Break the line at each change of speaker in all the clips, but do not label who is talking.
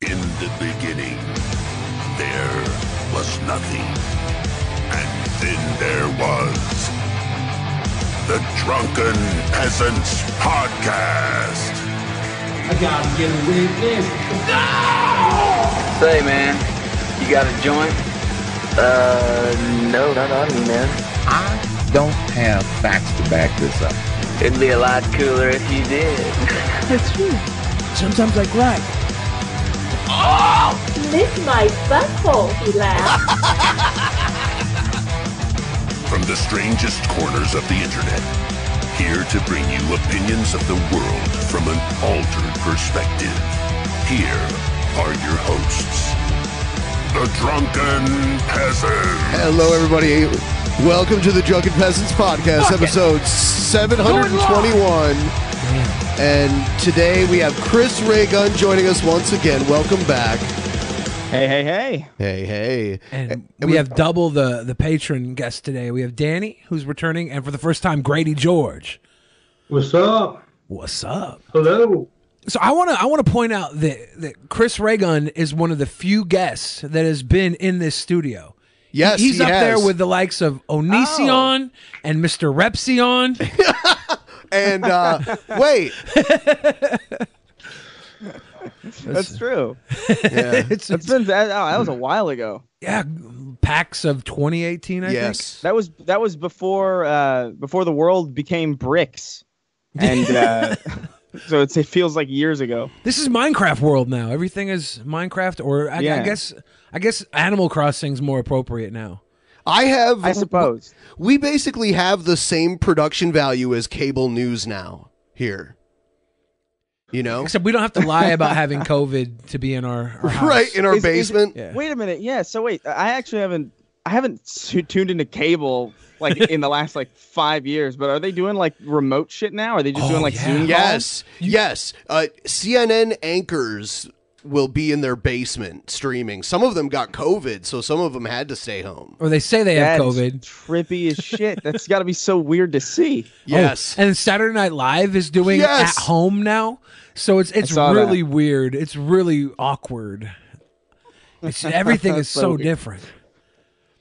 the beginning, there was nothing. And then there was the Drunken Peasants Podcast.
I gotta get a witness.
Say, man, you got a joint? Uh, no, not on me, man.
Ah,
I don't have facts to back this up.
It'd be a lot cooler if you did.
That's true. Sometimes I cry.
Lick my butthole, he laughed.
From the strangest corners of the internet, here to bring you opinions of the world from an altered perspective. Here are your hosts, the Drunken Peasant.
Hello, everybody. Welcome to the Drunken Peasants Podcast, episode 721. And today we have Chris Raygun joining us once again. Welcome back.
Hey, hey, hey.
Hey, hey.
And, we, have double the the patron guest today. We have Danny, who's returning, and for the first time, Grady George.
What's up?
What's up?
Hello.
So I wanna I wanna point out that that Chris Raygun is one of the few guests that has been in this studio.
Yes,
He's
he
up there
has. Oh.
with the likes of Onision and Mr. Repsion.
And uh, wait,
That's true.
yeah.
it's,
It's
it's-
been that, oh, that was a while ago.
yeah, PAX of 2018, I
yes,
That was that was before uh, before the world became bricks, and uh, so it's, it feels like years ago.
think. This is Minecraft world now. Everything is Minecraft, or I, I
Yeah.
guess I guess Animal Crossing's more appropriate now.
I have.
I suppose.
we basically have the same production value as cable news now here. You know,
Except we don't have to lie about having COVID to be in our, our house.
right in our
Is- is it-
basement.
Yeah.
Wait a minute. Yeah. So wait, I actually haven't I haven't tu- tuned into cable like in the last like five years. But are they doing like remote shit now? Are they just
Oh,
doing like
yeah.
Zoom? calls?
Yes, yes. Uh, CNN anchors will be in their basement streaming. Some of them got COVID, so some of them had to stay home.
Or they say they have
That's
COVID.
Trippy as shit. That's got to be so weird to see.
Yes.
Oh, and Saturday Night Live is doing
Yes.
at home now. So it's it's
saw
really weird. It's really awkward. It's, everything is
So
so
weird.
different.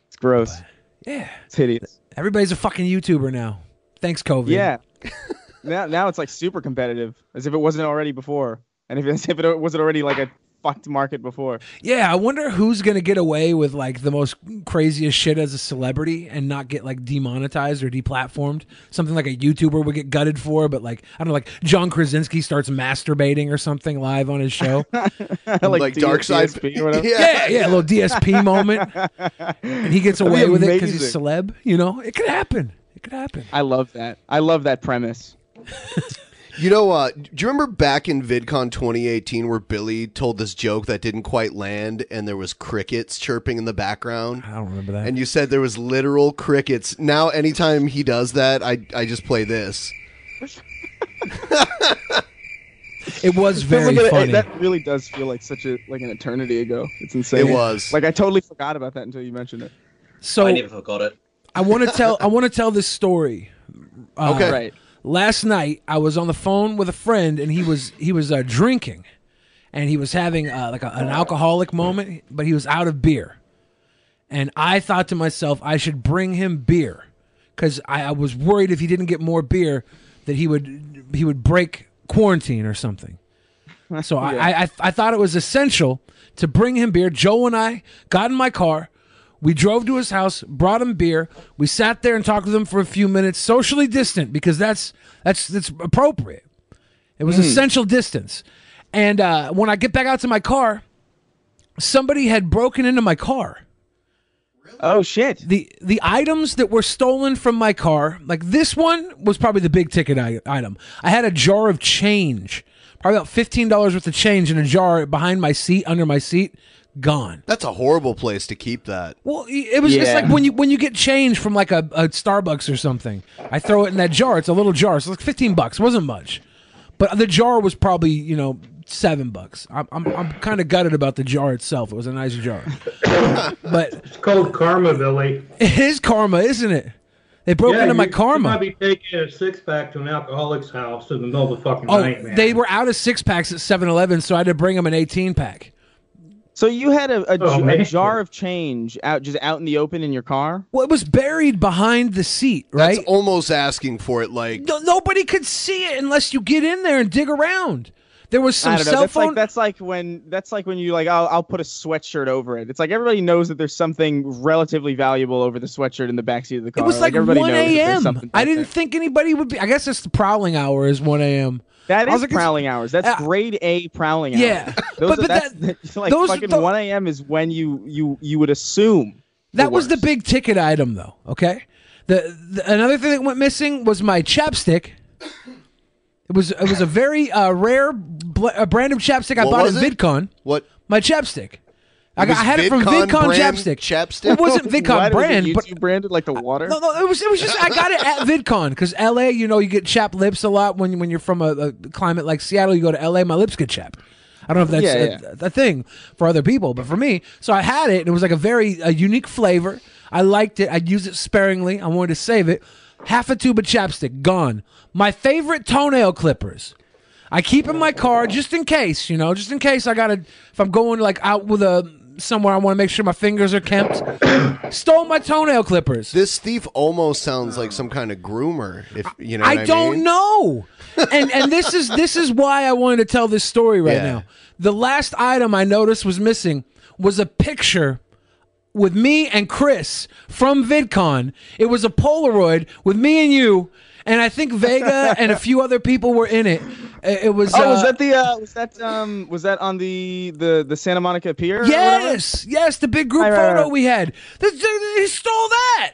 It's gross.
Yeah.
It's hideous.
Everybody's a fucking YouTuber now. Thanks, COVID.
Yeah. now, now it's like super competitive, as if it wasn't already before, and if as if it wasn't already like a fucked market before.
Yeah, I wonder who's gonna get away with like the most craziest shit as a celebrity and not get like demonetized or deplatformed. Something like a YouTuber would get gutted for, but like I don't know, like John Krasinski starts masturbating or something live on his show.
Like Dark Side-
DSP or whatever.
yeah, yeah, a little DSP moment, and he gets away with it because he's
amazing.
celeb. You know, it could happen. It could happen.
I love that. I love that premise.
You know, uh, do you remember back in VidCon 2018 where Billy told this joke that didn't quite land and there was crickets chirping in the background?
I don't remember that.
And you said there was literal crickets. Now, anytime he does that, I, I just play this.
it was very
Feels like an-
funny.
that really does feel like such a like an eternity ago. It's insane.
It was.
Like I totally forgot about that until you mentioned it.
so I never forgot it. I want to tell. I want to tell this story. Uh,
Okay.
Right.
last night I was on the phone with a friend and he was he was uh, drinking and he was having uh, like a, an alcoholic moment but he was out of beer and I thought to myself I should bring him beer because I, I was worried if he didn't get more beer that he would he would break quarantine or something so I I, I, I thought it was essential to bring him beer Joe and I got in my car we drove to his house, brought him beer. We sat there and talked with him for a few minutes, socially distant because that's that's that's appropriate. It was essential distance. And uh, when I get back out to my car, somebody had broken into my car.
Oh shit.
The the items that were stolen from my car, like this one was probably the big ticket I- item. I had a jar of change, probably about fifteen dollars worth of change in a jar behind my seat, under my seat, gone.
That's a horrible place to keep that.
Well, y- it was it's
Yeah.
like when you when you get change from like a, a Starbucks or something. I throw it in that jar. It's a little jar. It's like fifteen bucks. wasn't much, but the jar was probably you know seven bucks. I'm I'm, I'm kind of gutted about the jar itself. It was a nice jar, but
It's called karma, Billy.
it is karma, isn't it? They broke into my
you-
karma.
You might be taking a six pack to an alcoholic's house in the middle of the fucking
oh,
night, man.
they were out of six packs at 7-Eleven, so I had to bring them an eighteen pack.
So you had a, a,
Oh,
ju- a
man.
jar of change out just out in the open in your car.
Well, it was buried behind the seat, right?
That's almost asking for it. Like,
No, nobody could see it unless you get in there and dig around. There was some
I don't know.
cell
That's
phone.
like that's like when that's like when you like I'll, I'll put a sweatshirt over it. It's like everybody knows that there's something relatively valuable over the sweatshirt in the backseat of the car.
it was like,
everybody
1
knows that there's
a.m.
something
I
back
didn't
there.
think anybody would be. I guess it's the prowling hour is 1 a.m.
That
I
is
was like, it's-
prowling hours. That's
Uh,
grade A prowling
Yeah.
hours. Those
But-
are,
but that-
that's, like
those are
fucking
the-
1 a.m. is when you you you would assume
That was the
worst.
big ticket item, though. Okay. The, the another thing that went missing was my chapstick. It was it was a very uh, rare bl- a brand of chapstick I
What
bought
was
at
it?
VidCon.
what?
My chapstick. I, got,
was
I had it from
VidCon
VidCon
brand
chapstick.
chapstick?
It wasn't VidCon
Why does
brand,
it
but
YouTube branded like the water.
No, no, it was it was just I got it at VidCon because LA, you know, you get chapped lips a lot when when you're from a, a climate like Seattle. You go to LA, my lips get chapped. I don't know if that's
Yeah,
a, a thing for other people, but for me, so I had it and it was like a very a unique flavor. I liked it. I used it sparingly. I wanted to save it. Half a tube of chapstick gone. My favorite toenail clippers. I keep in my car just in case, you know, just in case I gotta if I'm going like out with a somewhere I want to make sure my fingers are kept. Stole my toenail clippers.
This thief almost sounds like some kind of groomer. If you know, what
I
I
don't
mean?
know. And and this is this is why I wanted to tell this story right
Yeah.
now. The last item I noticed was missing was a picture with me and Chris from VidCon. It was a Polaroid with me and you, and I think Vega and a few other people were in it. It it was.
Oh,
uh,
was that the uh, was that um was that on the the the Santa Monica Pier? or whatever?
Yes, yes, the big group
Right, right,
photo
right.
we had. This, he stole that.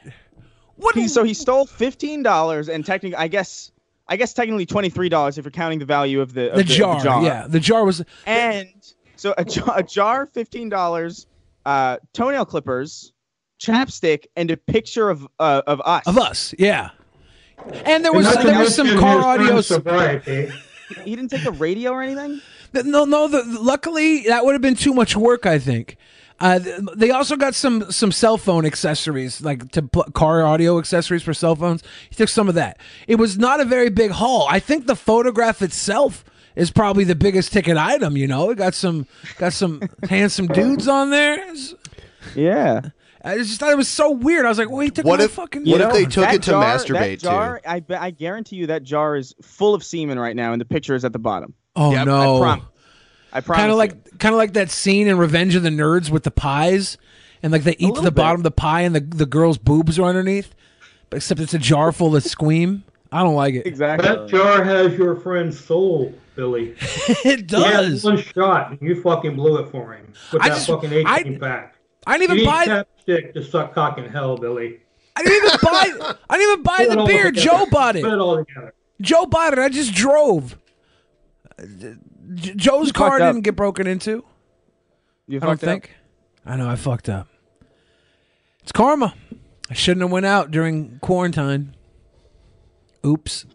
What?
He, so he stole fifteen dollars and technically, I guess, I guess technically twenty three dollars if you're counting the value of the of
the, jar,
The jar.
Yeah, the jar was.
And so a jar, a jar fifteen dollars, uh, toenail clippers, chapstick, and a picture of uh, of us.
of us. Yeah. And there
And
was
not to
there was some
mention
car
his
audio.
friend's Sobriety.
He didn't take a radio or anything.
No, no. The, luckily, that would have been too much work. I think. Uh, th- they also got some some cell phone accessories, like to pl- car audio accessories for cell phones. He took some of that. It was not a very big haul. I think the photograph itself is probably the biggest ticket item. You know, it got some got some handsome dudes on there. It's-
Yeah.
I just thought it was so weird. I was like, well, he took
What
my
if-
fucking.
what if they
phone.
took it to
that
masturbate
jar, I, bet- I guarantee you that jar is full of semen right now, and the picture is at the bottom.
Oh
Yep, I
no!
I promise. I promise.
kind of
you.
like kind of like that scene in Revenge of the Nerds with the pies, and like they eat to
little
the
bit.
bottom of the pie, and the the girl's boobs are underneath, but except it's a jar full of squeam. I don't like it.
That
exactly.
jar has your friend's soul, Billy.
It
He had
does.
one shot, and you fucking blew it for him with
I
that
just-
fucking
I-
18 pack.
I
You
didn't even
need
buy.
chapstick to suck cock in hell, Billy.
I didn't even buy. I didn't even buy
Put it
the
all
beer.
together.
Joe bought
Put
it.
it all together.
Joe bought it. I just drove. J- Joe's car
fucked up.
didn't get broken into.
You
I don't
fucked it up.
think. I know I fucked up. It's karma. I shouldn't have went out during quarantine. Oops.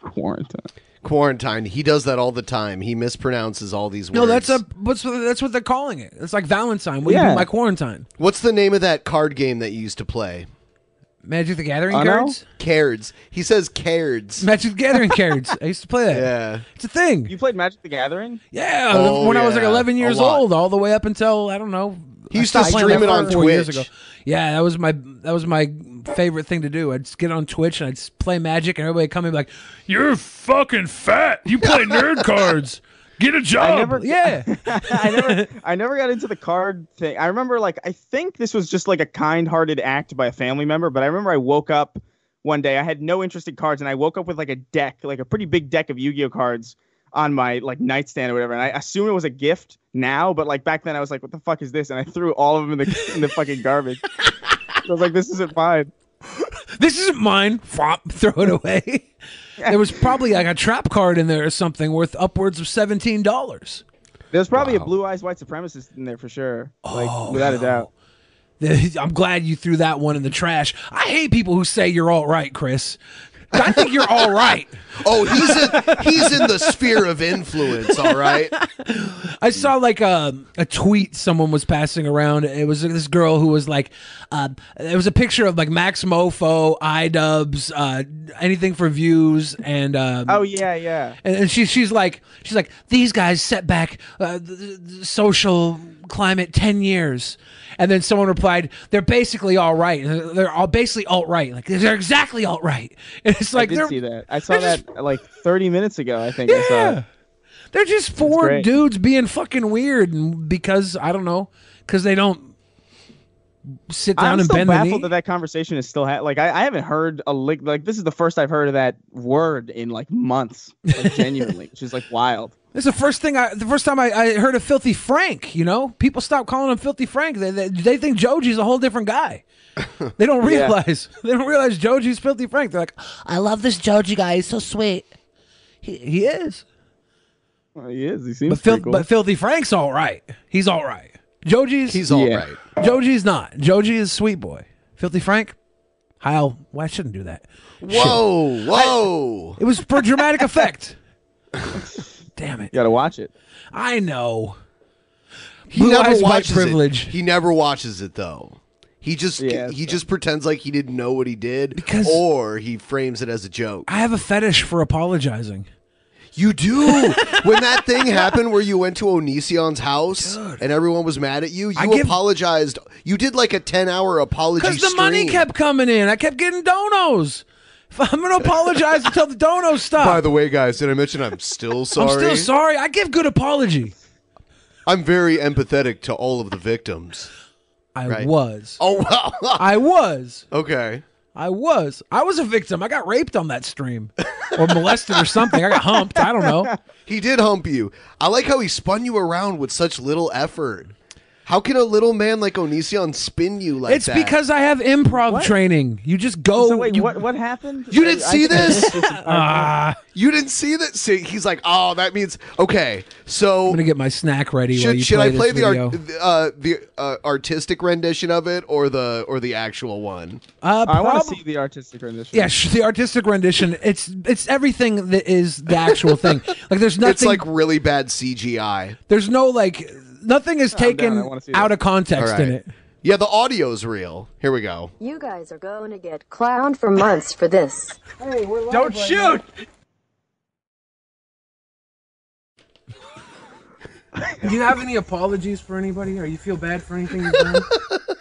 quarantine.
Quarantine. He does that all the time. He mispronounces all these words.
No, that's a what's that's what they're calling it. It's like Valentine. What do you
Yeah.
do my quarantine?
What's the name of that card game that you used to play?
Magic the Gathering
Uno?
cards.
Cards. He says cards.
Magic the Gathering cards. I used to play that.
Yeah.
It's a thing.
You played Magic the Gathering?
yeah,
Oh,
when I was like
yeah.
11
A
years
lot.
old, all the way up until I don't know.
He
I
used to
stopped playing
stream
that
it on
four years
Twitch.
ago. Yeah, that was my that was my favorite thing to do. I'd just get on Twitch and I'd just play Magic, and everybody would come in like, "You're fucking fat. You play nerd cards. Get a job."
never-
yeah.
I never I never got into the card thing. I remember like I think this was just like a kind-hearted act by a family member, but I remember I woke up one day I had no interest in cards and I woke up with like a deck, like a pretty big deck of Yu-Gi-Oh cards on my like nightstand or whatever. And I assume it was a gift now, but like back then I was like what the fuck is this? And I threw all of them in the in the fucking garbage. I was like this isn't mine.
this isn't mine. Fop, throw it away. there was probably like a trap card in there or something worth upwards of seventeen dollars.
There's probably a blue eyes white supremacist in there for sure.
Oh,
Like without a doubt.
I'm glad you threw that one in the trash. I hate people who say you're all right, Chris. I think you're all right.
Oh, he's in, he's in the sphere of influence. All right.
I saw like a a tweet someone was passing around. It was this girl who was like, uh, it was a picture of like Max Mofo, iDubbbz, uh, anything for views, and um,
Oh yeah, yeah.
and, and she, she's like she's like these guys set back uh, th- th- social climb it 10 years. And then someone replied, they're basically all right. And They're all basically alt right. Like, they're exactly alt right. And it's like,
I
they're,
did see that. I saw
they're
that
just-
like 30 minutes ago. I think I saw.
Yeah.
It.
they're just four
great.
dudes being fucking weird. And because, I don't know, because they don't sit down
I'm
and
still
bend the knee.
baffled that that conversation is still ha- like I, I haven't heard a lick like this is the first I've heard of that word in like months, like, genuinely, which is like wild.
That's the first thing I, the first time I, I heard of Filthy Frank. You know, people stop calling him Filthy Frank. They, they, they think Joji's a whole different guy. They don't
Yeah.
realize they don't realize Joji's Filthy Frank. They're like, I love this Joji guy. He's so sweet. He, he is,
Well, he is. He seems
but, Fil-
pretty cool.
but Filthy Frank's all right. He's all right. Joji's
He's all right.
Yeah.
Joji's not. Joji is sweet boy. Filthy Frank. How? Why I shouldn't do that?
Whoa, whoa.
It was for dramatic effect. Damn it!
you gotta watch it.
I know.
he
Blue eyes,
never
white
watches
privilege.
it. He never watches it though. He just
Yeah,
he
so-
just pretends like he didn't know what he did
Because-
or he frames it as a joke.
I have a fetish for apologizing.
You do. when that thing happened where you went to Onision's house and everyone was mad at you, you
I give-
apologized. You did like a 10-hour apology
Because the money
stream.
kept coming in. I kept getting donos. If I'm going to apologize until the donos stop.
By the way, guys, did I mention I'm still sorry?
I'm still sorry. I give good apology.
I'm very empathetic to all of the victims.
I
Right.
was.
Oh wow.
I was.
okay.
I was. I was a victim. I got raped on that stream or molested or something. I got humped. I don't know.
He did hump you. I like how he spun you around with such little effort. How can a little man like Onision spin you like
it's
that?
because I have improv training. You just go.
So wait,
you-
what what happened?
You didn't
I- I
see
think I
this?
missed
Ah,
you didn't see that. See, he's like, oh, that means okay. So
I'm going to get my snack ready while you
should, should
play
I play
this
the
video.
art, th- uh, the uh, artistic rendition of it or the or the actual one?
uh,
I want
prob-
to see the artistic rendition.
Yeah, sh- the artistic rendition. It's it's everything that is the actual thing. Like there's nothing.
It's like really bad CGI.
There's no like nothing is taken
down. I wanna see
out
that.
of context
All right.
in it.
Yeah, the audio's real. Here we go.
You guys are going to get clowned for months for this.
Don't shoot.
Do you have any apologies for anybody, or you feel bad for anything you've done?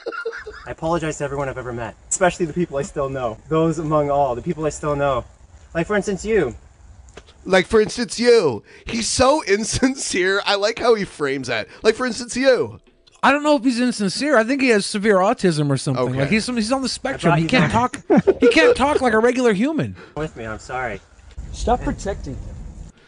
I apologize to everyone I've ever met,
Especially the people I still know.
those among all, the people I still know. Like, for instance, you.
Like for instance, you. He's so insincere. I like how he frames that. Like for instance, you.
I don't know if he's insincere. I think he has severe autism or something.
Okay.
Like he's he's on the spectrum.
brought
He
you
can't talk. He can't talk like a regular human.
With me, I'm sorry.
Stop protecting him.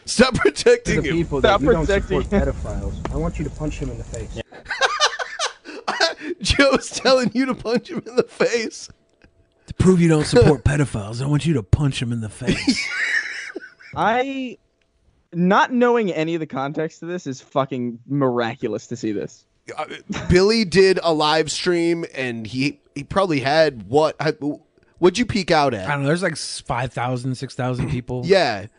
Stop protecting him.
people
that Stop you don't protecting support
pedophiles. I want you to punch him in the face.
Joe's telling you to punch him in the face.
To prove you don't support pedophiles, I want you to punch him in the face.
I not knowing any of the context to this is fucking miraculous to see this.
Uh, Billy did a live stream, and he he probably had what? I- What'd you peek out
I
at?
don't know. There's like 5,000, 6,000 people.
Yeah, And he-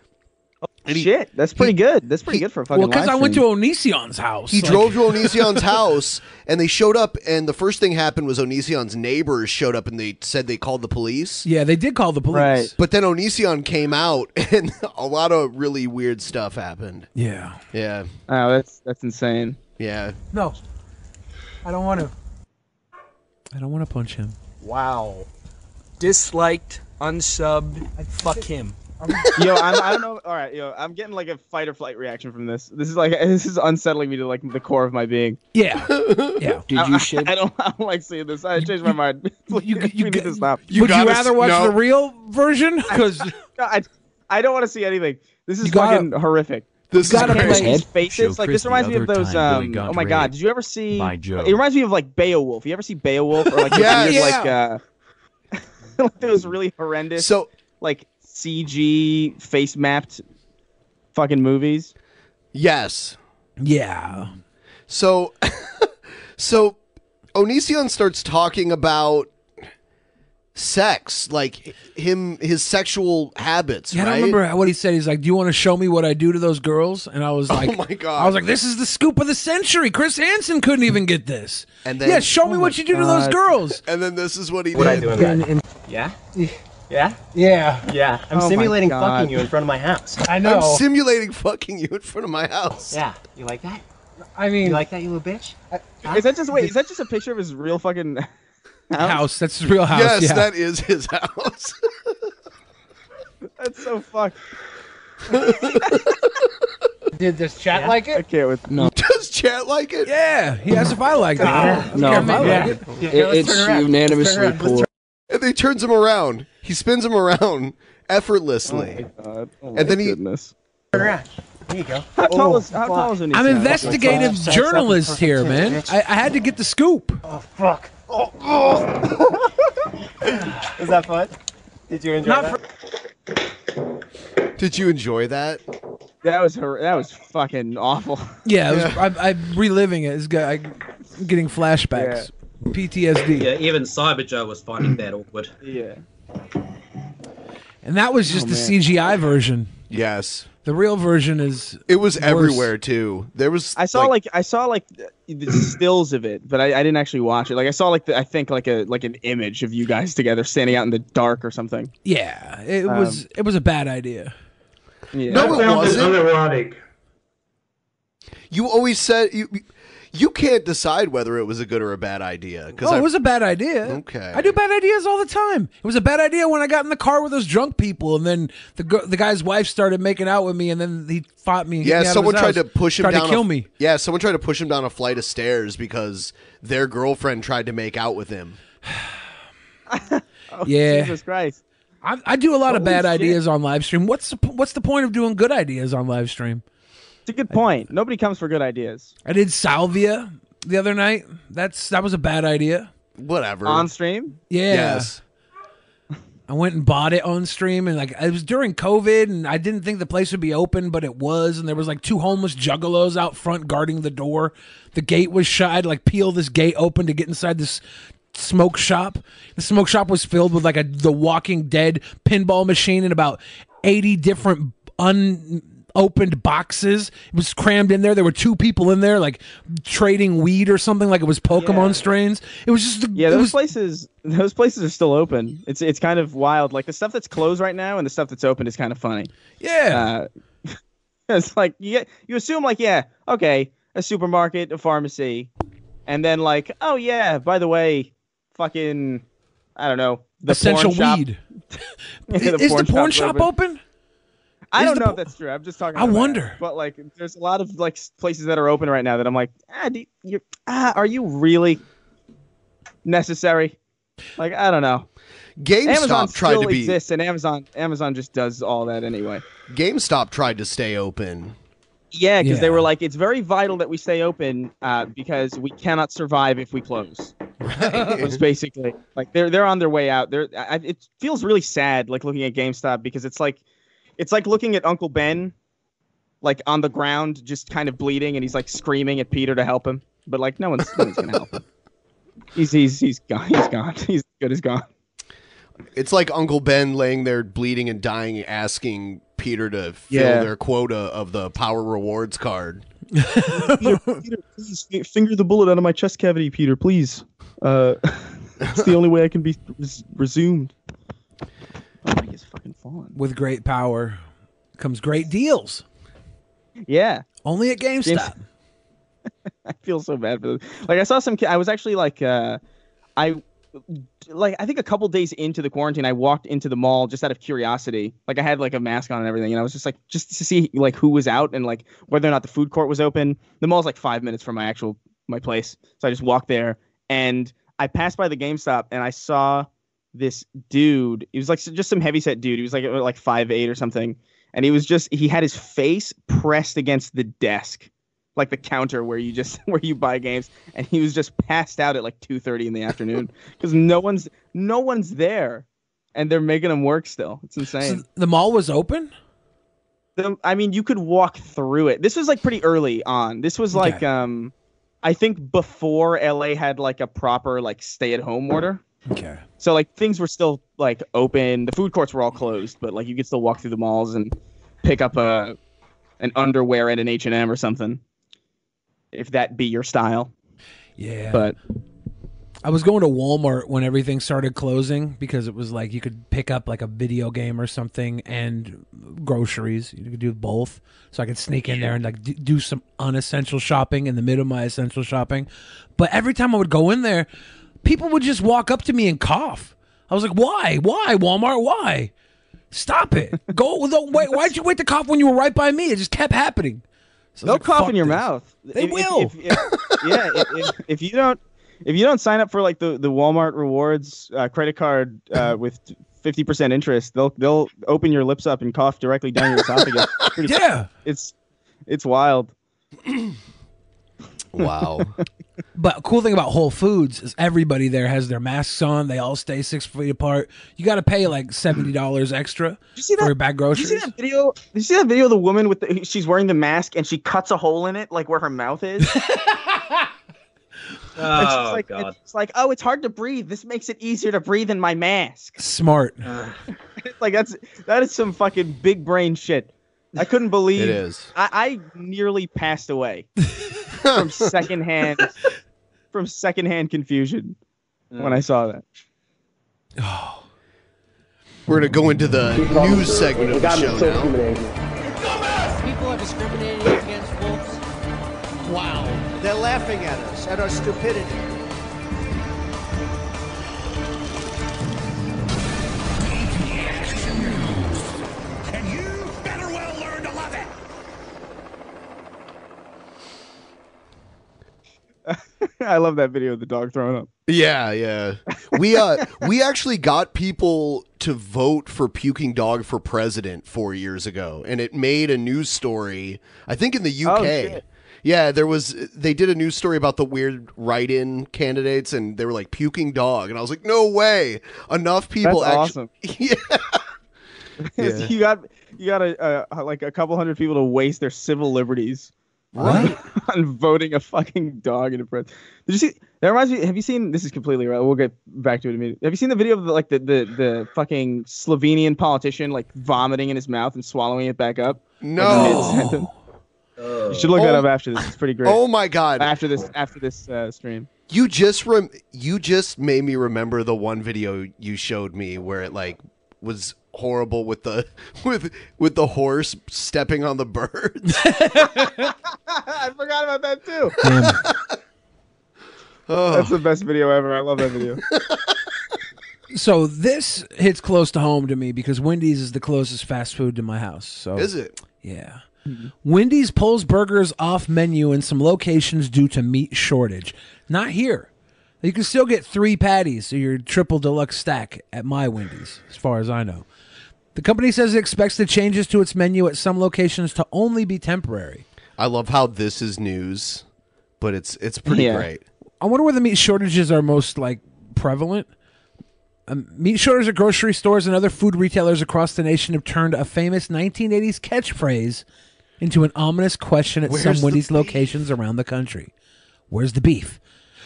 Oh, Shit, that's pretty good. That's pretty
he-
good for a fucking.
Well, because
live
I went to
stream.
Onision's house.
he
like-
drove to Onision's house, and they showed up. And the first thing happened was Onision's neighbors showed up, and they said they called the police.
Yeah, they did call the police.
Right.
But then Onision came out, and a lot of really weird stuff happened.
Yeah.
Yeah,
Oh, that's that's insane.
yeah.
No. I don't want to. I don't want to punch him.
Wow. Disliked, unsubbed, fuck him.
yo, I'm, I don't know. All right, yo, I'm getting like a fight or flight reaction from this. This is like this is unsettling me to like the core of my being.
Yeah. Yeah.
Did you shit?
I don't, I don't like seeing this. I changed my mind.
you-
you,
you
we need
get-
to stop.
Would you
gotta
rather
s-
watch
no.
the real version? Because
I, I don't want to see anything. This is
You gotta-
fucking horrific.
This is
gotta
Can't
play-
crazy.
see these
Head?
faces.
Show
Like
Chris
this
the
reminds me of
other
those.
time Billy
Um,
got
oh my god,
raped
did you ever see?
by Joe.
It reminds me of like Beowulf. You ever see Beowulf or like the
Yes.
weird, like uh, like those really horrendous
So
like CG face mapped fucking movies?
yes,
yeah,
So, so Onision starts talking about sex, like him, his sexual habits.
yeah. I
right?
don't remember what he said. He's like, "Do you want to show me what I do to those girls?" And I was like,
Oh my God.
I was like, "This is the scoop of the century." Chris Hansen couldn't even get this.
And then- oh
yeah, show me what you do to those girls.
And then this is what he
Oh What I
did.
do in bed? Yeah? Yeah?
yeah,
Yeah. I'm
Oh my
simulating
God.
fucking you in front of my house.
I
I'm simulating fucking you in front of my house.
Yeah. You like that?
I mean,
you like that, you little bitch?
Is that just wait? Is that just a picture of his real fucking house?
House, that's his real house,
Yes,
yeah.
that is his house.
that's so fucked.
Did this chat like it?
I can't with no.
Does chat like it?
Yeah, he asked if I liked it. I don't
No,
care if I
yeah.
like it.
It- it's
turn around.
unanimously
Let's turn around. Let's
poor.
turn-
And then he turns him around. He spins him around effortlessly.
Oh
and then he.
Turn around. There you go.
How tall
Oh,
is how tall is
fuck.
Anissa?
I'm investigative
Fuck.
journalist here,
Fucking
man.
bitch.
I, I had to get the scoop.
Oh fuck. Oh. oh. was that fun? Did you enjoy
Not
that?
Did you enjoy that?
That was her. That was fucking awful.
Yeah, it was, I'm, I'm reliving it. It's got, I, getting flashbacks, PTSD,
Yeah, even Cyberjoe was finding that awkward.
Yeah.
and that was just
Oh,
the
man.
CGI version.
Yes.
The real version is.
It was
worse.
everywhere, too. There was.
I saw like, I saw like the- the stills of it, but I, I didn't actually watch it. Like I saw like the, I think like a like an image of you guys together standing out in the dark or something.
Yeah, it
Um,
was. It was a bad idea.
Yeah.
No, it wasn't.
Unerotic.
You always said. You, you can't decide whether it was a good or a bad idea. because
Oh, it was a bad idea.
Okay.
I do bad ideas all the time. It was a bad idea when I got in the car with those drunk people, and then the gu- the guy's wife started making out with me, and then he fought me. and kicked
Yeah,
me out of
someone
his
tried to
house,
push him
tried
down.
to kill
a,
me.
Yeah, someone tried to push him down a flight of stairs because their girlfriend tried to make out with him.
Oh,
Yeah.
Jesus Christ.
I, I do a lot of
Holy
bad
shit.
ideas on live stream. What's the, p- what's the point of doing good ideas on live stream?
It's a good point. Nobody comes for good ideas
I did salvia the other night. That's that was a bad idea.
Whatever.
on stream.
Yeah.
Yes.
I went and bought it on stream, and like it was during COVID, and I didn't think the place would be open, but it was, and there was like two homeless juggalos out front guarding the door. The gate was shut. I had to, like peel this gate open to get inside this smoke shop. The smoke shop was filled with like a The Walking Dead pinball machine and about eighty different unopened boxes. It was crammed in there. There were two people in there, like trading weed or something, like it was Pokemon strains. It was just
Yeah,
it
those
was-
places, those places are still open. It's it's kind of wild. Like the stuff that's closed right now and the stuff that's open is kind of funny.
Yeah.
Uh, it's like you get, you assume like yeah, okay, a supermarket, a pharmacy, and then like oh yeah, by the way, fucking I don't know, the
essential
porn shop.
weed.
Yeah,
Is is the
shop's
porn shop open?
I
Is
don't
the
know if
por-
that's true. I'm just talking.
I
out loud.
wonder.
But like, there's a lot of like s- places that are open right now that I'm like, ah, do you, ah are you really necessary? Like, I don't know.
GameStop
Amazon
tried
still
to be-
exists, and Amazon Amazon just does all that anyway.
GameStop tried to stay open.
Yeah, because
Yeah.
they were like, it's very vital that we stay open uh, because we cannot survive if we close. It was basically like they're they're on their way out. They're I, I- it feels really sad like looking at GameStop because it's like it's like looking at Uncle Ben like on the ground just kind of bleeding and he's like screaming at Peter to help him, but like no one's, no one's gonna help him. He's he's he's gone. He's gone. He's good as gone.
It's like Uncle Ben laying there bleeding and dying, asking Peter to fill
Yeah.
their quota of the power rewards card.
Peter, Peter, please fi- finger the bullet out of my chest cavity, Peter, please. Uh, it's the only way I can be res- resumed. Oh, my, he's fucking fallen.
With great power comes great deals.
Yeah,
Only at GameStop.
I feel so bad for them. Like I saw some kid. I was actually like, uh, I like I think a couple days into the quarantine, I walked into the mall just out of curiosity. Like I had like a mask on and everything, and I was just like, just to see like who was out and like whether or not the food court was open. The mall's like five minutes from my actual my place, so I just walked there and I passed by the GameStop and I saw this dude. He was like s- just some heavyset dude. He was like like five eight or something, and he was just he had his face pressed against the desk, like the counter where you just where you buy games, and he was just passed out at like two thirty in the afternoon because no one's no one's there, and they're making him work still. It's insane.
So the mall was open?
The- I mean, you could walk through it. This was like pretty early on. This was like
Okay.
um, I think before LA had like a proper like stay at home order.
Okay.
So like things were still like open. The food courts were all closed, but like you could still walk through the malls and pick up a an underwear at an H and M or something, if that be your style.
Yeah.
But
I was going to Walmart when everything started closing because it was like you could pick up like a video game or something and groceries. You could do both. So I could sneak in there and like d- do some unessential shopping in the middle of my essential shopping. But every time I would go in there, people would just walk up to me and cough. I was like, why? Why, Walmart? Why? Stop it. Go. Don't wait. Why'd you wait to cough when you were right by me? It just kept happening. So I was
no
like,
cough
fuck
in your
this.
mouth.
They
If- if-
will.
if- if- yeah. If, if- if you don't, if you don't sign up for like the, the Walmart rewards uh, credit card uh, with fifty percent interest, they'll they'll open your lips up and cough directly down your esophagus. Pretty-
Yeah.
It's it's wild.
Wow.
But cool thing about Whole Foods is everybody there has their masks on. They all stay six feet apart. You got to pay like seventy dollars extra for your bag
Did you
groceries.
see that video? Did you see that video of the woman with the, she's wearing the mask and she cuts a hole in it like where her mouth is? And she's
Oh,
like,
God.
It's like, oh, it's hard to breathe. This makes it easier to breathe in my mask.
Smart.
It's like that's that is some fucking big brain shit. I couldn't believe
It is.
I, I nearly passed away from secondhand from secondhand confusion when I saw that.
We're going to go into the news segment of the show now.
People are discriminated against wolves. Wow. They're laughing at us, at our stupidity.
I love that video of the dog throwing up.
Yeah, yeah. We uh we actually got people to vote for puking dog for president 4 years ago and it made a news story I think in the
Oh,
UK.
shit.
yeah, there was they did a news story about the weird write-in candidates and they were like puking dog and I was like no way. Enough people
That's
actu-
awesome.
Yeah.
you got you got a, a like a couple hundred people to waste their civil liberties
what?
on voting a fucking dog in a press. Did you see? That reminds me. Have you seen? This is completely right. We'll get back to it immediately. Have you seen the video of the, like the, the the fucking Slovenian politician like vomiting in his mouth and swallowing it back up?
No.
Like, mid-sentence? you should look that
Oh.
up after this. It's pretty great.
Oh my god.
After this, after this uh, stream.
You just rem- you just made me remember the one video you showed me where it like was horrible with the with with the horse stepping on the birds.
I forgot about that too.
Oh.
That's the best video ever. I love that video.
So this hits close to home to me because Wendy's is the closest fast food to my house. So
Is it?
Yeah. Wendy's pulls burgers off menu in some locations due to meat shortage. Not here. You can still get three patties, so your triple deluxe stack at my Wendy's, as far as I know. The company says it expects the changes to its menu at some locations to only be temporary.
I love how this is news, but it's it's pretty
Yeah.
great.
I wonder where the meat shortages are most like prevalent. Um, meat shortages at grocery stores and other food retailers across the nation have turned a famous 1980s catchphrase into an ominous question at some
Where's the
Wendy's locations around the country. Where's the beef?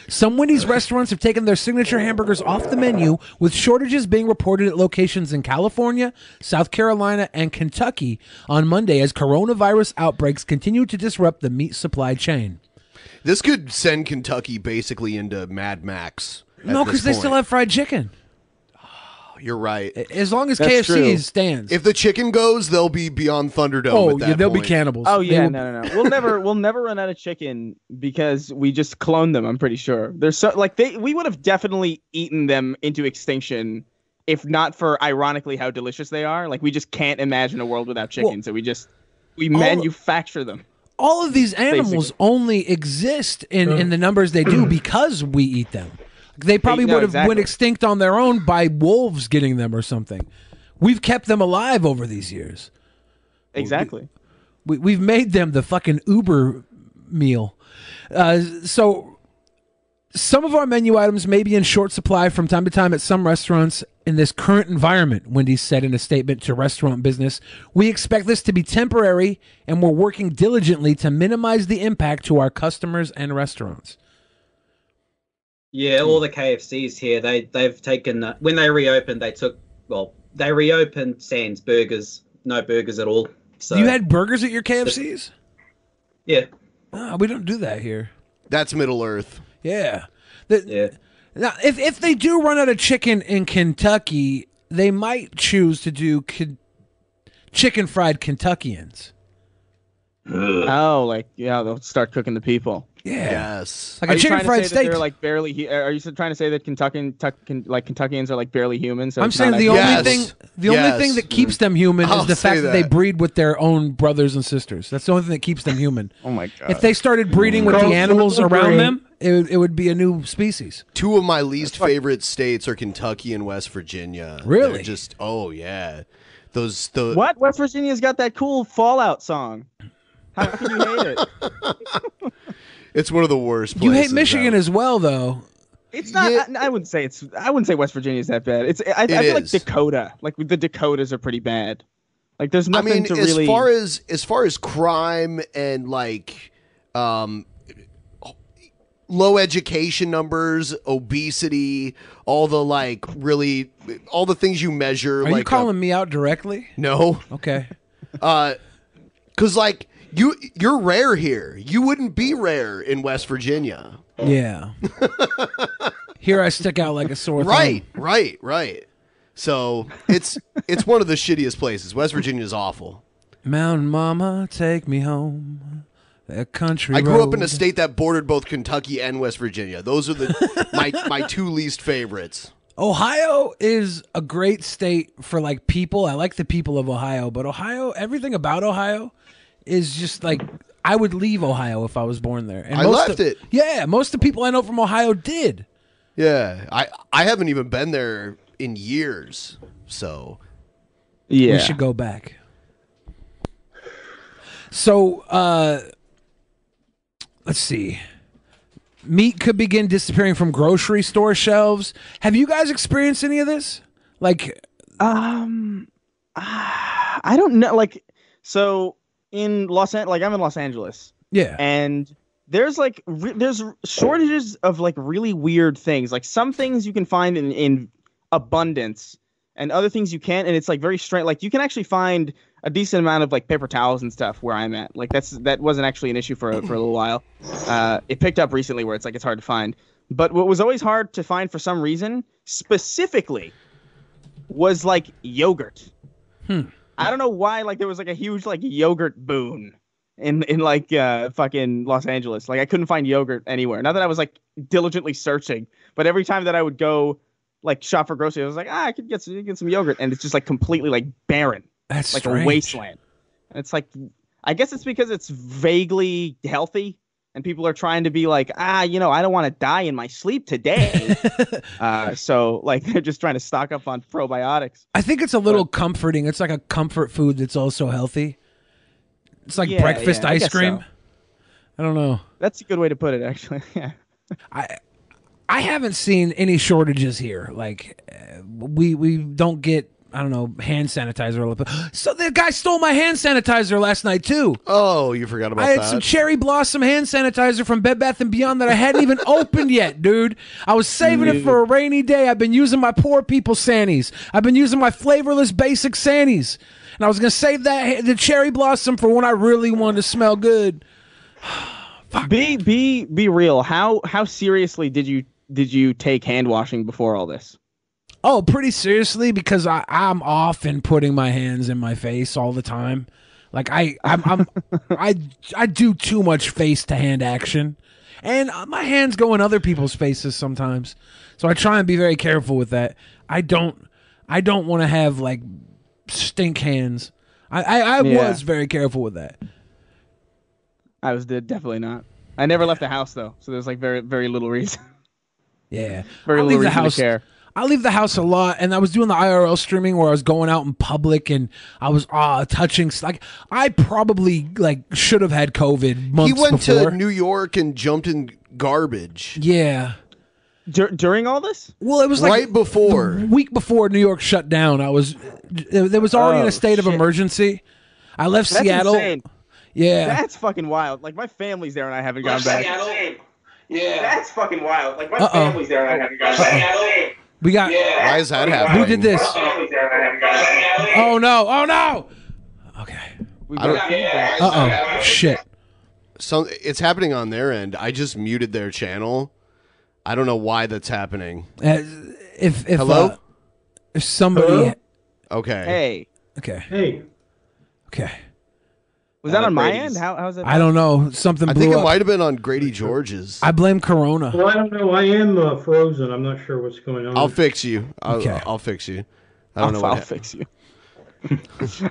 Some Wendy's restaurants have taken their signature hamburgers off the menu, with shortages being reported at locations in California, South Carolina, and Kentucky on Monday as coronavirus outbreaks continue to disrupt the meat supply chain.
This could send Kentucky basically into Mad Max. at
No,
this
because they still
point.
have fried chicken.
You're right.
As long as That's KFC true. stands.
If the chicken goes, they'll be beyond Thunderdome.
Oh,
at that
yeah, they'll be
point.
cannibals.
Oh yeah, no, no, no. We'll never, we'll never run out of chicken because we just cloned them. I'm pretty sure. They're so like they, we would have definitely eaten them into extinction if not for ironically how delicious they are. Like we just can't imagine a world without chicken, so we just we
all-
manufacture them.
All of these animals
Basically.
only exist in, in the numbers they do because we eat them. They probably
no,
would have went
exactly.
extinct on their own by wolves getting them or something. We've kept them alive over these years.
Exactly.
We, we've made them the fucking Uber meal. Uh, so some of our menu items may be in short supply from time to time at some restaurants in this current environment, Wendy's said in a statement to restaurant business. We expect this to be temporary and we're working diligently to minimize the impact to our customers and restaurants.
Yeah, all the KFCs here, they they've taken uh, when they reopened, they took well, they reopened Sans burgers, no burgers at all. So
you had burgers at your KFCs?
yeah,
Ah, we don't do that here.
That's Middle Earth.
Yeah. The- Now, if if they do run out of chicken in Kentucky, they might choose to do Ken- chicken fried Kentuckians.
Oh, like yeah, they'll start cooking the people.
Yeah. Yes. Like
Like are
a
you
chicken
trying
fried
to say that they're
steak.
like barely. He- are you trying to say that Kentuckian, Tuckin, like Kentuckians are like barely human? So
I'm
it's
saying
not
the
actually-
only thing the only thing that keeps them human
I'll
is the
say
fact that. they
that.
breed with their own brothers and sisters. That's the only thing that keeps them human.
Oh my god.
If they started breeding with
Girls
the animals
don't
around
breed.
them, it, would- it would be a new species.
Two of my least favorite states are Kentucky and West Virginia.
Really?
They're just oh yeah, those the
What? West Virginia's got that cool Fallout song. How can you hate it?
It's one of the worst.
You
Places
hate Michigan as well, though.
It's not. I, I wouldn't say it's. I wouldn't say West Virginia's that bad. It's. I, I
It
feel like
is.
Dakota. Like the Dakotas are pretty bad. Like there's nothing
I mean,
to
as
really.
far as as far as crime and like um, low education numbers, obesity, all the like really all the things you measure.
Are
like uh,
you
a-
calling me out directly?
No.
Okay.
Uh, cause like you you're rare here. You wouldn't be rare in West Virginia.
Yeah. Here I stick out like a sore thumb.
Right, right, right. So it's it's one of the shittiest places. West Virginia is awful.
Mountain Mama, take me home. A country.
I grew up in
road.
a state that bordered both Kentucky and West Virginia. Those are the my my two least favorites.
Ohio is a great state for like people. I like the people of Ohio, but Ohio, everything about Ohio is just like I would leave Ohio if I was born there.
I
most
left
of-
it.
Yeah, most of the people I know from Ohio did.
Yeah, I I haven't even been there in years. So
We should go back. So, uh let's see. Meat could begin disappearing from grocery store shelves. Have you guys experienced any of this? Like
um I don't know. Like so in Los Angeles. Like I'm in Los Angeles.
Yeah.
And there's like re- there's shortages of like really weird things. Like some things you can find in in abundance, and other things you can't. And it's like very strange. Like you can actually find a decent amount of like paper towels and stuff where I'm at. Like that's that wasn't actually an issue for a, for a little while. Uh, it picked up recently where it's like it's hard to find. But what was always hard to find for some reason, specifically, was like yogurt. I don't know why like there was like a huge like yogurt boon in in like uh fucking Los Angeles. Like I couldn't find yogurt anywhere. Not that I was like diligently searching, but every time that I would go like shop for groceries, I was like, ah, I could get some get some yogurt, and it's just like completely like barren.
That's
like
strange.
a wasteland. And it's like, I guess it's because it's vaguely healthy, and people are trying to be like, ah, you know, I don't want to die in my sleep today. uh, so like they're just trying to stock up on probiotics.
I think it's a little comforting. It's like a comfort food that's also healthy. It's like
Yeah,
breakfast
yeah, I
ice
guess
cream.
so.
I don't know.
That's a good way to put it, actually. Yeah.
I haven't seen any shortages here. Like uh, we we don't get I don't know hand sanitizer. all the- So the guy stole my hand sanitizer last night too.
Oh, you forgot about
I had
that.
some cherry blossom hand sanitizer from Bed Bath and Beyond that I hadn't even opened yet, dude. I was saving it
Dude.
for a rainy day. I've been using my poor people sannies. I've been using my flavorless basic sannies, and I was gonna save that the cherry blossom for when I really wanted to smell good.
Be be be real. How how seriously did you did you take hand washing before all this?
Oh, pretty seriously, because I, I'm often putting my hands in my face all the time. Like I, I'm, I'm I, I do too much face to hand action, and uh, my hands go in other people's faces sometimes. So I try and be very careful with that. I don't, I don't want to have like stink hands. I, I, I
Yeah.
was very careful with that.
I was de- definitely not. I never left the house though, so there's like very very little reason.
Yeah,
very
I
little
leave the
reason
house.
to care.
I leave the house a lot, and I was doing the IRL streaming where I was going out in public and I was uh, touching. s- Like I probably like should have had COVID months
he went
before.
to New York and jumped in garbage.
yeah.
during all this?
Well, it was like
Right before.
the week before New York shut down. I was there there was already in
Oh,
a state of emergency. I left
That's
Seattle.
insane.
Yeah,
That's fucking wild. Like my family's there and I haven't gone back.
Yeah.
That's fucking wild. Like my
Uh-oh.
family's there and I haven't gone back.
we got.
Why is that
Who
happening?
did this? Oh no! Oh no!
I don't-
Uh oh! Shit!
Some it's happening on their end. I just muted their channel. I don't know why that's happening.
Uh, if if
Hello?
uh, if somebody
Hello? Okay.
Hey.
okay
Hey.
Okay.
Was that
Uh,
on my
Brady's.
end? How, how's that?
I don't know something.
I
blew
think it
up.
might have been on Grady George's.
I blame Corona.
Well, I don't know. I am uh, frozen. I'm not sure what's going on.
I'll fix you. I'll,
Okay.
I'll fix you. I don't
I'll-
know what
I'll
fix you.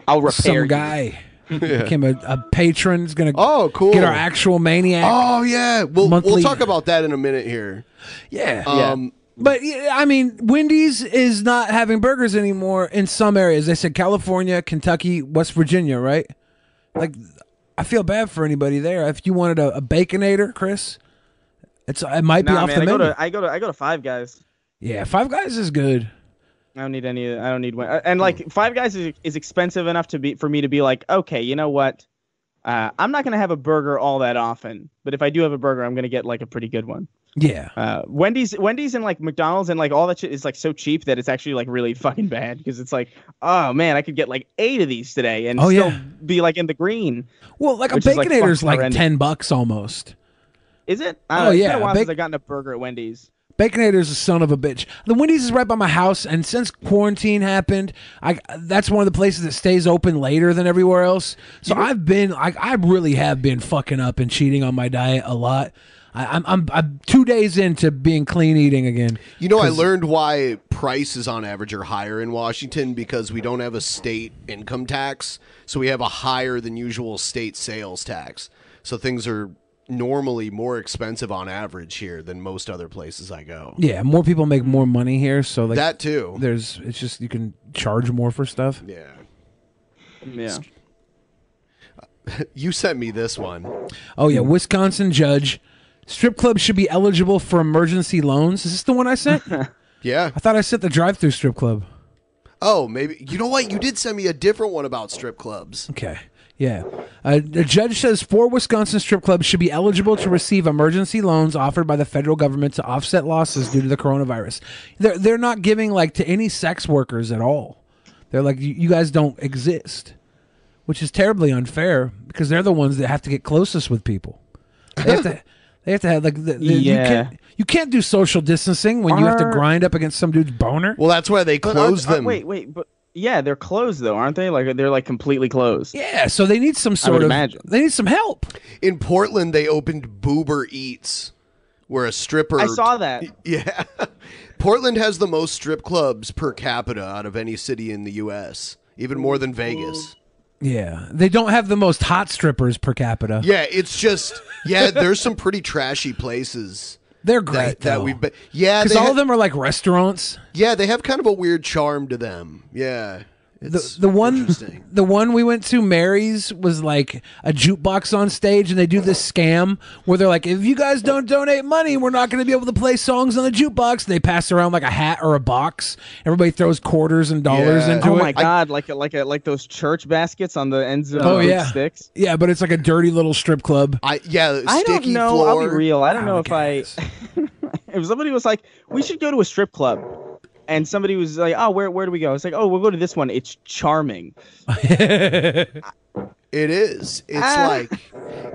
I'll
repair
some
you.
guy.
Yeah.
Became a, a patron. Is gonna
oh cool
get our actual maniac.
Oh yeah, we'll we'll
Monthly-
talk about that in a minute here.
Yeah.
Um,
But yeah, I mean, Wendy's is not having burgers anymore in some areas. They said California, Kentucky, West Virginia, right? Like, I feel bad for anybody there. If you wanted a, a baconator, Chris, it's it might be
Nah,
off
man,
the
I go
menu.
to I go to I go to Five Guys.
yeah, Five Guys is good.
I don't need any. I don't need one.
Hmm.
And like Five Guys is, is expensive enough to be for me to be like, okay, you know what? Uh, I'm not gonna have a burger all that often, but if I do have a burger, I'm gonna get like a pretty good one.
Yeah.
Uh, Wendy's, Wendy's, and like McDonald's and like all that shit is like so cheap that it's actually like really fucking bad because it's like, oh man, I could get like eight of these today and
Oh,
still
yeah.
be like in the green.
Well, like a
Which is, like,
baconator's
fucking
like,
horrendous.
ten bucks almost.
Is it? I
Oh,
don't know. It's been
yeah,
a while
big-
since I've gotten a burger at Wendy's.
Baconator's a son of a bitch. The Wendy's is right by my house, and since quarantine happened, I that's one of the places that stays open later than everywhere else. So I've been, I, I really have been fucking up and cheating on my diet a lot. I, I'm, I'm, I'm two days into being clean eating again.
You know, I
'Cause-
learned why prices on average are higher in Washington because we don't have a state income tax, so we have a higher than usual state sales tax. So things are normally more expensive on average here than most other places I go.
Yeah, more people make more money here, so like
That too.
There's, it's just you can charge more for stuff.
Yeah.
Yeah.
you sent me this one.
Oh yeah, Wisconsin judge. Strip clubs should be eligible for emergency loans. Is this the one I sent?
yeah.
I thought I sent the drive-through strip club.
Oh, maybe you know what? You did send me a different one about strip clubs.
Okay. Yeah. Uh, the judge says four Wisconsin strip clubs should be eligible to receive emergency loans offered by the federal government to offset losses due to the coronavirus. They're, they're not giving like to any sex workers at all. They're like, you you guys don't exist, which is terribly unfair because they're the ones that have to get closest with people. They have to, they have, to have like, the, the- you,
Yeah.
can't, you can't do social distancing when you have to
Are-
grind up against some dude's boner.
Well, that's why they
But aren't- aren't- Wait, wait, but yeah, they're closed though, aren't they? Like they're like completely closed.
Yeah, so they need
I
some
would
sort of.
imagine.
They need some help.
In Portland, they opened Boober Eats, where a stripper.
I saw that.
Yeah. Portland has the most strip clubs per capita out of any city in the U.S., even more than Vegas.
Yeah, they don't have the most hot strippers per capita.
Yeah, it's just yeah. There's some pretty trashy places.
They're great,
that, that
though.
we've been. Yeah,
because
they
all
ha-
of them are like restaurants.
Yeah, they have kind of a weird charm to them. Yeah.
The, the one the one we went to Mary's was like a jukebox on stage and they do this scam where they're like if you guys don't donate money we're not going to be able to play songs on the jukebox and they pass around like a hat or a box everybody throws quarters and dollars
Yeah.
into
oh
it
my god, like a, like a, like those church baskets on the ends of
oh
the
yeah
sticks.
yeah but it's like a dirty little strip club
I yeah
I don't know. I'll be real. I don't know if I. if somebody was like, we should go to a strip club, and somebody was like, oh, where where do we go? It's like, oh, we'll go to this one. It's charming.
It is. It's
Ah.
like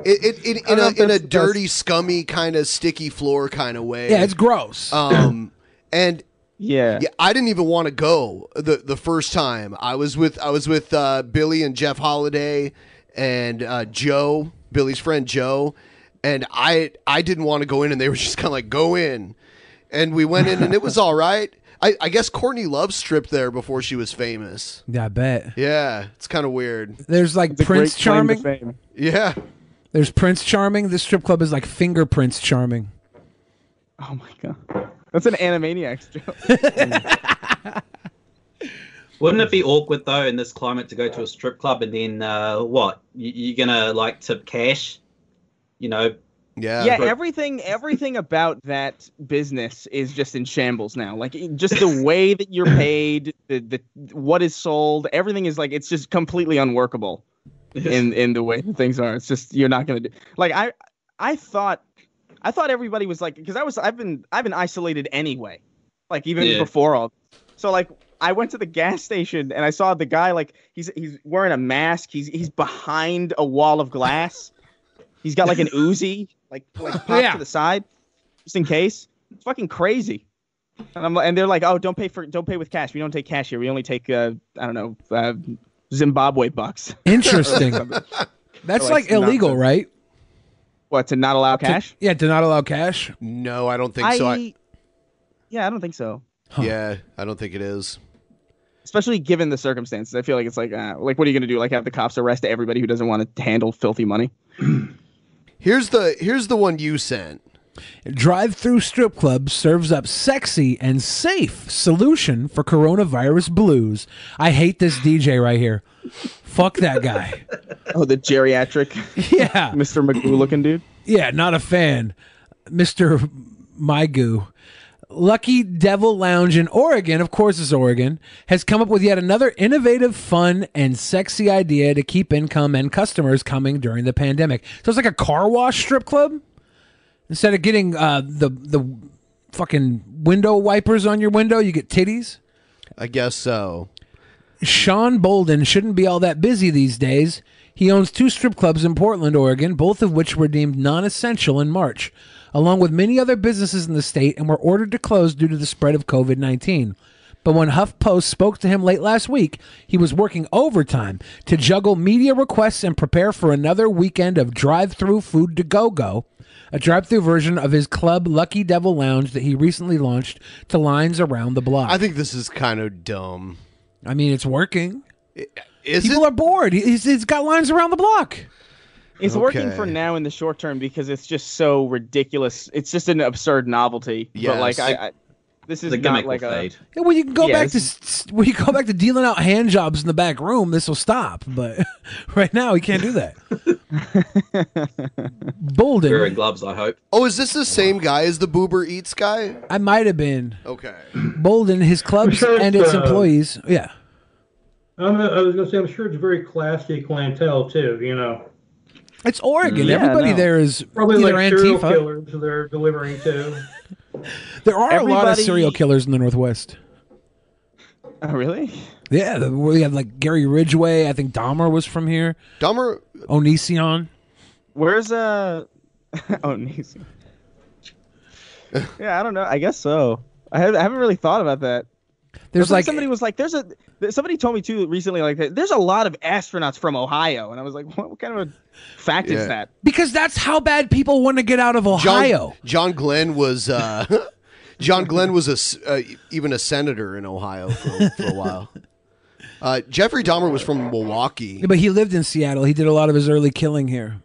it, it, it
I don't
in
know
a
if
in a
that's the
dirty, scummy kind of sticky floor kind of way.
Yeah, it's gross.
Um, and
yeah,
I didn't even want to go the the first time. I was with I was with uh, Billy and Jeff Holiday and uh, Joe, Billy's friend Joe, and I I didn't want to go in, and they were just kind of like go in, and we went in, and it was all right. I, I guess Courtney Love stripped there before she was famous.
yeah I bet
Yeah, it's kind of weird.
there's like Prince Charming
Yeah.
there's Prince Charming this strip club is like fingerprints charming
Oh my god, that's an Animaniacs joke.
Wouldn't it be awkward though in this climate to go to a strip club and then uh, what? You, you're gonna like tip cash, you know?
yeah, everything everything about that business is just in shambles now. Like it- just the way that you're paid, the the what is sold, everything is like it's just completely unworkable in in the way that things are. It's just you're not gonna do like I I thought I thought everybody was like because I was I've been I've been isolated anyway, like even
Yeah.
before all. So like I went to the gas station and I saw the guy like he's he's wearing a mask. He's he's behind a wall of glass. He's got like an Uzi, like like popped to the side, just in case. fucking crazy. And I'm and they're like, oh, don't pay for don't pay with cash. We don't take cash here. We only take uh, I don't know uh, Zimbabwe bucks.
Interesting. That's
Like,
like
not
illegal,
the-
right?
What to not allow cash?
yeah, to not allow cash.
No, I don't think so. I,
yeah, I don't think so.
Yeah, I don't think it is.
Especially given the circumstances, I feel like it's like, uh, like, what are you gonna do? Like, have the cops arrest everybody who doesn't want to handle filthy money?
Here's the here's the one you sent.
Drive-through strip club serves up sexy and safe solution for coronavirus blues. I hate this DJ right here. Fuck that guy.
Oh, the geriatric.
Yeah,
Mr. Magoo looking dude.
Yeah, not a fan. Mr. My Goo. Lucky Devil Lounge in Oregon, of course it's Oregon, has come up with yet another innovative, fun, and sexy idea to keep income and customers coming during the pandemic. So it's like a car wash strip club. Instead of getting uh, the the fucking window wipers on your window, you get titties.
I guess so.
Sean Bolden shouldn't be all that busy these days. He owns two strip clubs in Portland, Oregon, both of which were deemed non essential in March, along with many other businesses in the state, and were ordered to close due to the spread of COVID 19. But when HuffPost spoke to him late last week, he was working overtime to juggle media requests and prepare for another weekend of drive through food to go go, a drive through version of his club Lucky Devil Lounge that he recently launched to lines around the block.
I think this is kind of dumb.
I mean, it's working. People are bored. He's, he's got lines around the block.
It's working
Okay.
for now in the short term because it's just so ridiculous. It's just an absurd novelty. But
Yes.
like I, I this is
The
not
gimmick
like
will
a
fade. Yeah, when you can go
Yeah,
back
this
to s- s- when you go back to dealing out hand jobs in the back room, this will stop. But right now, he can't do that. Bolden.
Wearing gloves, I hope.
Oh, is this the same guy as the Boober Eats guy?
I might have been
Okay.
Bolden. His clubs
sure it's,
and its
uh,
employees. Yeah,
I'm, I was gonna say, I'm sure it's very classy clientele too. You know,
it's Oregon.
Yeah,
Everybody
no.
there is
probably
either
like serial
Antifa.
killers they're delivering to.
There are a lot of
Everybody-
serial killers in the Northwest.
Oh, really?
Yeah, the, we have like Gary Ridgway. I think Dahmer was from here.
Dahmer,
Onision.
Where's uh oh nice. yeah, I don't know. I guess so. I, have, I haven't really thought about that.
There's
It's like
like-
somebody was like, "There's a." th- Somebody told me too recently, like, that "There's a lot of astronauts from Ohio," and I was like, "What, what kind of a fact
Yeah.
is that?"
Because that's how bad people want to get out of Ohio.
John, John Glenn was uh, John Glenn was a s- uh, even a senator in Ohio for, for a while. Uh, Jeffrey Dahmer was from Milwaukee.
Yeah, but he lived in Seattle. He did a lot of his early killing here.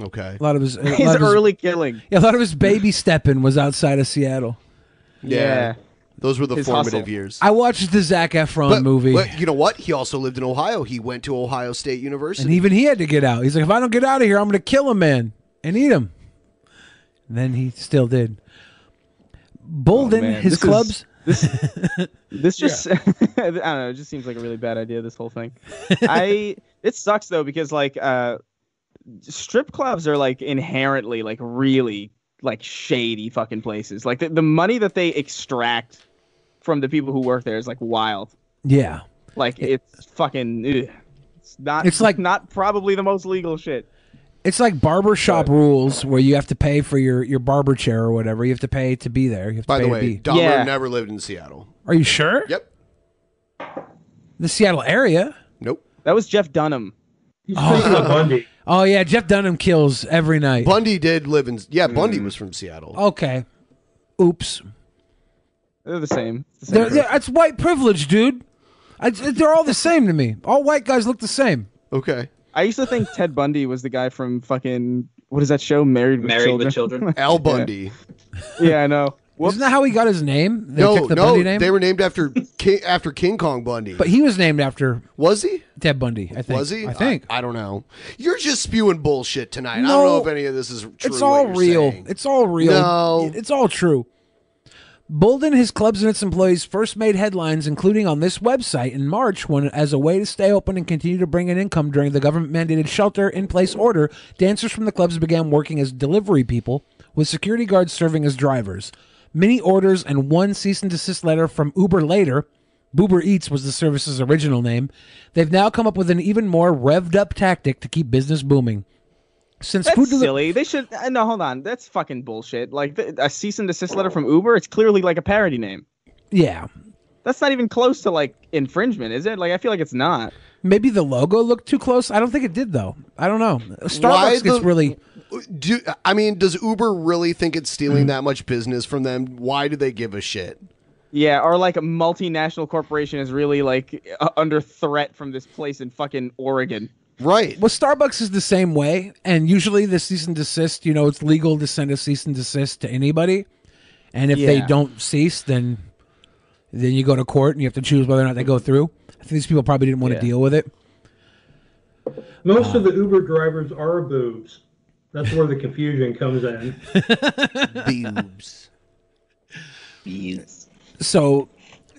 Okay.
A lot of his, a lot
He's
of his-
early killing.
Yeah, a lot of his baby stepping was outside of Seattle.
Yeah. Those were the
His
formative
hustle.
years.
I watched the Zac Efron
But-
movie,
but you know what? He also lived in Ohio. He went to Ohio State University.
and even he had to get out. He's like, if I don't get out of here, I'm going to kill a man and eat him. And then he still did.
Oh,
Bolden,
Man, this
his
is-
clubs.
this, this just I don't know. It just seems like a really bad idea. This whole thing. I it sucks though because like uh, strip clubs are like inherently like really like shady fucking places. Like the, the money that they extract from the people who work there is like wild.
yeah.
Like it's fucking. Ugh. It's not.
It's like-
not probably the most legal shit.
It's like barber shop rules where you have to pay for your, your barber chair or whatever. You have to pay to be there. You have to
By
pay
the
to
way,
be.
Dahmer never lived in Seattle.
Are you sure?
Yep.
The Seattle area?
Nope.
That was Jeff Dunham.
Oh. Oh yeah, Jeff Dunham kills every night.
Bundy did live in. Yeah, Bundy
Mm.
was from Seattle.
Okay. Oops.
They're the same. It's the same
They're, they're, that's white privilege, dude. I, they're all the same to me. All white guys look the same.
Okay.
I used to think Ted Bundy was the guy from fucking what is that show? Married with
Married
Children.
with Children.
Al Bundy.
Yeah, I know.
Isn't that how he got his name? They
no,
took the
no,
Bundy name?
they were named after King, after King Kong Bundy.
but he was named after
was he
Ted Bundy? I think.
was he?
I think
I, don't know. You're just spewing bullshit tonight. I
No,
don't know if any of this is true.
it's all
what you're
real.
saying.
It's all real.
No.
It's all true. Bolden, his clubs, and its employees first made headlines, including on this website in March, when, as a way to stay open and continue to bring in income during the government mandated shelter in place order, dancers from the clubs began working as delivery people, with security guards serving as drivers. Many orders and one cease and desist letter from Uber later. Boober Eats was the service's original name. They've now come up with an even more revved up tactic to keep business booming. Since
That's
food deli-
silly. They should uh, no. Hold on. That's fucking bullshit. Like th- a cease and desist letter from Uber. It's clearly like a parody name.
Yeah.
That's not even close to like infringement, is it? Like I feel like it's not.
Maybe the logo looked too close. I don't think it did though. I don't know.
Why
Starbucks
the-
gets really
Do I mean does Uber really think it's stealing that much business from them? Why do they give a shit?
Yeah, or like a multinational corporation is really like uh, under threat from this place in fucking Oregon.
Right.
Well, Starbucks is the same way, and usually the cease and desist, you know, it's legal to send a cease and desist to anybody, and if they
Yeah.
don't cease, then then you go to court and you have to choose whether or not they go through. I think these people probably didn't want
Yeah.
to deal with it. Oh.
Most of the Uber drivers are boobs. That's where the confusion comes in.
boobs.
Boobs.
So,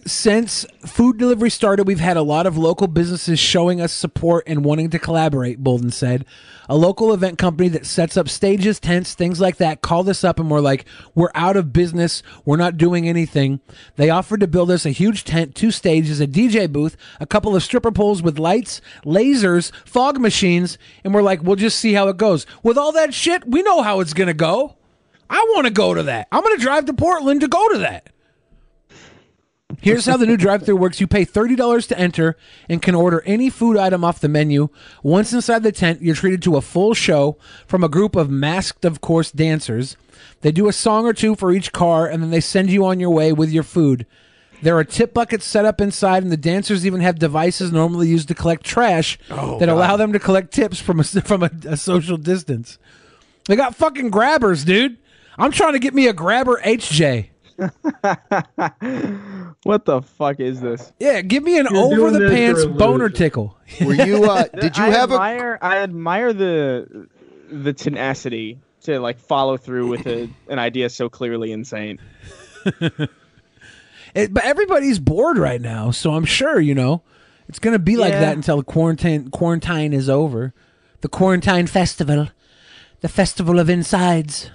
since food delivery started, we've had a lot of local businesses showing us support and wanting to collaborate, Bolden said. A local event company that sets up stages, tents, things like that called us up and were like, We're out of business. We're not doing anything. They offered to build us a huge tent, two stages, a DJ booth, a couple of stripper poles with lights, lasers, fog machines, and we're like, We'll just see how it goes. With all that shit, we know how it's going to go. I want to go to that. I'm going to drive to Portland to go to that. Here's how the new drive thru works. You pay $30 to enter and can order any food item off the menu. Once inside the tent, you're treated to a full show from a group of masked, of course, dancers. They do a song or two for each car, and then they send you on your way with your food. There are tip buckets set up inside, and the dancers even have devices normally used to collect trash
Oh,
that
God.
allow them to collect tips from a, from a, a social distance. They got fucking grabbers, dude. I'm trying to get me a grabber HJ.
What the fuck is this?
Yeah, give me an
You're
over
doing
the
this
pants
for a
boner
loser.
tickle. uh,
I admire, a? I admire the the tenacity to like follow through with a, an idea so clearly insane.
It, but everybody's bored right now, so I'm sure you know it's gonna be like
Yeah.
that until quarantine quarantine is over. The quarantine festival, the festival of insides.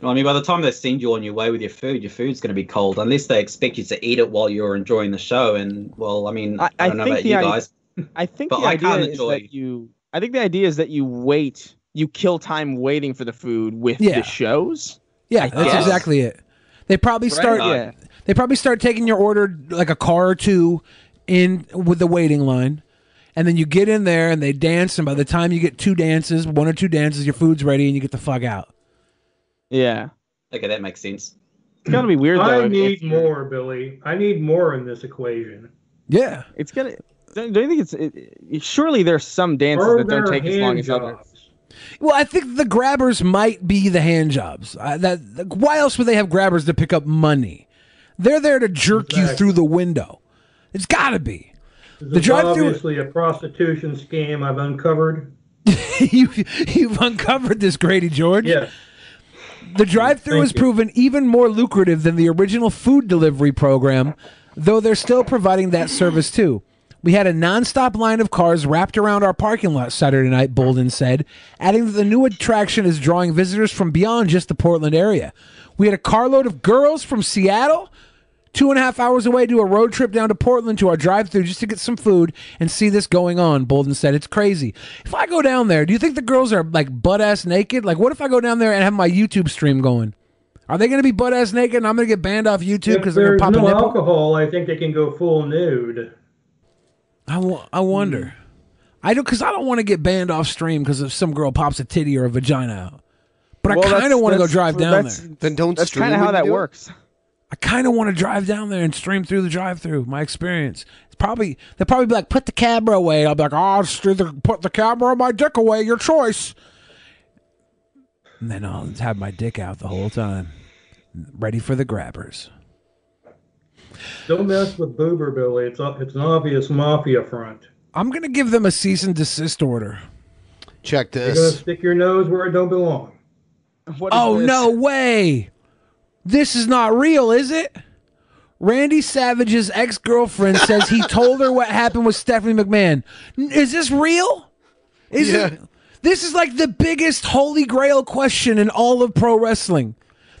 I mean, by the time they send you on your way with your food, your food's going to be cold, unless they expect you to eat it while you're enjoying the show. And well, I mean, I,
I
don't know
think
about
the
you
idea-
guys.
I think
But
the
I
idea
can't
is
enjoy-
that you. I think the idea is that you wait, you kill time waiting for the food with
Yeah.
the shows.
Yeah,
I
that's
guess.
exactly it. They probably
Right.
start.
Yeah.
They probably start taking your order like a car or two in with the waiting line, and then you get in there and they dance. And by the time you get two dances, one or two dances, your food's ready and you get the fuck out.
Yeah,
Okay, that makes sense.
it's gotta be weird though.
I
if-
need
if you're-
more, Billy. I need more in this equation.
Yeah,
it's gonna. Don't, don't you think it's? It, it- surely there's some dances
Are
that don't
there
take as long
hand
as others.
Well, I think the grabbers might be the hand jobs. I, that like, why else would they have grabbers to pick up money? They're there to jerk you through the window. It's got to be. The
This is
drive-through.
obviously a prostitution scam I've uncovered.
you, you've uncovered this, Grady George.
Yeah.
The drive-through
Thank
has
you.
proven even more lucrative than the original food delivery program, though they're still providing that service too. We had a nonstop line of cars wrapped around our parking lot Saturday night, Bolden said, adding that the new attraction is drawing visitors from beyond just the Portland area. We had a carload of girls from Seattle, two and a half hours away, do a road trip down to Portland to our drive through just to get some food and see this going on, Bolden said. It's crazy. If I go down there, do you think the girls are like butt ass naked? Like, what if I go down there and have my YouTube stream going? Are they going to be butt ass naked and I'm going to get banned off YouTube
If
because they're
there's
going to
no
pop a nipple?
alcohol, I think they can go full nude.
I, wo- I wonder. I don't because I don't want to get banned off stream because if some girl pops a titty or a vagina out. But
Well,
I
that's-
kind of want to go
that's-
drive down
that's-
there.
Then don't
That's kind of how that works.
I kind of want to drive down there and stream through the drive-through. My experience. It's probably they'll probably be like, put the camera away. I'll be like, oh, I'll stream the, put the camera on my dick away. Your choice. And then I'll have my dick out the whole time, ready for the grabbers.
Don't mess with Boober Billy. It's a, it's an obvious mafia front.
I'm gonna give them a cease and desist order.
Check
You're gonna stick your nose where it don't belong.
oh no way! This is not real, is it? Randy Savage's ex-girlfriend says he told her what happened with Stephanie McMahon. N- Is this real? Is it? This is like the biggest holy grail question in all of pro wrestling.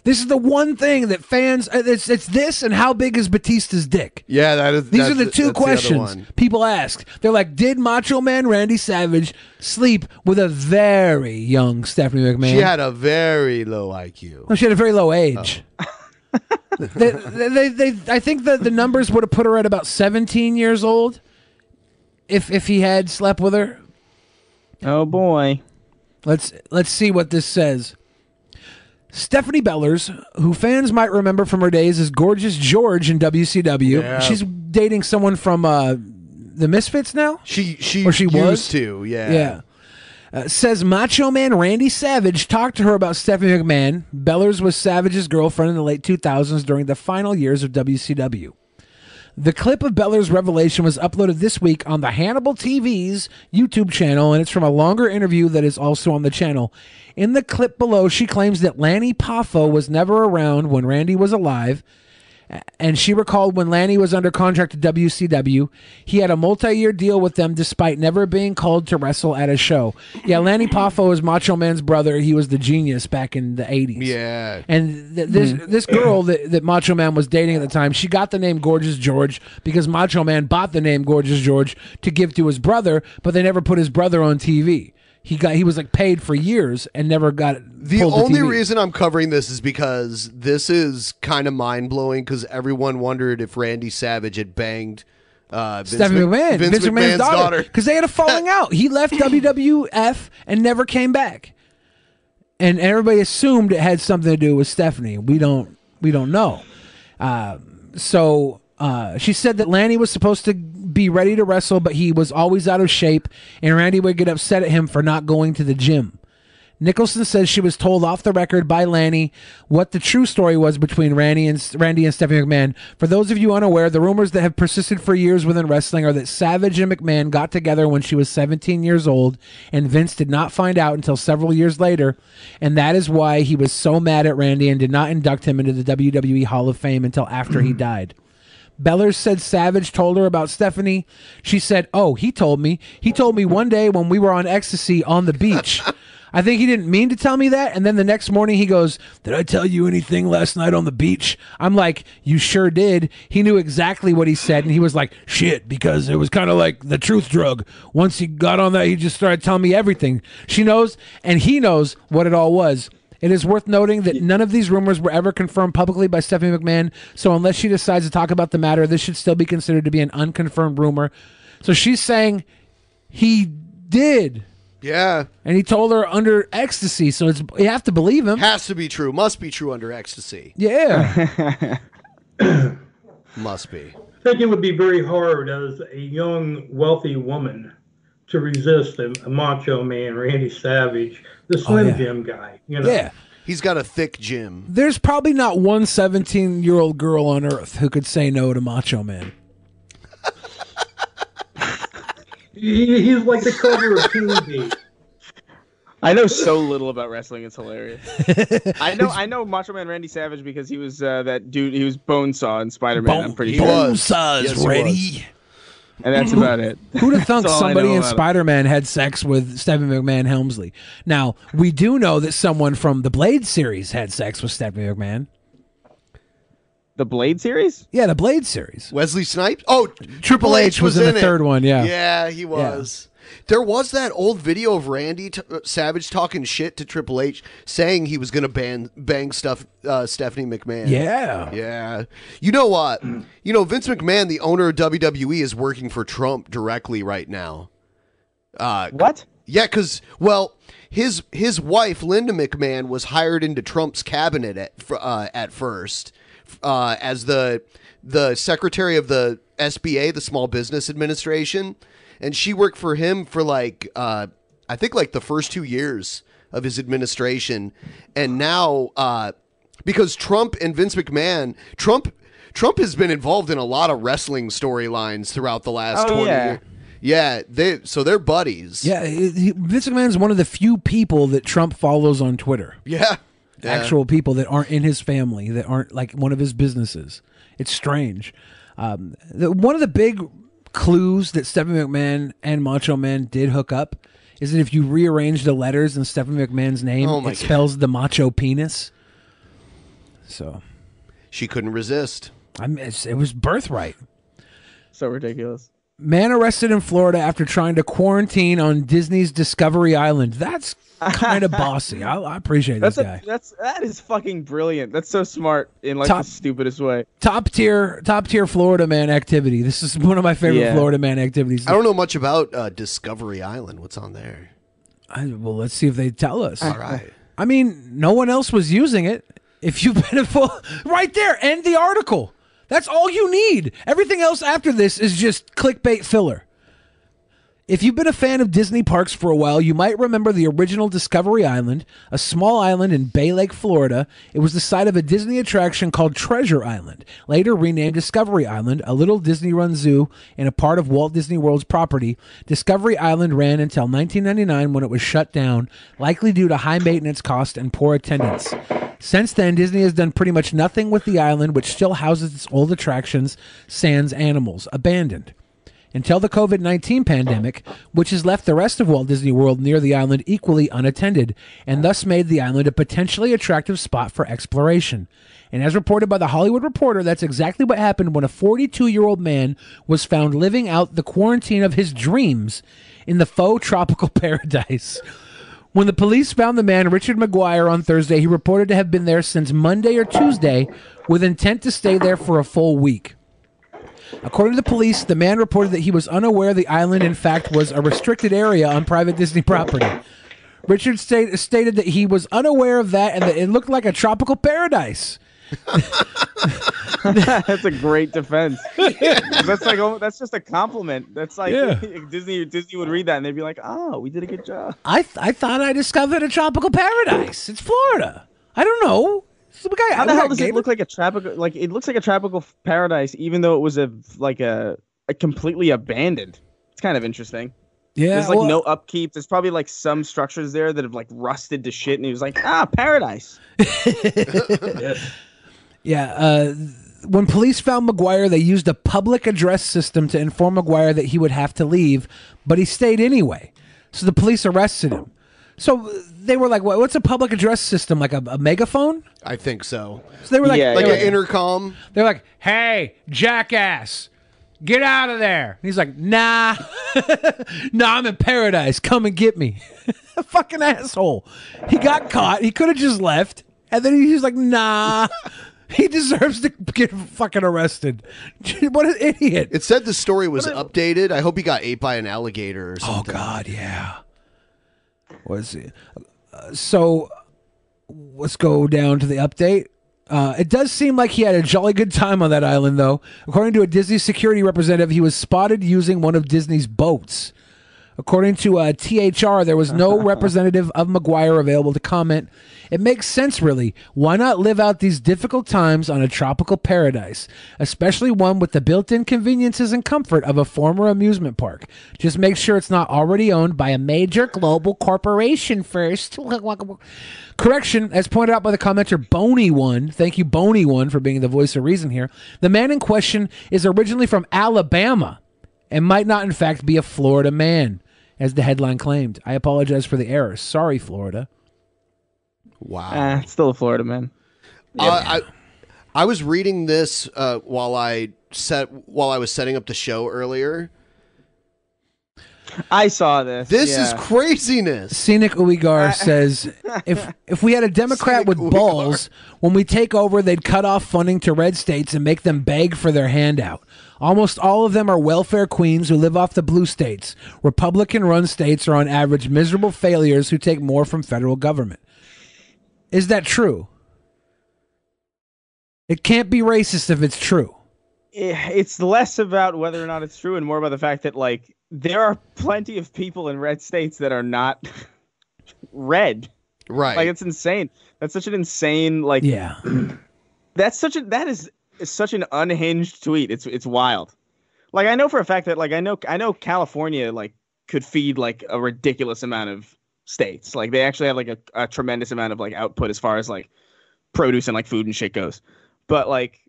This is the one thing that fans. uh, It's, it's this and how big is Batista's dick?
Yeah, that is.
These
that's
are the two
that's other
questions
one.
people ask. They're like, did Macho Man Randy Savage sleep with a very young Stephanie McMahon?
She had a very low IQ.
No, she had a very
Oh.
low age. they, they, they, they- I think that the numbers would have put her at about 17 years old if if he had slept with her.
Oh boy.
Let's let's see what this says. Stephanie Bellers, who fans might remember from her days as Gorgeous George in WCW.
Yeah.
She's dating someone from uh, the Misfits now?
She she
or she
used
was
to, yeah.
Yeah. Uh, says Macho Man Randy Savage talked to her about Stephanie McMahon. Bellers was Savage's girlfriend in the late 2000s during the final years of WCW. The clip of Beller's revelation was uploaded this week on the Hannibal TV's YouTube channel, and it's from a longer interview that is also on the channel. In the clip below, she claims that Lanny Poffo was never around when Randy was alive, a- and she recalled when Lanny was under contract to WCW, he had a multi year deal with them despite never being called to wrestle at a show. Yeah, Lanny Poffo is Macho Man's brother. He was the genius back in the 80s.
Yeah.
And th- this
Mhm.
this girl that, that Macho Man was dating at the time, she got the name Gorgeous George because Macho Man bought the name Gorgeous George to give to his brother, but they never put his brother on TV. He got he was like paid for years and never got
The
pulled to
only
TV.
reason I'm covering this is because this is kind of mind blowing because everyone wondered if Randy Savage had banged uh, Vince
Stephanie
Mc-
McMahon, Vince, McMahon's, daughter, because they had a falling out. He left WWF and never came back, and everybody assumed it had something to do with Stephanie. We don't, we don't know. Uh, so uh, she said that Lanny was supposed to be ready to wrestle, but he was always out of shape, and Randy would get upset at him for not going to the gym. Nicholson says she was told off the record by Lanny what the true story was between Randy and Randy and Stephanie McMahon. For those of you unaware, the rumors that have persisted for years within wrestling are that Savage and McMahon got together when she was 17 years old, and Vince did not find out until several years later, and that is why he was so mad at Randy and did not induct him into the WWE Hall of Fame until after he died. Bellers said Savage told her about Stephanie. She said, Oh, he told me. He told me one day when we were on ecstasy on the beach. I think he didn't mean to tell me that. And then the next morning he goes, Did I tell you anything last night on the beach? I'm like, You sure did. He knew exactly what he said. And he was like, Shit, because it was kind of like the truth drug. Once he got on that, he just started telling me everything. She knows, and he knows what it all was. It is worth noting that none of these rumors were ever confirmed publicly by Stephanie McMahon, so unless she decides to talk about the matter, this should still be considered to be an unconfirmed rumor. So she's saying he did.
Yeah.
And he told her under ecstasy, so it's you have to believe him.
Has to be true. Must be true under ecstasy.
Yeah.
Must be.
I think it would be very hard as a young, wealthy woman to resist a, a macho man, Randy Savage, the Slim
Oh, yeah.
Jim guy. You know?
Yeah.
He's got a thick gym.
There's probably not one 17-year-old girl on earth who could say no to Macho Man.
He, he's like the cover of TV.
I know so little about wrestling. It's hilarious. I know I know Macho Man Randy Savage because he was uh, that dude. He was Bonesaw in Spider Man. I'm pretty
He
sure.
was. Bonesaw is Yes, he ready.
And that's about it.
Who'd have thunk
That's all I
somebody
know
in
about it.
Spider Man had sex with Stephanie McMahon Helmsley? Now, we do know that someone from the Blade series had sex with Stephanie McMahon.
The Blade series?
Yeah, the Blade series.
Wesley Snipes? Oh,
Triple H was in the
it.
third one, yeah.
Yeah, he was. There was that old video of Randy t- uh, Savage talking shit to Triple H, saying he was going to ban bang stuff uh, Stephanie McMahon.
Yeah.
yeah. You know what? You know Vince McMahon, the owner of WWE, is working for Trump directly right now. Uh,
what?
Yeah, because well, his his wife Linda McMahon was hired into Trump's cabinet at fir- uh, at first uh, as the the secretary of the SBA, the Small Business Administration, and she worked for him for like uh, I think like the first two years of his administration, and now uh, because Trump and Vince McMahon, Trump Trump has been involved in a lot of wrestling storylines throughout the last
Oh,
twenty
yeah.
years. Yeah, they so they're buddies.
Yeah, he- he- Vince McMahon's one of the few people that Trump follows on Twitter.
Yeah. Yeah.
Actual people that aren't in his family, that aren't like one of his businesses. It's strange. Um, the, one of the big clues that Stephanie McMahon and Macho Man did hook up is that if you rearrange the letters in Stephanie McMahon's name,
Oh my
it spells the macho penis. So
she couldn't resist.
I miss, it was birthright.
So ridiculous.
Man arrested in Florida after trying to quarantine on Disney's Discovery Island. That's kind of bossy. I, I appreciate
That's
this
a,
guy.
that's that is fucking brilliant. That's so smart in like
Top-
the stupidest way.
Top tier, top tier Florida man activity. This is one of my favorite
Yeah.
Florida man activities.
I don't know much about uh, Discovery Island. What's on there?
I, well, let's see if they tell us.
All right.
I mean, no one else was using it. If you've been a full, right there, end the article. That's all you need. Everything else after this is just clickbait filler. If you've been a fan of Disney parks for a while, you might remember the original Discovery Island, a small island in Bay Lake, Florida. It was the site of a Disney attraction called Treasure Island, later renamed Discovery Island, a little Disney run zoo and a part of Walt Disney World's property. Discovery Island ran until 1999 when it was shut down, likely due to high maintenance cost and poor attendance. Since then, Disney has done pretty much nothing with the island, which still houses its old attractions, sans animals, abandoned until the COVID 19 pandemic, which has left the rest of Walt Disney World near the island equally unattended, and thus made the island a potentially attractive spot for exploration. And as reported by the Hollywood Reporter, that's exactly what happened when a 42 year old man was found living out the quarantine of his dreams in the faux tropical paradise. When the police found the man, Richard McGuire, on Thursday, he reported to have been there since Monday or Tuesday with intent to stay there for a full week. According to the police, the man reported that he was unaware the island, in fact, was a restricted area on private Disney property. Richard sta- stated that he was unaware of that and that it looked like a tropical paradise.
that's a great defense. that's like oh, that's just a compliment. That's like
Yeah.
Disney Disney would read that and they'd be like, "Oh, we did a good job."
I, th- I thought I discovered a tropical paradise. It's Florida. I don't know. So we got-
How the
we
hell
got
does it
gator-
look like a tropical? Like it looks like a tropical f- paradise, even though it was a like a, a completely abandoned. It's kind of interesting.
Yeah,
there's like
well-
no upkeep. There's probably like some structures there that have like rusted to shit, and he was like, "Ah, paradise."
Yeah. Uh, when police found McGuire, they used a public address system to inform McGuire that he would have to leave, but he stayed anyway. So the police arrested him. So uh, they were like, "What- "What's a public address system? Like a, a megaphone?"
I think so.
So they were like,
Yeah, Like
they
an intercom.
They're like, "Hey, jackass, get out of there!" And he's like, "Nah, nah, I'm in paradise. Come and get me." a fucking asshole. He got caught. He could have just left, and then he's like, "Nah." He deserves to get fucking arrested. what an idiot!
It said the story was updated. I hope he got ate by an alligator or something. Oh
God, yeah. Was it? Uh, so let's go down to the update. Uh, it does seem like he had a jolly good time on that island, though. According to a Disney security representative, he was spotted using one of Disney's boats. According to uh, THR, there was no representative of McGuire available to comment. It makes sense, really. Why not live out these difficult times on a tropical paradise, especially one with the built in conveniences and comfort of a former amusement park? Just make sure it's not already owned by a major global corporation first. Correction, as pointed out by the commenter Boney One, thank you, Boney One, for being the voice of reason here. The man in question is originally from Alabama and might not, in fact, be a Florida man, as the headline claimed. I apologize for the error. Sorry, Florida.
Wow.
Ah, still a Florida man.
Uh, I I was reading this uh, while I set while I was setting up the show earlier.
I saw this.
This is
yeah.
craziness.
Scenic Uigar says, if if we had a Democrat with balls, when we take over, they'd cut off funding to red states and make them beg for their handout. Almost all of them are welfare queens who live off the blue states. Republican-run states are on average miserable failures who take more from federal government. Is that true? It can't be racist if it's true.
I- eh, it's less about whether or not it's true and more about the fact that like there are plenty of people in red states that are not red
right
like it's insane that's such an insane like
yeah
that's such a that is, is such an unhinged tweet it's it's wild like i know for a fact that like i know i know california like could feed like a ridiculous amount of states like they actually have like a, a tremendous amount of like output as far as like produce and like food and shit goes but like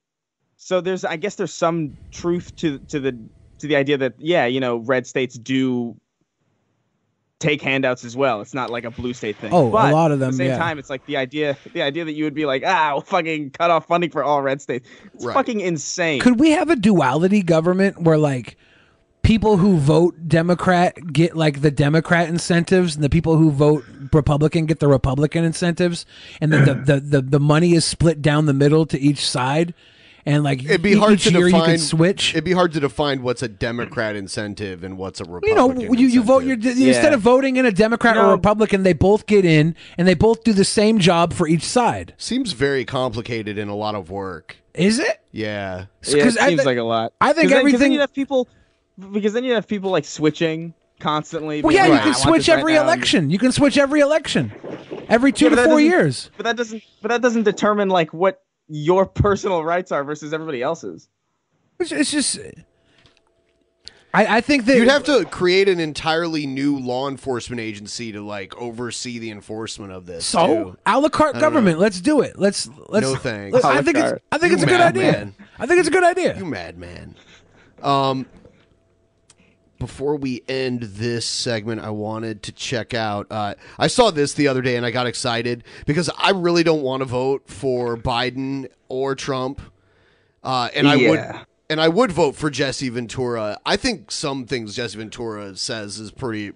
so there's i guess there's some truth to to the to the idea that yeah you know red states do take handouts as well. It's not like a blue state thing.
Oh, a
But
lot of them,
At the same
yeah.
time, it's like the idea the idea that you would be like, ah, we'll fucking cut off funding for all red states. It's fucking insane.
Could we have a duality government where like people who vote Democrat get like the Democrat incentives and the people who vote Republican get the Republican incentives and then the, the, the, the money is split down the middle to each side and like
It'd be
e-
hard
each
to
year
define.
you can switch.
It'd be hard to define what's a Democrat incentive and what's a
You
Republican.
know, you, you vote your instead
Yeah.
of voting in a Democrat or Republican, they both get in and they both do the same job for each side.
Seems very complicated and a lot of work.
Is it?
Yeah,
Yeah, it seems like a lot.
I
'Cause then- 'cause
think
then
everything-
you'd have people because then you have people like switching constantly.
Well,
being
yeah,
like,
you
"Ah,
can
I want
switch
this right
every
now," and-
election. You can switch every election, every two
Yeah, but
to
that
four
doesn't-
years.
But that doesn't. But that doesn't determine like what your personal rights are versus everybody else's.
It's, it's just. I, I think that
you'd have to create an entirely new law enforcement agency to like oversee the enforcement of this.
So
too.
a la
I
carte
don't
government. Let's do it. Let's let's.
Uh, no thanks.
let's- I think it's I think
You
it's a good
mad
idea.
man.
I think it's a good idea.
You madman. Um, before we end this segment, I wanted to check out. Uh, I saw this the other day and I got excited because I really don't want to vote for Biden or Trump. Uh, and I
Yeah.
would. And I would vote for Jesse Ventura. I think some things Jesse Ventura says is pretty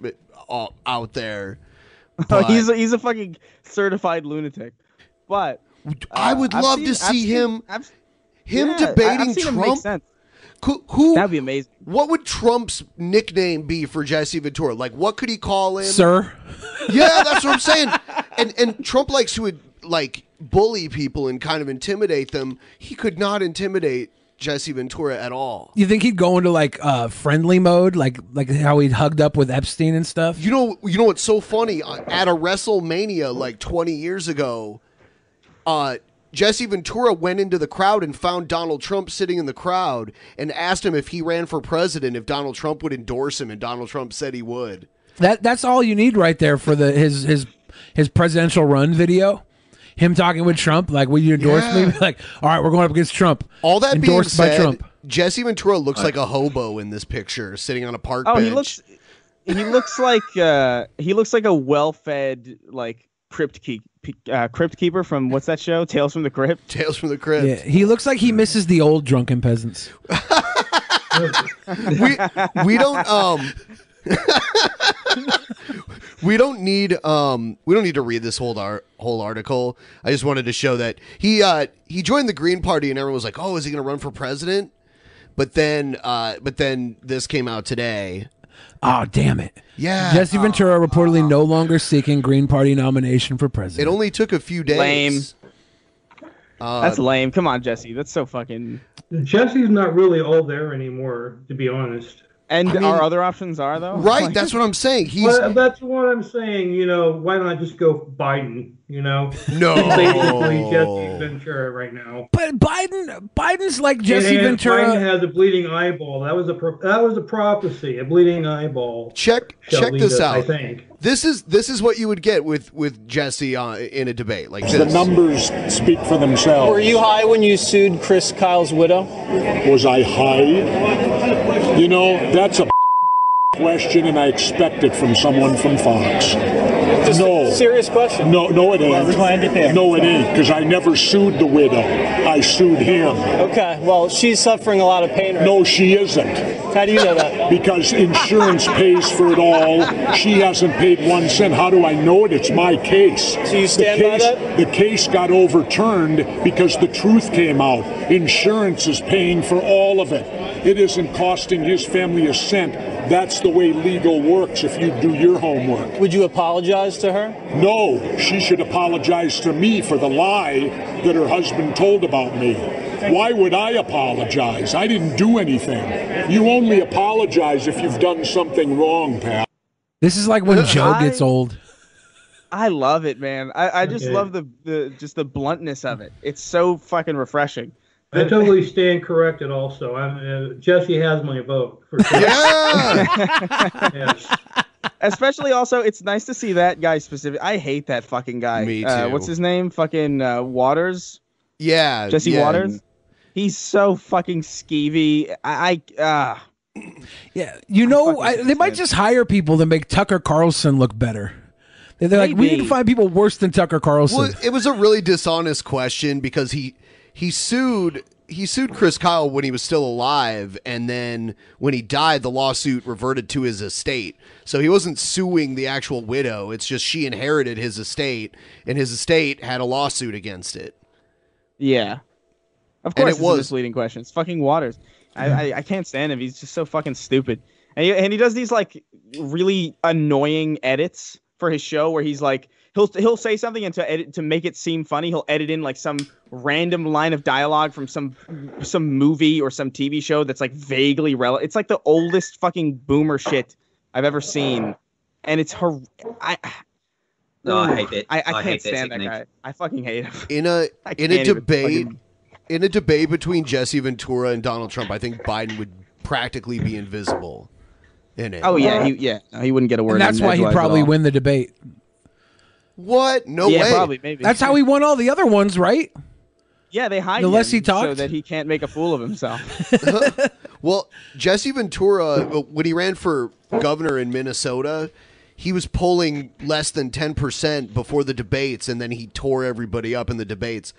uh, out there. but-
Oh, he's a, he's a fucking certified lunatic. But
I would
uh, I've
love
seen-
to
I've
see
seen-
him
I've-
him
yeah, I- I've
debating
seen him make
Trump.
sense.
Who, who
That'd be amazing.
What would Trump's nickname be for Jesse Ventura? Like, what could he call him,
Sir?
Yeah, that's what I'm saying. And and Trump likes to like bully people and kind of intimidate them. He could not intimidate Jesse Ventura at all.
You think he'd go into like uh, friendly mode, like like how he hugged up with Epstein and stuff?
You know, you know what's so funny? Uh, At a WrestleMania like 20 years ago, uh, Jesse Ventura went into the crowd and found Donald Trump sitting in the crowd and asked him if he ran for president if Donald Trump would endorse him, and Donald Trump said he would.
That that's all you need right there for the his his his presidential run video. Him talking with Trump, like, will you endorse me?
Yeah.
Like, all right, we're going up against Trump.
All that
endorsed
being
by
said,
Trump.
Jesse Ventura looks like a hobo in this picture, sitting on a park
Oh,
bench.
he looks he looks like uh he looks like a well-fed like crypt keep uh, crypt keeper from what's that show? Tales from the Crypt.
Tales from the Crypt.
Yeah, he looks like he misses the old drunken peasants.
we we don't um we don't need um we don't need to read this whole ar- whole article. I just wanted to show that he uh he joined the Green Party and everyone was like, "Oh, is he going to run for president?" But then uh but then this came out today.
Oh, damn it.
Yeah.
Jesse Ventura reportedly no longer seeking Green Party nomination for president.
It only took a few days.
Lame.
Uh,
That's lame. Come on, Jesse. That's so fucking.
Jesse's not really all there anymore, to be honest.
And
I mean-
our other options are though.
Right, that's what I'm saying. He's
Well, that's what I'm saying. You know, why not just go Biden? You know,
No.
He's basically Jesse Ventura right now.
But Biden, Biden's like Jesse
And- and Biden
Ventura.
has a bleeding eyeball. That was a pro- that was a prophecy. A bleeding eyeball.
check
shall
check
lead
this
us,
out.
I think.
This is this is what you would get with with Jesse uh, in a debate like this.
The numbers speak for themselves.
Were you high when you sued Chris Kyle's widow?
Was I high? You know, that's a question, and I expect it from someone from Fox. no. serious question. No, no, it ain't. No, it ain't, because I never sued the widow. I sued him.
Okay, well, she's suffering a lot of pain right
No, she isn't.
How do you know that?
Because insurance pays for it all. She hasn't paid one cent. How do I know it? It's my case. So
you stand
the
by
case,
that?
The case got overturned because the truth came out. Insurance is paying for all of it. It isn't costing his family a cent. That's the way legal works if you do your homework.
Would you apologize to her?
No, she should apologize to me for the lie that her husband told about me. Why would I apologize? I didn't do anything. You only apologize if you've done something wrong, pal.
This is like when Joe
I-
gets old.
I love it, man. I, I just
Okay.
love the, the just the bluntness of it. It's so fucking refreshing.
I totally stand corrected. Also, I'm, uh, Jesse has my vote. For sure.
Especially also, it's nice to see that guy specific. I hate that fucking guy.
Me
Uh,
too.
what's his name? Fucking uh, Waters.
Yeah,
Jesse
yeah.
Waters. He's so fucking skeevy. I, I ah,
Yeah, you know, I, they might just hire people to make Tucker Carlson look better. They're, they're like, we need
Maybe.
to find people worse than Tucker Carlson.
Well, it was a really dishonest question because he he sued he sued Chris Kyle when he was still alive, and then when he died, the lawsuit reverted to his estate. So he wasn't suing the actual widow. It's just she inherited his estate, and his estate had a lawsuit against it.
Yeah. Of
And
course,
it
it's a
was.
misleading question. It's fucking Waters. I, I, I can't stand him. He's just so fucking stupid. And he, and he does these like really annoying edits for his show where he's like he'll he'll say something and to edit to make it seem funny he'll edit in like some random line of dialogue from some some movie or some TV show that's like vaguely relevant. It's like the oldest fucking boomer shit I've ever seen, and it's her. I,
No, I hate it.
I, I
I
can't
hate that
stand that
technique.
guy. I fucking hate him.
In a
I
in a
can't even
debate
fucking-
in a debate between Jesse Ventura and Donald Trump, I think Biden would practically be invisible in it.
Oh yeah, he, yeah. No, he wouldn't get a word.
and that's
in
why he'd
edgewise at
probably
all.
win the debate.
What? No
Yeah, way. probably, maybe.
That's how he won all the other ones, right?
Yeah, they hide
The less
him
he talked-
so that he can't make a fool of himself.
Well, Jesse Ventura, uh, when he ran for governor in Minnesota, he was polling less than 10% before the debates, and then he tore everybody up in the debates.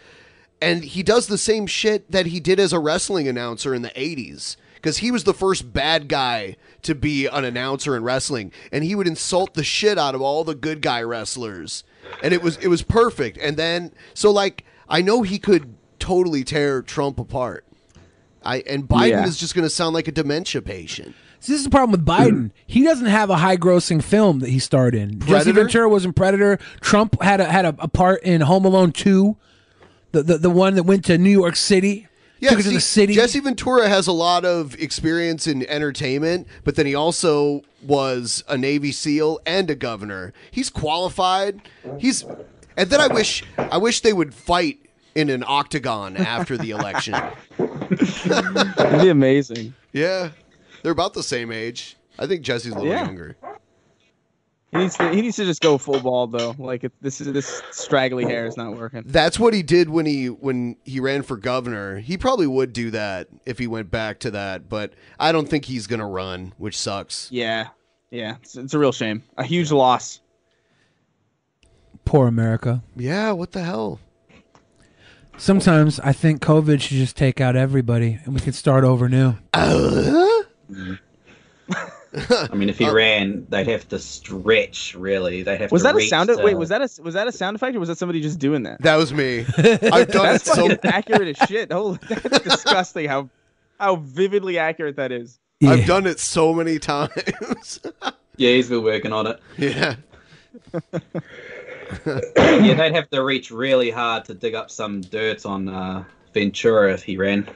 And he does the same shit that he did as a wrestling announcer in the 80s. Because he was the first bad guy to be an announcer in wrestling, and he would insult the shit out of all the good guy wrestlers, and it was it was perfect. And then so like I know he could totally tear Trump apart. I and Biden
Yeah.
is just going to sound like a dementia patient.
See, this is the problem with Biden. He doesn't have a high-grossing film that he starred in. Jesse
Predator?
Ventura was in Predator. Trump had a, had a, a part in Home Alone Two, the, the the one that went to New York City. took it to
see,
the city.
Jesse Ventura has a lot of experience in entertainment, but then he also was a Navy SEAL and a governor. He's qualified. He's and then I wish I wish they would fight in an octagon after the election.
That'd be amazing.
yeah, they're about the same age. I think Jesse's a little
Yeah.
younger.
He needs to he needs to just go full bald though. Like it, this is this straggly hair is not working.
That's what he did when he when he ran for governor. He probably would do that if he went back to that, but I don't think he's gonna run, which sucks.
Yeah, yeah. It's, it's a real shame. A huge loss.
Poor America.
Yeah, what the hell?
Sometimes I think COVID should just take out everybody, and we could start over new.
Uh-huh.
I mean, if he ran, they'd have to stretch. Really, they'd have
Was
to. uh,
that a
reach
sound? e-
To...
Wait, was that a was that a sound effect or was that somebody just doing that?
That was me. I've done
That's
it so-
fucking accurate as shit. Holy, that's disgusting. How how vividly accurate that is.
I've done it so many times.
Yeah, he's been working on it.
Yeah.
yeah, they'd have to reach really hard to dig up some dirt on uh, Ventura if he ran.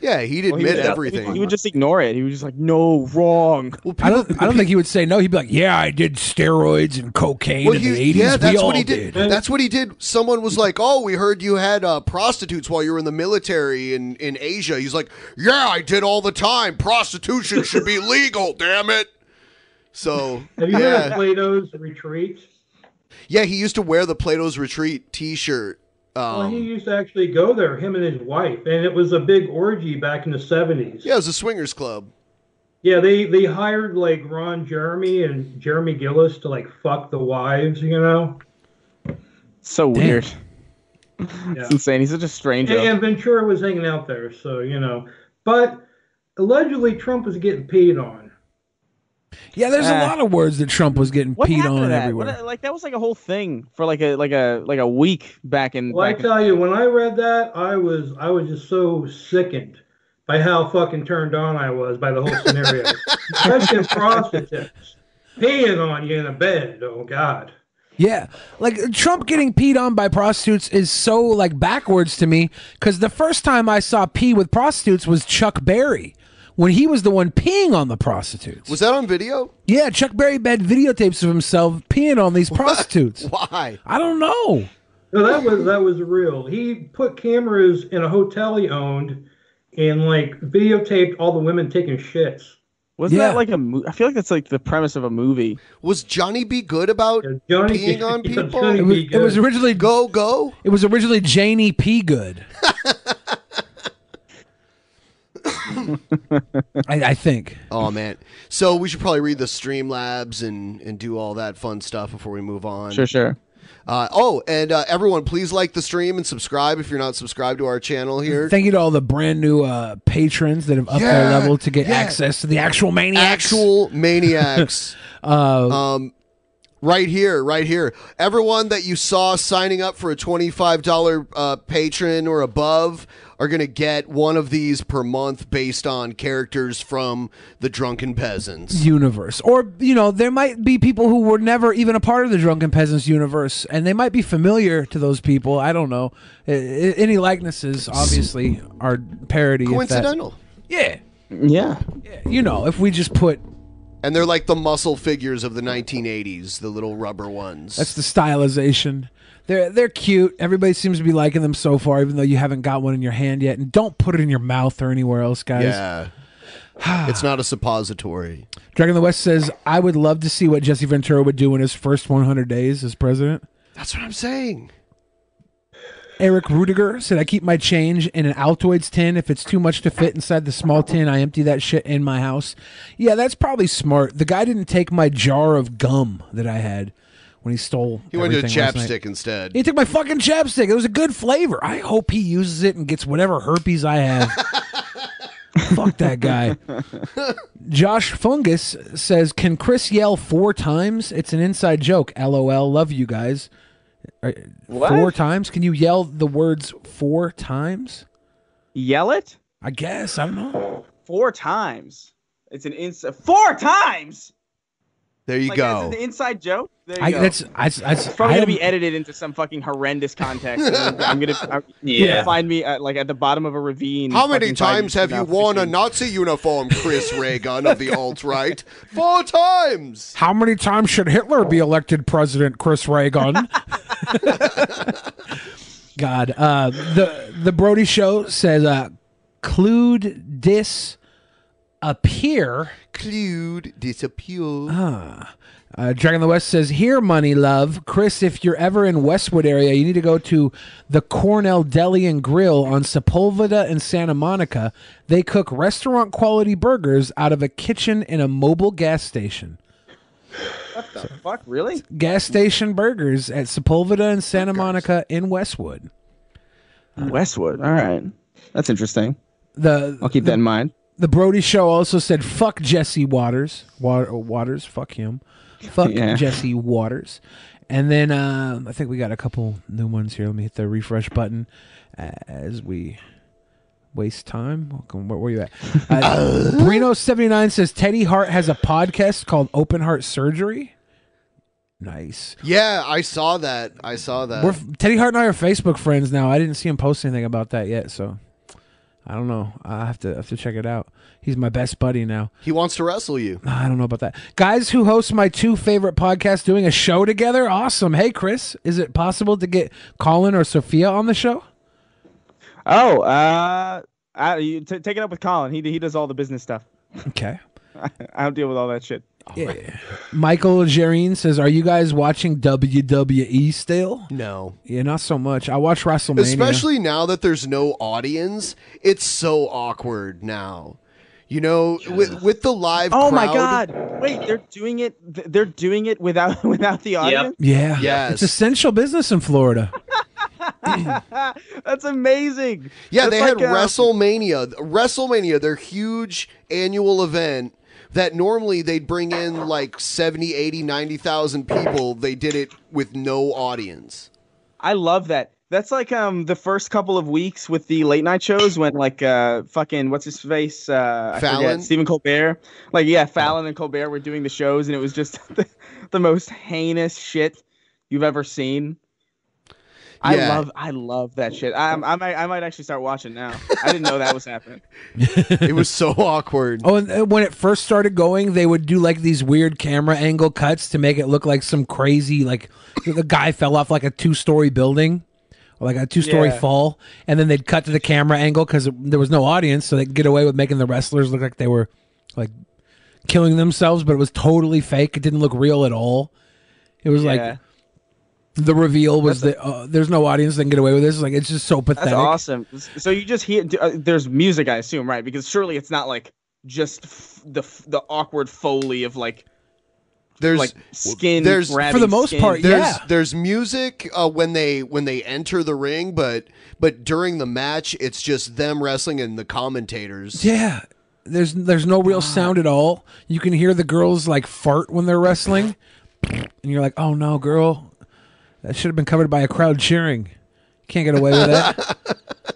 yeah, he'd
Well, he
admit
was-
everything.
he would
just ignore it. He was just like, "No, wrong."
I don't. I don't think he would say no. He'd be like, "Yeah, I did steroids and cocaine
Well,
in the
he-
'80s.
yeah,
We
that's
all
what he did. That's what he did. Someone was like, "Oh, we heard you had uh, prostitutes while you were in the military in in Asia." He's like, "Yeah, I did all the time. Prostitution should be legal. Damn it." So
Have you heard of
yeah,
Plato's Retreat?
yeah, he used to wear the Plato's Retreat T-shirt.
well,
Um,
he used to actually go there, him and his wife, and it was a big orgy back in the seventies.
yeah, it was a swingers club.
Yeah, they they hired like Ron Jeremy and Jeremy Gillis to like fuck the wives, you know.
So weird.
Yeah.
It's insane. He's such a
And,
stranger.
and Ventura was hanging out there, so you know. But allegedly, Trump was getting peed on.
Yeah, there's
Uh,
a lot of words that Trump was getting
what
peed
happened to
on
that?
everywhere.
like that was like a whole thing for like a like a like a week back in.
Well, I
back in-
tell you, when I read that, I was I was just so sickened by how fucking turned on I was by the whole scenario, especially prostitutes peeing on you in a bed. Oh God.
Yeah, like Trump getting peed on by prostitutes is so like backwards to me because the first time I saw pee with prostitutes was Chuck Berry when he was the one peeing on the prostitutes.
Was that on video?
Yeah, Chuck Berry had videotapes of himself peeing on these prostitutes.
Why?
I don't know.
No, that was that was real. He put cameras in a hotel he owned, and like videotaped all the women taking shits.
Wasn't that like a mo- I feel like that's like the premise of a movie.
Was Johnny B. Good about
Johnny
peeing on people?
It was, it was originally
go go.
It was originally Janie P. Good. I, I think.
Oh man. So we should probably read the Streamlabs and and do all that fun stuff before we move on.
Sure, sure.
Uh, oh, and uh, everyone, please like the stream and subscribe if you're not subscribed to our channel here.
Thank you to all the brand new uh, patrons that have upped their
Yeah,
level to get
yeah.
access to the actual maniacs.
Actual maniacs. um, right here, right here. Everyone that you saw signing up for a twenty-five dollar uh, patron or above are going to get one of these per month based on characters from the Drunken Peasants.
universe. Or, you know, there might be people who were never even a part of the Drunken Peasants universe, and they might be familiar to those people. I don't know. I- I- Any likenesses, obviously, are parody. if that-
Coincidental.
Yeah.
Yeah.
you know, if we just put.
And they're like the muscle figures of the 1980s, the little rubber ones.
that's the stylization. They're, they're cute. Everybody seems to be liking them so far, even though you haven't got one in your hand yet. And don't put it in your mouth or anywhere else, guys.
Yeah. it's not a suppository.
Dragon of the West says, I would love to see what Jesse Ventura would do in his first 100 days as president.
That's what I'm saying.
Eric Rudiger said, I keep my change in an Altoids tin. If it's too much to fit inside the small tin, I empty that shit in my house. Yeah, that's probably smart. The guy didn't take my jar of gum that I had when he stole.
He went to a
everything last night.
chapstick instead.
He took my fucking chapstick. It was a good flavor. I hope he uses it and gets whatever herpes I have. Fuck that guy. Josh Fungus says, "Can Chris yell four times? It's an inside joke. LOL. Love you guys. Are-
What?
Four times? Can you yell the words four times?
Yell it?
I guess I don't know.
Four times. It's an inside. Four times.
There you
Like,
go.
Is it an inside joke? There you
I,
go.
that's I, I,
It's probably
I
gonna be
am-
edited into some fucking horrendous context. and I'm- I'm gonna, I'm,
Yeah.
you're gonna find me at, like at the bottom of a ravine.
How many
fucking five
times
years
have
from
you
now.
worn a Nazi uniform, Chris Reagan of the alt right? Four times.
How many times should Hitler be elected president, Chris Reagan? God, uh, the the Brody Show says, uh, "Clued dis appear."
Clued disappear.
Ah. Uh, Dragon of the West says, "Here, money, love, Chris. If you're ever in Westwood area, you need to go to the Cornell Deli and Grill on Sepulveda and Santa Monica. They cook restaurant quality burgers out of a kitchen in a mobile gas station."
What the fuck? Really?
gas station burgers at Sepulveda and Santa Monica in Westwood.
Westwood. All right. That's interesting.
The
I'll keep that in mind.
The Brody Show also said, "Fuck Jesse Waters, Water, Waters, fuck him, fuck
Yeah.
Jesse Waters." And then um, I think we got a couple new ones here. Let me hit the refresh button as we waste time. Welcome. Where were you at? Uh, Brino seventy nine says Teddy Hart has a podcast called Open Heart Surgery. Nice.
Yeah, I saw that. I saw that.
We're Teddy Hart and I are Facebook friends now. I didn't see him post anything about that yet, so I don't know. I have to have to check it out. He's my best buddy now.
he wants to wrestle you.
I don't know about that. Guys who host my two favorite podcasts doing a show together. Awesome. Hey Chris, is it possible to get Colin or Sophia on the show?
Oh, uh, I, you t- take it up with Colin. He he does all the business stuff.
Okay.
I, I don't deal with all that shit.
Oh,
Yeah. Michael Jareen says, "Are you guys watching WWE still?"
No.
Yeah, not so much. I watch WrestleMania.
Especially now that there's no audience, it's so awkward now. You know, with, with the live
Oh my
crowd-
god! Wait, they're doing it. th- They're doing it without without the audience.
Yeah.
Yes.
It's essential business in Florida.
That's amazing.
Yeah,
That's
they
like,
had
uh,
WrestleMania. WrestleMania, their huge annual event that normally they'd bring in like 70, 80, 90,000 people. They did it with no audience.
I love that. That's like um the first couple of weeks with the late night shows when like uh fucking what's his face uh I forget,
Fallon?
Stephen Colbert like yeah Fallon and Colbert were doing the shows and it was just the, the most heinous shit you've ever seen. I
Yeah.
love I love that shit. I, I might I might actually start watching now. I didn't know that was happening.
it was so awkward.
Oh, and uh, when it first started going, they would do like these weird camera angle cuts to make it look like some crazy, like the guy fell off like a two story building or like a two story
Yeah.
fall. And then they'd cut to the camera angle because there was no audience. So they'd get away with making the wrestlers look like they were like killing themselves, but it was totally fake. It didn't look real at all. It was like the reveal was that uh, there's no audience that can get away with this. Like it's just so pathetic.
That's awesome. So you just hear uh, there's music, I assume, right? Because surely it's not like just f- the f- the awkward foley of like
there's
like skin
there's
grabbing skin.
there's there's music uh, when they when they enter the ring but but during the match it's just them wrestling and the commentators
Yeah. There's there's no real sound at all. You can hear the girls like fart when they're wrestling. And you're like, "Oh no, girl. That should have been covered by a crowd cheering. Can't get away with that."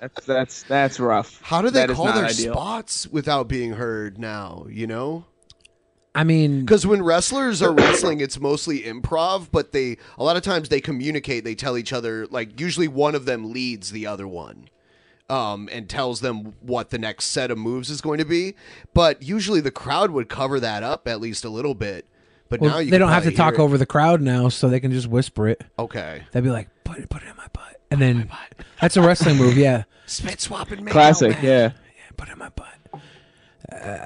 that's that's that's rough
how do they
That is
call
not
their
ideal.
spots without being heard now you know
I mean,
because when wrestlers are wrestling, it's mostly improv, but they a lot of times they communicate. They tell each other like usually one of them leads the other one, um, and tells them what the next set of moves is going to be. But usually the crowd would cover that up at least a little bit. But
Well,
now you
they
can
don't have to
probably
talk
hear it.
over the crowd now, so they can just whisper it.
Okay.
They'd be like, "Put it, put it in my butt," and then that's a wrestling move. Yeah.
Spit swapping me.
Classic, yeah.
Uh,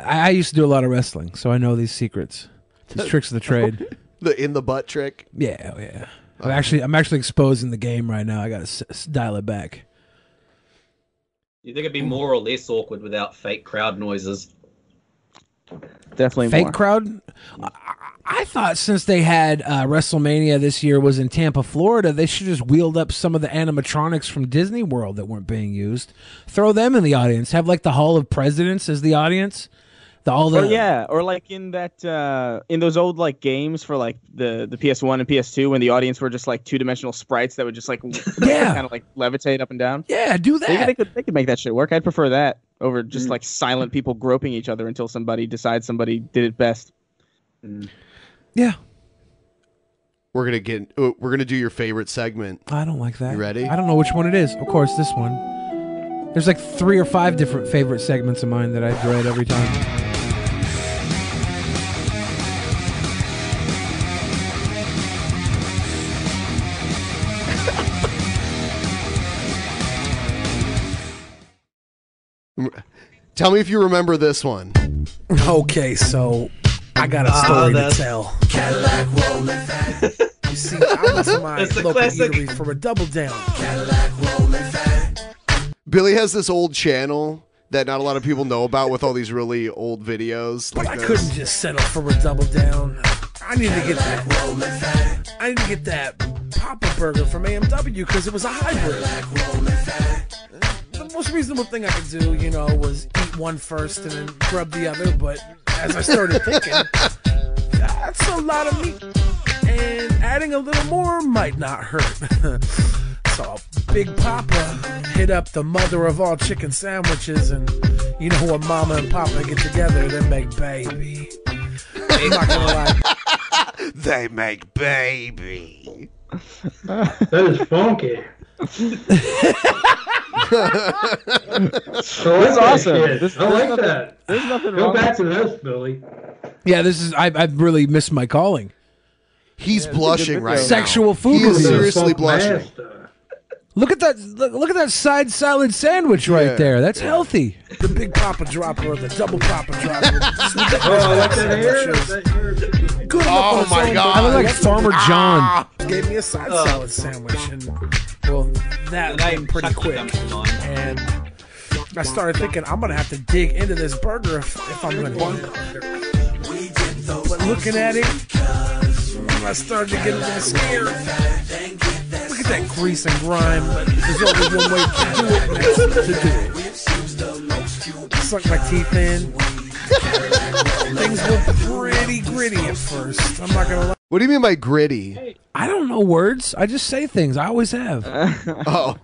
I, I used to do a lot of wrestling, so I know these secrets, these tricks of the trade.
the in the butt trick.
Yeah, oh, yeah.
Um,
I'm actually, I'm actually exposing the game right now. I gotta s- s- dial it back.
You think it'd be more or less awkward without fake crowd noises?
Definitely
Fake
more.
crowd. I, I thought since they had uh, WrestleMania this year was in Tampa, Florida, they should just wheeled up some of the animatronics from Disney World that weren't being used, throw them in the audience, have like the Hall of Presidents as the audience. The, all the
or Oh, yeah, or like in that uh, in those old like games for like the the PS1 and PS2 when the audience were just like two dimensional sprites that would just like yeah. kind of like levitate up and down.
Yeah, do
Maybe
that.
they could they could make that shit work. I'd prefer that over just like silent people groping each other until somebody decides somebody did it best.
We're gonna get. uh, We're gonna do your favorite segment.
I don't like that.
You ready?
I don't know which one it is. Of course, this one. There's like three or five different favorite segments of mine that I dread every time.
Tell me if you remember this one.
Okay, so I got
Ah,
a
Oh,
story to tell.
You see, I went to my
It's a
local
classic.
eatery for a double down.
Billy has this old channel that not a lot of people know about with all these really old videos. Like
I
this.
couldn't just settle for a double down. I need to get that. I need to get that Papa Burger from AMW because it was a hybrid. The most reasonable thing I could do, you know, was eat one first and then grub the other. But as I started thinking, that's a lot of meat, and adding a little more might not hurt. so Big Papa hit up the mother of all chicken sandwiches, and you know when Mama and Papa get together, they make baby. I'm not gonna lie.
they make baby.
That is funky. I like
That's
that
awesome.
shit.
This- there's
I like
nothing-
that.
There's nothing
Go
wrong
back
with
to this, Billy.
Yeah, this is I, I really missed my calling.
He's
a good blushing video. right now.
Sexual food.
He is
review.
seriously blushing.
Look at that! Look, look at that side salad sandwich right
Yeah.
there. That's healthy.
The Big Papa dropper or the Double Papa dropper.
Oh, like that hair?
Good
Oh
look on
my
its own,
God.
but
I look like
that's-
Farmer John.
Ah. Gave me a side
Oh.
salad sandwich, and well, that came pretty quick. And I started thinking I'm gonna have to dig into this burger if, if I'm gonna eat it. But looking at it, I started to get a little scared. Look at that grease and grime. but There's only one way to do it. and that's To do it. Sunk my teeth in. Things were pretty gritty at first. I'm not gonna lie.
What do you mean by gritty?
I don't know words. I just say things. I always have.
oh,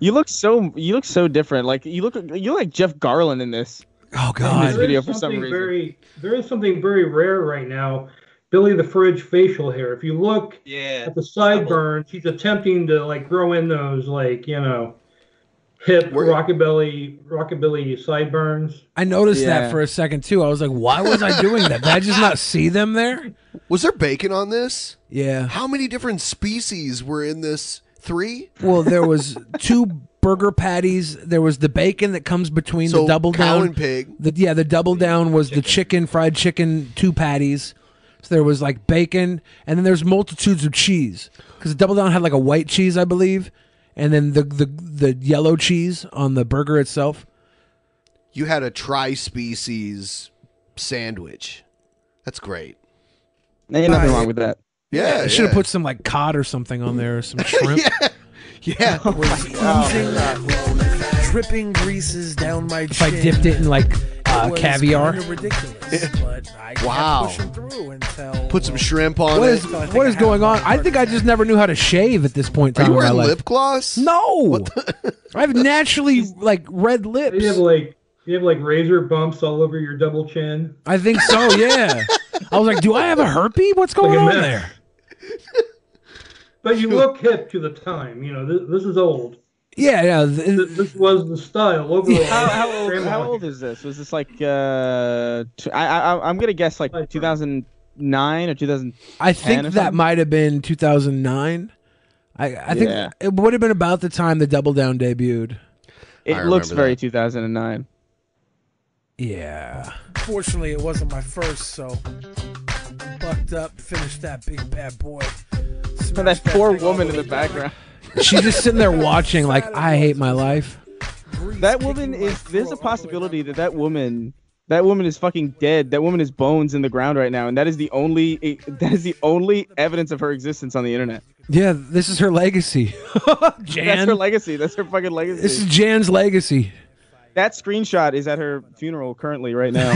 you look so you look so different. Like you look you look like Jeff Garland in this.
Oh
in this
There
video
is
for some
something
reason.
very, there is something very rare right now. Billy the Fridge facial hair. If you look at the sideburns, he's attempting to like grow in those like you know hip rockabilly rockabilly sideburns.
I noticed
Yeah.
that for a second too. I was like, why was I doing that? Did I just not see them there?
Was there bacon on this?
Yeah.
How many different species were in this? Three.
Well, there was two burger patties. There was the bacon that comes between
So,
the double
cow
down
and pig.
The, yeah, the double down was the chicken, fried chicken, two patties. So there was like bacon, and then there's multitudes of cheese because Double Down had like a white cheese, I believe, and then the the the yellow cheese on the burger itself.
You had a tri species sandwich. That's great.
Ain't nothing wrong with that.
Yeah,
I should have
yeah.
put some like cod or something on there, or some shrimp. yeah.
Yeah. Oh
Oozing, dripping greases down my
If I
chin.
dipped it in like uh,
was
caviar.
kinda ridiculous, but I kept
Wow.
pushing through until
Put some shrimp on
What
it.
is what is going on? I think I just never knew how to shave at this point in
Are
time
you
in my
wearing
life.
lip gloss?
No, I have naturally like red lips.
You have like you have like razor bumps all over your double chin.
I think so. Yeah. I was like, do I have a herpy? What's going
Look
on
at that.
there?
But you look hip to the time. You know this, this is old.
Yeah, yeah. th-
This was the style overall.
How, how, old, how old is this? Was this like uh? T- I, I I'm gonna guess like 2009 or 2000.
I think that might have been 2009. I, I think
Yeah.
it would have been about the time the Double Down debuted.
It looks very 2009.
Yeah.
Fortunately, it wasn't my first, so bucked up, finished that big bad boy.
But that poor woman in the background.
She's just sitting there watching, like, I hate my life.
That woman is. There's a possibility that that woman, that woman is fucking dead. That woman is bones in the ground right now, and that is the only. That is the only evidence of her existence on the internet.
Yeah, this is her legacy.
That's her legacy. That's her fucking legacy.
This is Jan's legacy.
that screenshot is at her funeral currently right now.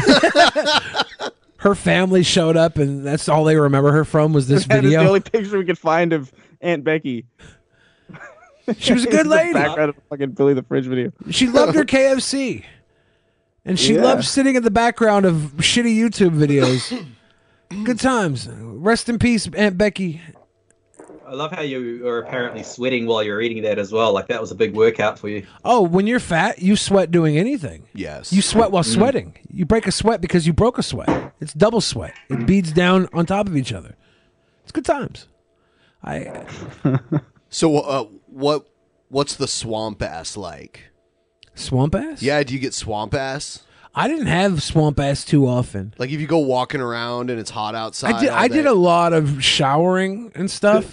Her family showed up, and that's all they remember her from was this
that is the
video.
only picture we could find of Aunt Becky.
She was a good
The
lady.
background of the fucking Billy the Fridge video.
She loved her KFC, and she
Yeah.
loved sitting in the background of shitty YouTube videos. Good times. Rest in peace, Aunt Becky.
I love how you were apparently sweating while you're eating that as well. Like that was a big workout for you.
Oh, when you're fat, you sweat doing anything.
Yes.
You sweat while
Mm.
sweating. You break a sweat because you broke a sweat. It's double sweat.
Mm.
It beads down on top of each other. It's good times. I
So uh, what what's the swamp ass like?
swamp ass?
Yeah, do you get swamp ass?
I didn't have swamp ass too often.
Like if you go walking around and it's hot outside.
I did
all
I did
day.
a lot of showering and stuff.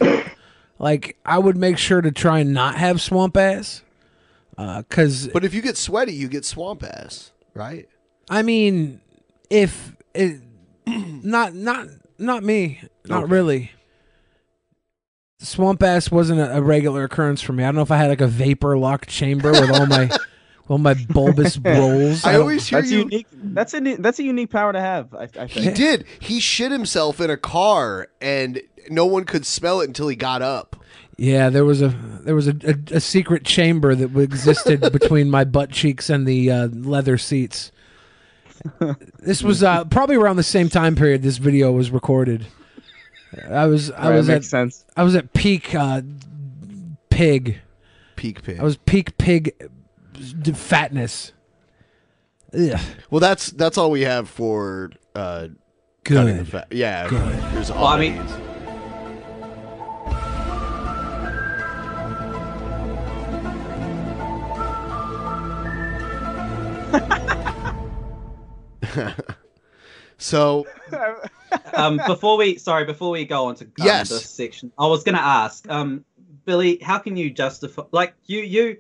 like I would make sure to try and not have swamp ass. Uh 'cause cuz
But if you get sweaty, you get swamp ass, right?
I mean if it not not not me, not really. Swamp ass wasn't a, a regular occurrence for me. I don't know if I had like a vapor locked chamber with all my with all my bulbous rolls. don't-
that's Unique, that's a ne- that's a unique power to have. I, I
He
think.
did. He shit himself in a car and no one could smell it until he got up.
Yeah, there was a there was a, a, a secret chamber that existed between my butt cheeks and the uh, leather seats. This was uh, probably around the same time period this video was recorded. I was I
Right,
was
makes
at
sense.
I was at peak uh, pig.
Peak pig.
I was peak pig d- fatness. Ugh.
Well, that's that's all we have for uh
Good.
cutting the fat. Yeah. There's
Well, I mean-
oddities. so
um, before we sorry, before we go on to um,
Yes.
this section, I was going to ask, um, Billy, how can you justify like you you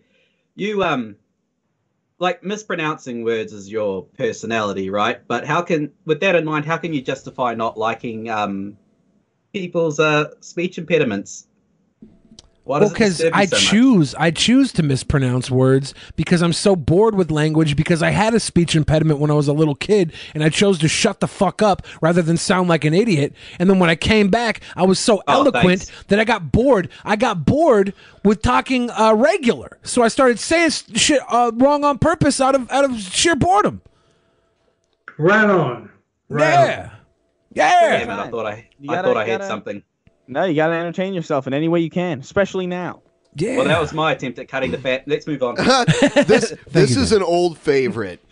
you um like mispronouncing words is your personality, right? But how can with that in mind, how can you justify not liking um people's uh speech impediments? Why does
Well,
it
because
disturb you
I
so much?
choose, I choose to mispronounce words because I'm so bored with language. Because I had a speech impediment when I was a little kid, and I chose to shut the fuck up rather than sound like an idiot. And then when I came back, I was so
Oh,
eloquent that I got bored. I got bored with talking uh, regular, so I started saying s- shit uh, wrong on purpose out of out of sheer boredom.
Right on.
yeah. Yeah.
Damn it, I thought I
You
I
gotta-
thought I
you
had
gotta-
something.
No, you gotta entertain yourself in any way you can, especially now.
Yeah.
Well, that was my attempt at cutting the fat. Let's move on.
this this is an old favorite.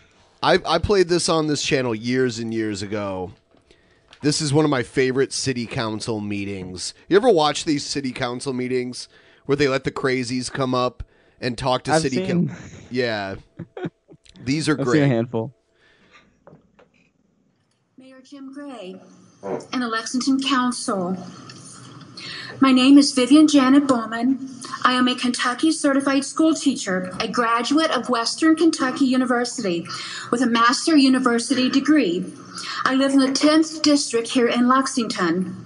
I, I played this on this channel years and years ago. This is one of my favorite city council meetings. You ever watch these city council meetings where they let the crazies come up and talk to
I've
city
seen-
council? Yeah. These are
I've seen
great.
a handful.
Mayor Jim Gray,
Oh.
and the Lexington Council. My name is Vivian Janet Bowman. I am a Kentucky certified school teacher, a graduate of Western Kentucky University with a master university degree. I live in the 10th district here in Lexington.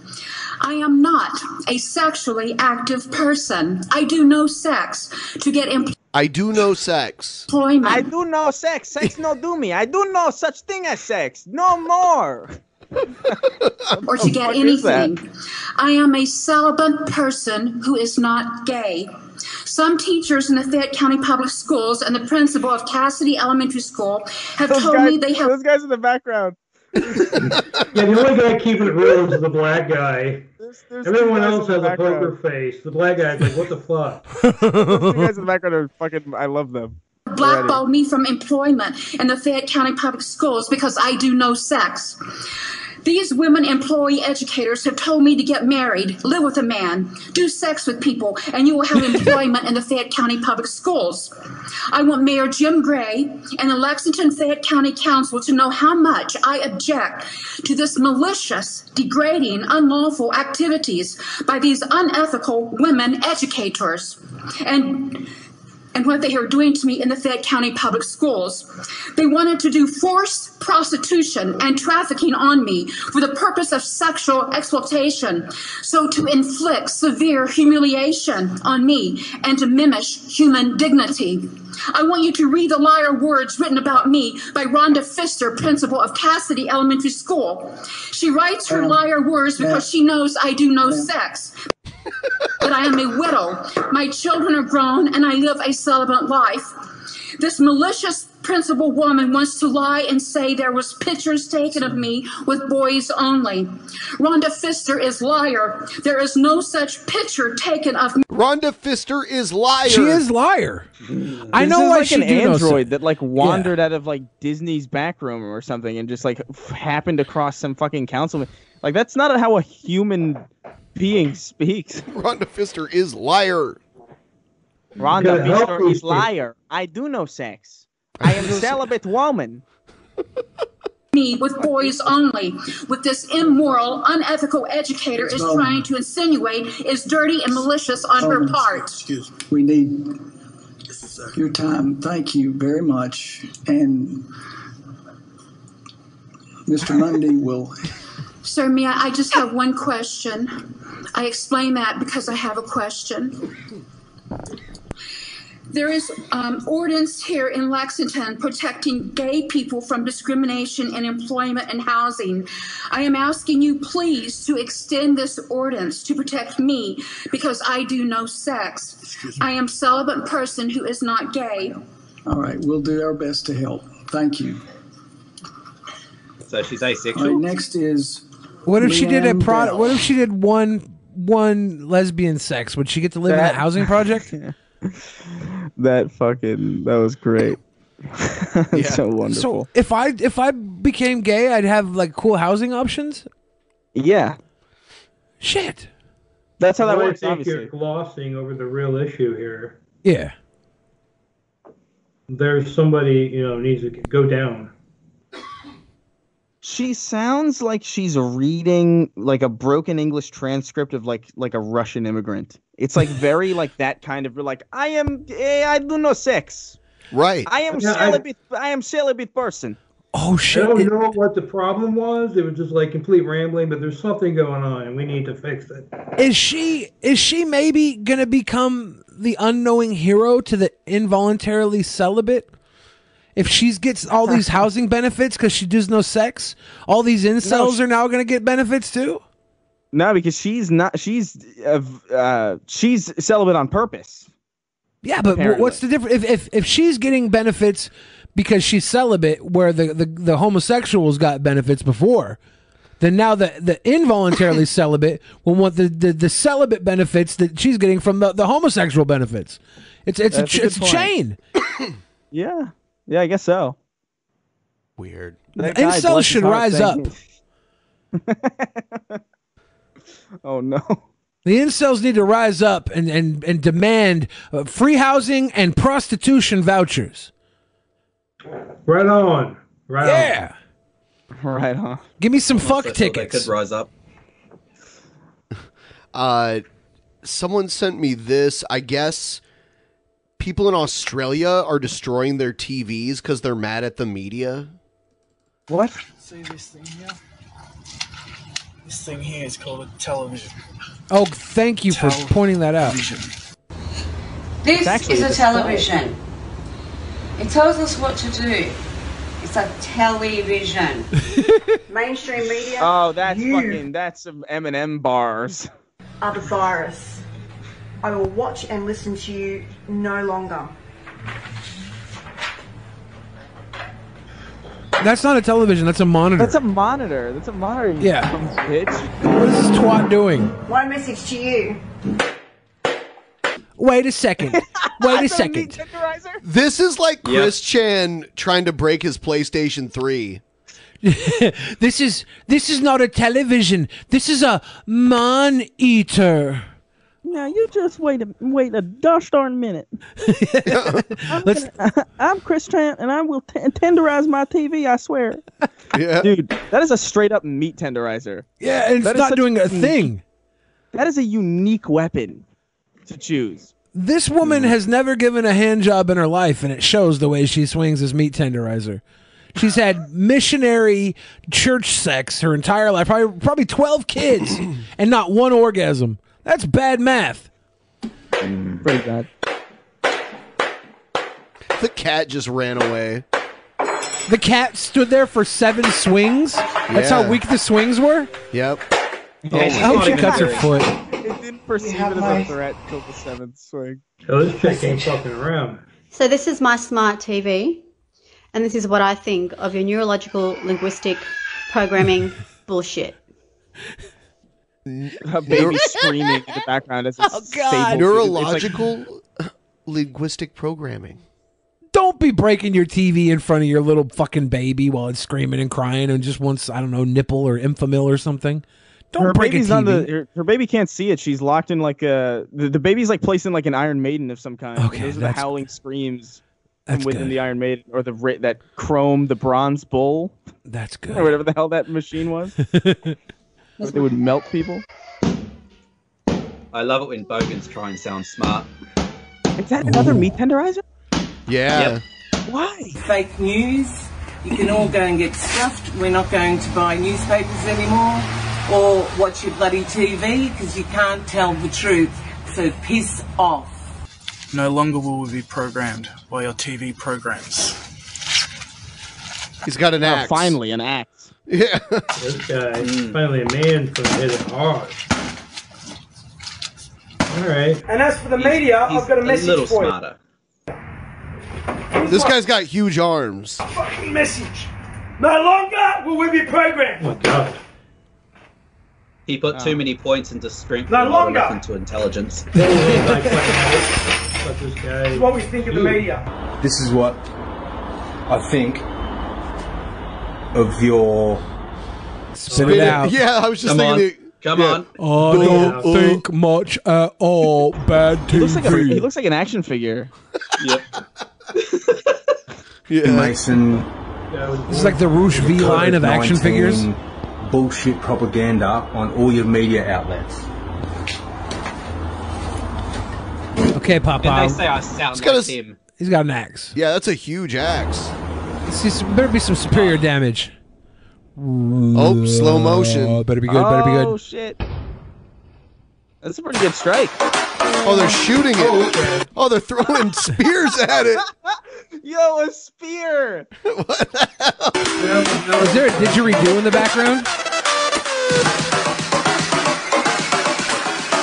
I am not a sexually active person. I do no sex to get employed.
I do know sex.
I do no sex. Sex no do me. I do no such thing as sex. No more.
or to get
Oh, What is that?
anything. I am a celibate person who is not gay. Some teachers in the Fayette County Public Schools and the principal of Cassidy Elementary School have
Those
told
guys-
me they have.
Those guys in the background.
Yeah, the only guy keeping it real is the black guy. Everyone else has a poker face. The black guy's like, what the fuck?
Those two guys in the background are fucking. I love them.
blackballed me from employment in the Fayette County Public Schools because I do no sex. These women employee educators have told me to get married, live with a man, do sex with people, and you will have employment in the Fayette County Public Schools. I want Mayor Jim Gray and the Lexington Fayette County Council to know how much I object to this malicious, degrading, unlawful activities by these unethical women educators. And and what they are doing to me in the Fayette County Public Schools. They wanted to do forced prostitution and trafficking on me for the purpose of sexual exploitation, so to inflict severe humiliation on me and to mimish human dignity. I want you to read the liar words written about me by Rhonda Pfister, principal of Cassidy Elementary School. She writes her liar words because she knows I do no sex but I am a widow. My children are grown, and I live a celibate life. This malicious principal woman wants to lie and say there was pictures taken of me with boys only. Rhonda Pfister is liar. There is no such picture taken of me.
Rhonda Pfister is liar.
She is liar.
This is like an android that like
Yeah.
wandered out of like Disney's back room or something and just like f- happened across some fucking councilman. Like that's not how a human being speaks.
Rhonda Pfister is liar.
Rhonda
Gotta help
Pfister
these
is
people.
liar. I do no sex. I am celibate woman.
me with boys only. What this immoral, unethical educator is trying to insinuate is dirty and malicious on her
Moment.
part.
Excuse me. We need your time. Thank you very much. And Mr. Mundy will.
Sir, Mia, I just have one question. I explain that because I have a question. There is um, ordinance here in Lexington protecting gay people from discrimination in employment and housing. I am asking you, please, to extend this ordinance to protect me because I do no sex. I am celibate person who is not gay.
All right, we'll do our best to help. Thank you.
So she's asexual.
All right, next is.
What if she did a
Leanne
pro?
Bell.
What if she did one one lesbian sex? Would she get to live in
That-
a housing project?
That fucking that was great. so wonderful.
So if I if I became gay, I'd have like cool housing options.
yeah.
Shit.
That's how that
I
works,
think
obviously.
you're glossing over the real issue here.
Yeah.
There's somebody, you know, needs to go down.
She sounds like she's reading like a broken English transcript of like like a Russian immigrant. It's like very like that kind of like I am eh, I do no sex.
Right.
I am
Yeah, I-
celibate I am celibate person.
Oh
I don't know what the problem was. It was just like complete rambling, but there's something going on, and we need to fix it.
Is she is she maybe gonna become the unknowing hero to the involuntarily celibate? If she gets all these housing benefits because she does no sex, all these incels are now gonna get benefits too.
No, because she's not she's uh, uh she's celibate on purpose.
Yeah, but wh- what's the difference? If, if if she's getting benefits because she's celibate, where the, the, the homosexuals got benefits before, then now the, the involuntarily celibate will want the, the, the celibate benefits that she's getting from the, the homosexual benefits. It's it's
That's a
a, ch-
good
it's a
point.
chain.
Yeah. Yeah, I guess so.
Weird.
That guy,
Incels
bless his
should
heart,
rise up.
thank Oh no.
The incels need to rise up and and and demand uh, free housing and prostitution vouchers.
Right on. Right
Yeah.
Right on.
Give me some fuck
That's all they Could rise up.
Uh, someone sent me this. I guess people in Australia are destroying their TVs because they're mad at the media.
What? See this thing here? This thing here is called a television.
Oh, thank you for pointing that out.
This
actually
is
a
a
display.
television. It tells us what to do. It's a television. Mainstream media
Oh, that's fucking. That's some M&M bars.
are the virus. I will watch and listen to you no longer.
That's not a television. That's a monitor. That's
a monitor. That's a monitor. you
Yeah.
dumb Bitch.
What is this twat doing?
One message to you.
Wait a second. Wait a second.
This is like Chris Chan trying to break his PlayStation 3.
this is this is not a television. This is a man eater.
Now you just wait a wait a gosh darn minute. I'm, gonna- I'm Chris Trant, and I will t- tenderize my TV. I swear.
Yeah.
Dude, that is a straight up meat tenderizer.
Yeah, and it's
That is
not
such
doing a
unique-
thing.
That is a unique weapon to choose.
This woman has never given a hand job in her life, and it shows the way she swings his meat tenderizer. She's had missionary church sex her entire life, probably, probably 12 kids, and not one orgasm. That's bad math.
Pretty bad.
The cat just ran away.
The cat stood there for seven swings. That's
Yeah.
how weak the swings were.
Yep.
Oh
I hope she cuts her foot.
It didn't perceive it as a threat till the seventh swing.
So Oh, this chick ain't fucking around.
So this is my smart TV, and this is what I think of your neurological linguistic programming bullshit.
A baby screaming in the background as it's
Oh, God.
stable.
Neurological linguistic programming.
Don't be breaking your TV in front of your little fucking baby while it's screaming and crying and just wants, I don't know, nipple or infamil or something. Don't
her
break a
baby's
TV.
on the her, her baby can't see it. She's locked in like a the, the baby's like placed in like an Iron Maiden of some kind.
Okay,
those are the
that's-
howling screams from
that's
within
good.
the Iron Maiden or the ri- that chrome the bronze bull.
That's good.
Or whatever the hell that machine was. Where they would melt people.
I love it when Bogan's try and sound smart.
Is that another meat tenderizer?
Yeah.
Why? Fake news. You can all go and get stuffed. We're not going to buy newspapers anymore or watch your bloody TV because you can't tell the truth. So piss off.
No longer will we be programmed by your TV programs.
He's got an axe.
Oh, finally, an axe.
Yeah.
This guy finally a man from hit it hard. All right.
And as for the media, I've got a message for
This guy's got huge arms.
you. Message. No longer will we be programmed.
He put
Ah.
too many points into strength
No
and not
longer.
enough into intelligence.
Fuck this guy.
What we think of the media.
This is what I think of your.
Spit it out.
Come on.
I don't think much at all. Bad TV.
He looks like a, he looks like an action figure.
yep.
Mason.
It's like the Rouge V line of action figures.
COVID-19 Bullshit propaganda on all your media outlets.
Okay,
And they say
Papa.
I sound
got
like
a-
him.
He's got an axe.
Yeah, that's a huge axe.
This better be some superior damage.
Oh, slow motion.
Uh, better be good. Better be
Oh
good.
shit. That's a pretty good strike.
Oh, they're shooting it. Oh, they're throwing spears at it.
Yo, a spear! Oh,
Is there a didgeridoo in the background?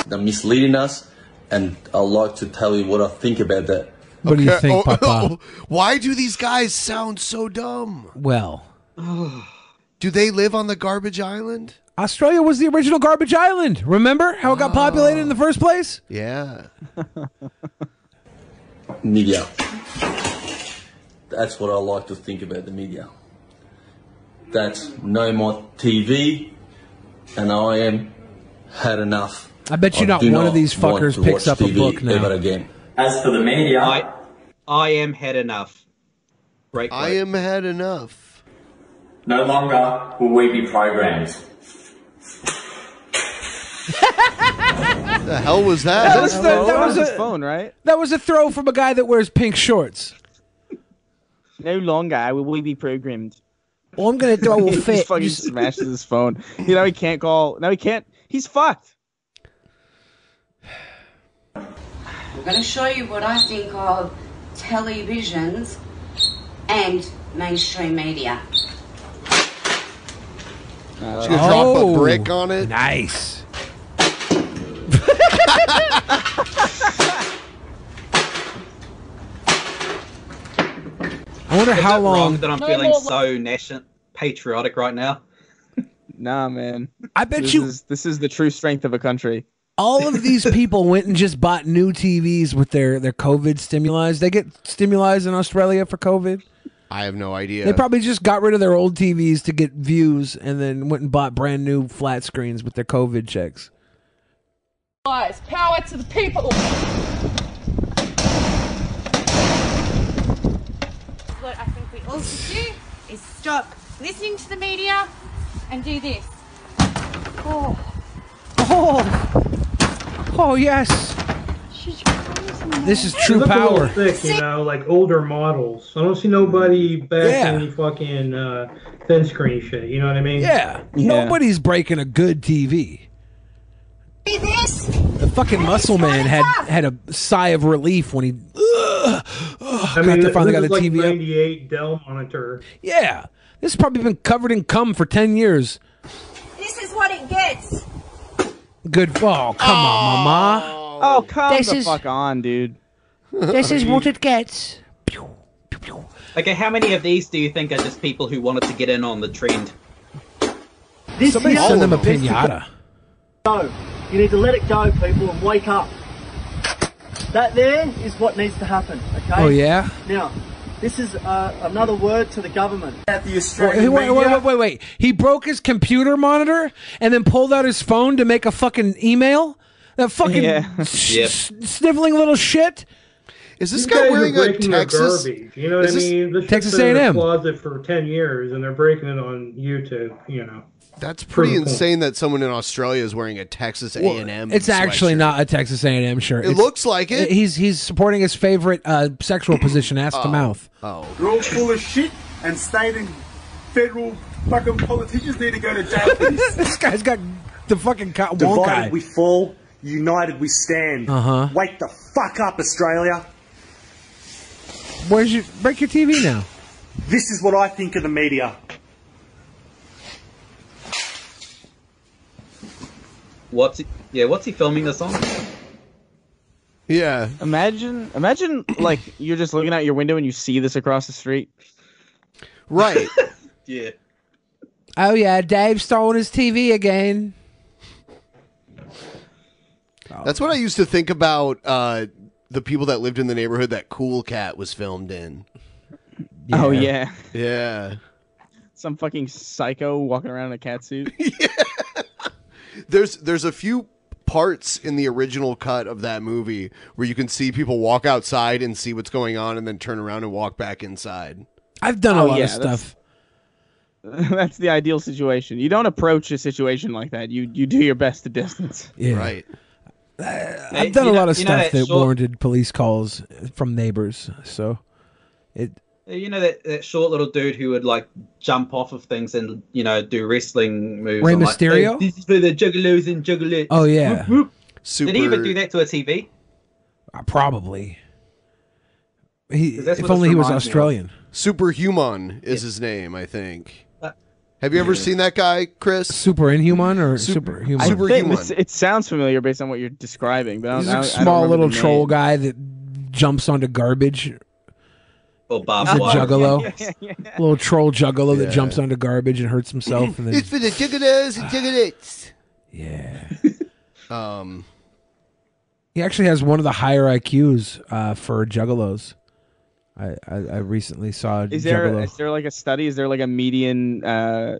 They're misleading us, and I'd like to tell you what I think about that.
What do you think, Papa?
Oh, Why do these guys sound so dumb?
Well,
do they live on the garbage island?
Australia was the original garbage island. Remember how it got populated in the first place?
Yeah.
Media. That's what I like to think about the media. That's no more TV, and I am had enough.
I bet you
I
not
do
one of these
want to
fuckers picks
watch
up a
TV
book now.
Ever again.
As for the
I, I am had enough. Break.
I am had enough.
No longer will we be programmed.
the hell was that?
That was, the, that was his phone, right?
That was a throw from a guy that wears pink shorts.
No longer will we be programmed.
Well, I'm gonna throw a
he
fit.
Just fucking smashes his phone. You know he can't call. Now he can't. He's fucked.
I'm going to show you what I think of televisions and mainstream media.
She's gonna drop a brick on it.
Oh. Nice. I wonder
Is
how
it
long
wrong that I'm
No
feeling
more-
so nation patriotic right now.
Nah, man.
I bet
this
you-
Is, this is the true strength of a country.
all of these people went and just bought new TVs with their their COVID stimuli. They get stimuli in Australia for COVID.
I have no idea.
They probably just got rid of their old TVs to get views, and then went and bought brand new flat screens with their COVID checks.
Guys, power to the people.
What I think we all should do is stop listening to the media and do this. Oh,
Oh, oh yes. This is true
They look a little
power.
Thick, you know, like older models. I don't see nobody back
Yeah.
any fucking uh, thin screen shit. You know what I mean?
Yeah. Nobody's breaking a good TV.
do this.
The fucking muscle man had had a sigh of relief when he
I
got
mean,
to finally
this
got
is
the
like
TV up.
98 Dell monitor.
yeah. This has probably been covered in cum for ten years.
This is what it gets.
Good. Oh, come on, mama.
Oh, come
This
the
is-
fuck on, dude.
it gets.
Okay, how many of these do you think are just people who wanted to get in on the trend?
Somebody
is-
send them a
This is-
pinata.
go. You need to let it go, people, and wake up. That there is what needs to happen, okay?
Oh, yeah?
Now, this is uh, another word to the government. At the
Wait, wait, wait, wait, wait, wait. He broke his computer monitor and then pulled out his phone to make a fucking email. That fucking s-
Yep.
s- sniveling little shit.
Is
These guys are breaking their Garbage, you know what I mean? This shit's
Texas
been in the
A&M.
closet for 10 years, and they're breaking it on YouTube. You know.
That's Pretty
Prove a point.
insane that someone in Australia is wearing a Texas A and M.
It's actually not a Texas A&M shirt.
It
It's-
looks like it.
He's he's supporting his favorite uh, sexual position, ass to
Oh.
mouth.
Oh.
You're all full of shit, and state and federal fucking politicians need to go to jail.
this guy's got the fucking co-
Divided
Wonkai.
we fall, united we stand.
Uh-huh.
Wake the fuck up, Australia.
Where's your break your TV now?
This is what I think of the media.
What's he, yeah? What's he filming this on?
Yeah.
Imagine, imagine, like you're just looking out your window and you see this across the street.
Right.
yeah.
Oh yeah, Dave stole his TV again. Oh.
That's what I used to think about uh, the people that lived in the neighborhood that Cool Cat was filmed in.
Oh yeah,
Yeah.
some fucking psycho walking around in a cat suit.
There's there's a few parts in the original cut of that movie where you can see people walk outside and see what's going on and then turn around and walk back inside.
I've done a
Oh,
lot
yeah,
of stuff.
That's the ideal situation. You don't approach a situation like that. You you do your best to distance.
Yeah. Uh,
Right.
I've done
you
a
know-
lot of
you know that
stuff that
short-
warranted police calls from neighbors. So it
You know that, that short little dude who would like jump off of things and you know do wrestling moves.
Rey
I'm like,
Mysterio?
"Hey, this is for the juggalos and juggalettes.
Oh, yeah.
Whoop, whoop. Did he
Super-
even do that to a TV?
uh, probably he,
'Cause that's
if
what
only
this
he was
reminds me of.
Australian.
Superhuman is his name, I think.
Uh,
Have you ever
yeah.
seen that guy, Chris?
Super inhuman or
Super-
superhuman?
I think
Superhuman.
it's- it sounds familiar based on what you're describing, but I don't,
He's
I,
a
don't- I don't
small
remember
little
the
troll
name.
guy that jumps onto garbage.
Oh,
Or
He's
barbed
a
wire?
juggalo, little troll juggalo that
Yeah.
jumps onto garbage and hurts himself, and then
for the juggalos and juggalettes.
Yeah.
um.
he actually has one of the higher IQs uh, for juggalos. I, I, I recently saw a
Is there
juggalo.
is there like a study? Is there like a median uh,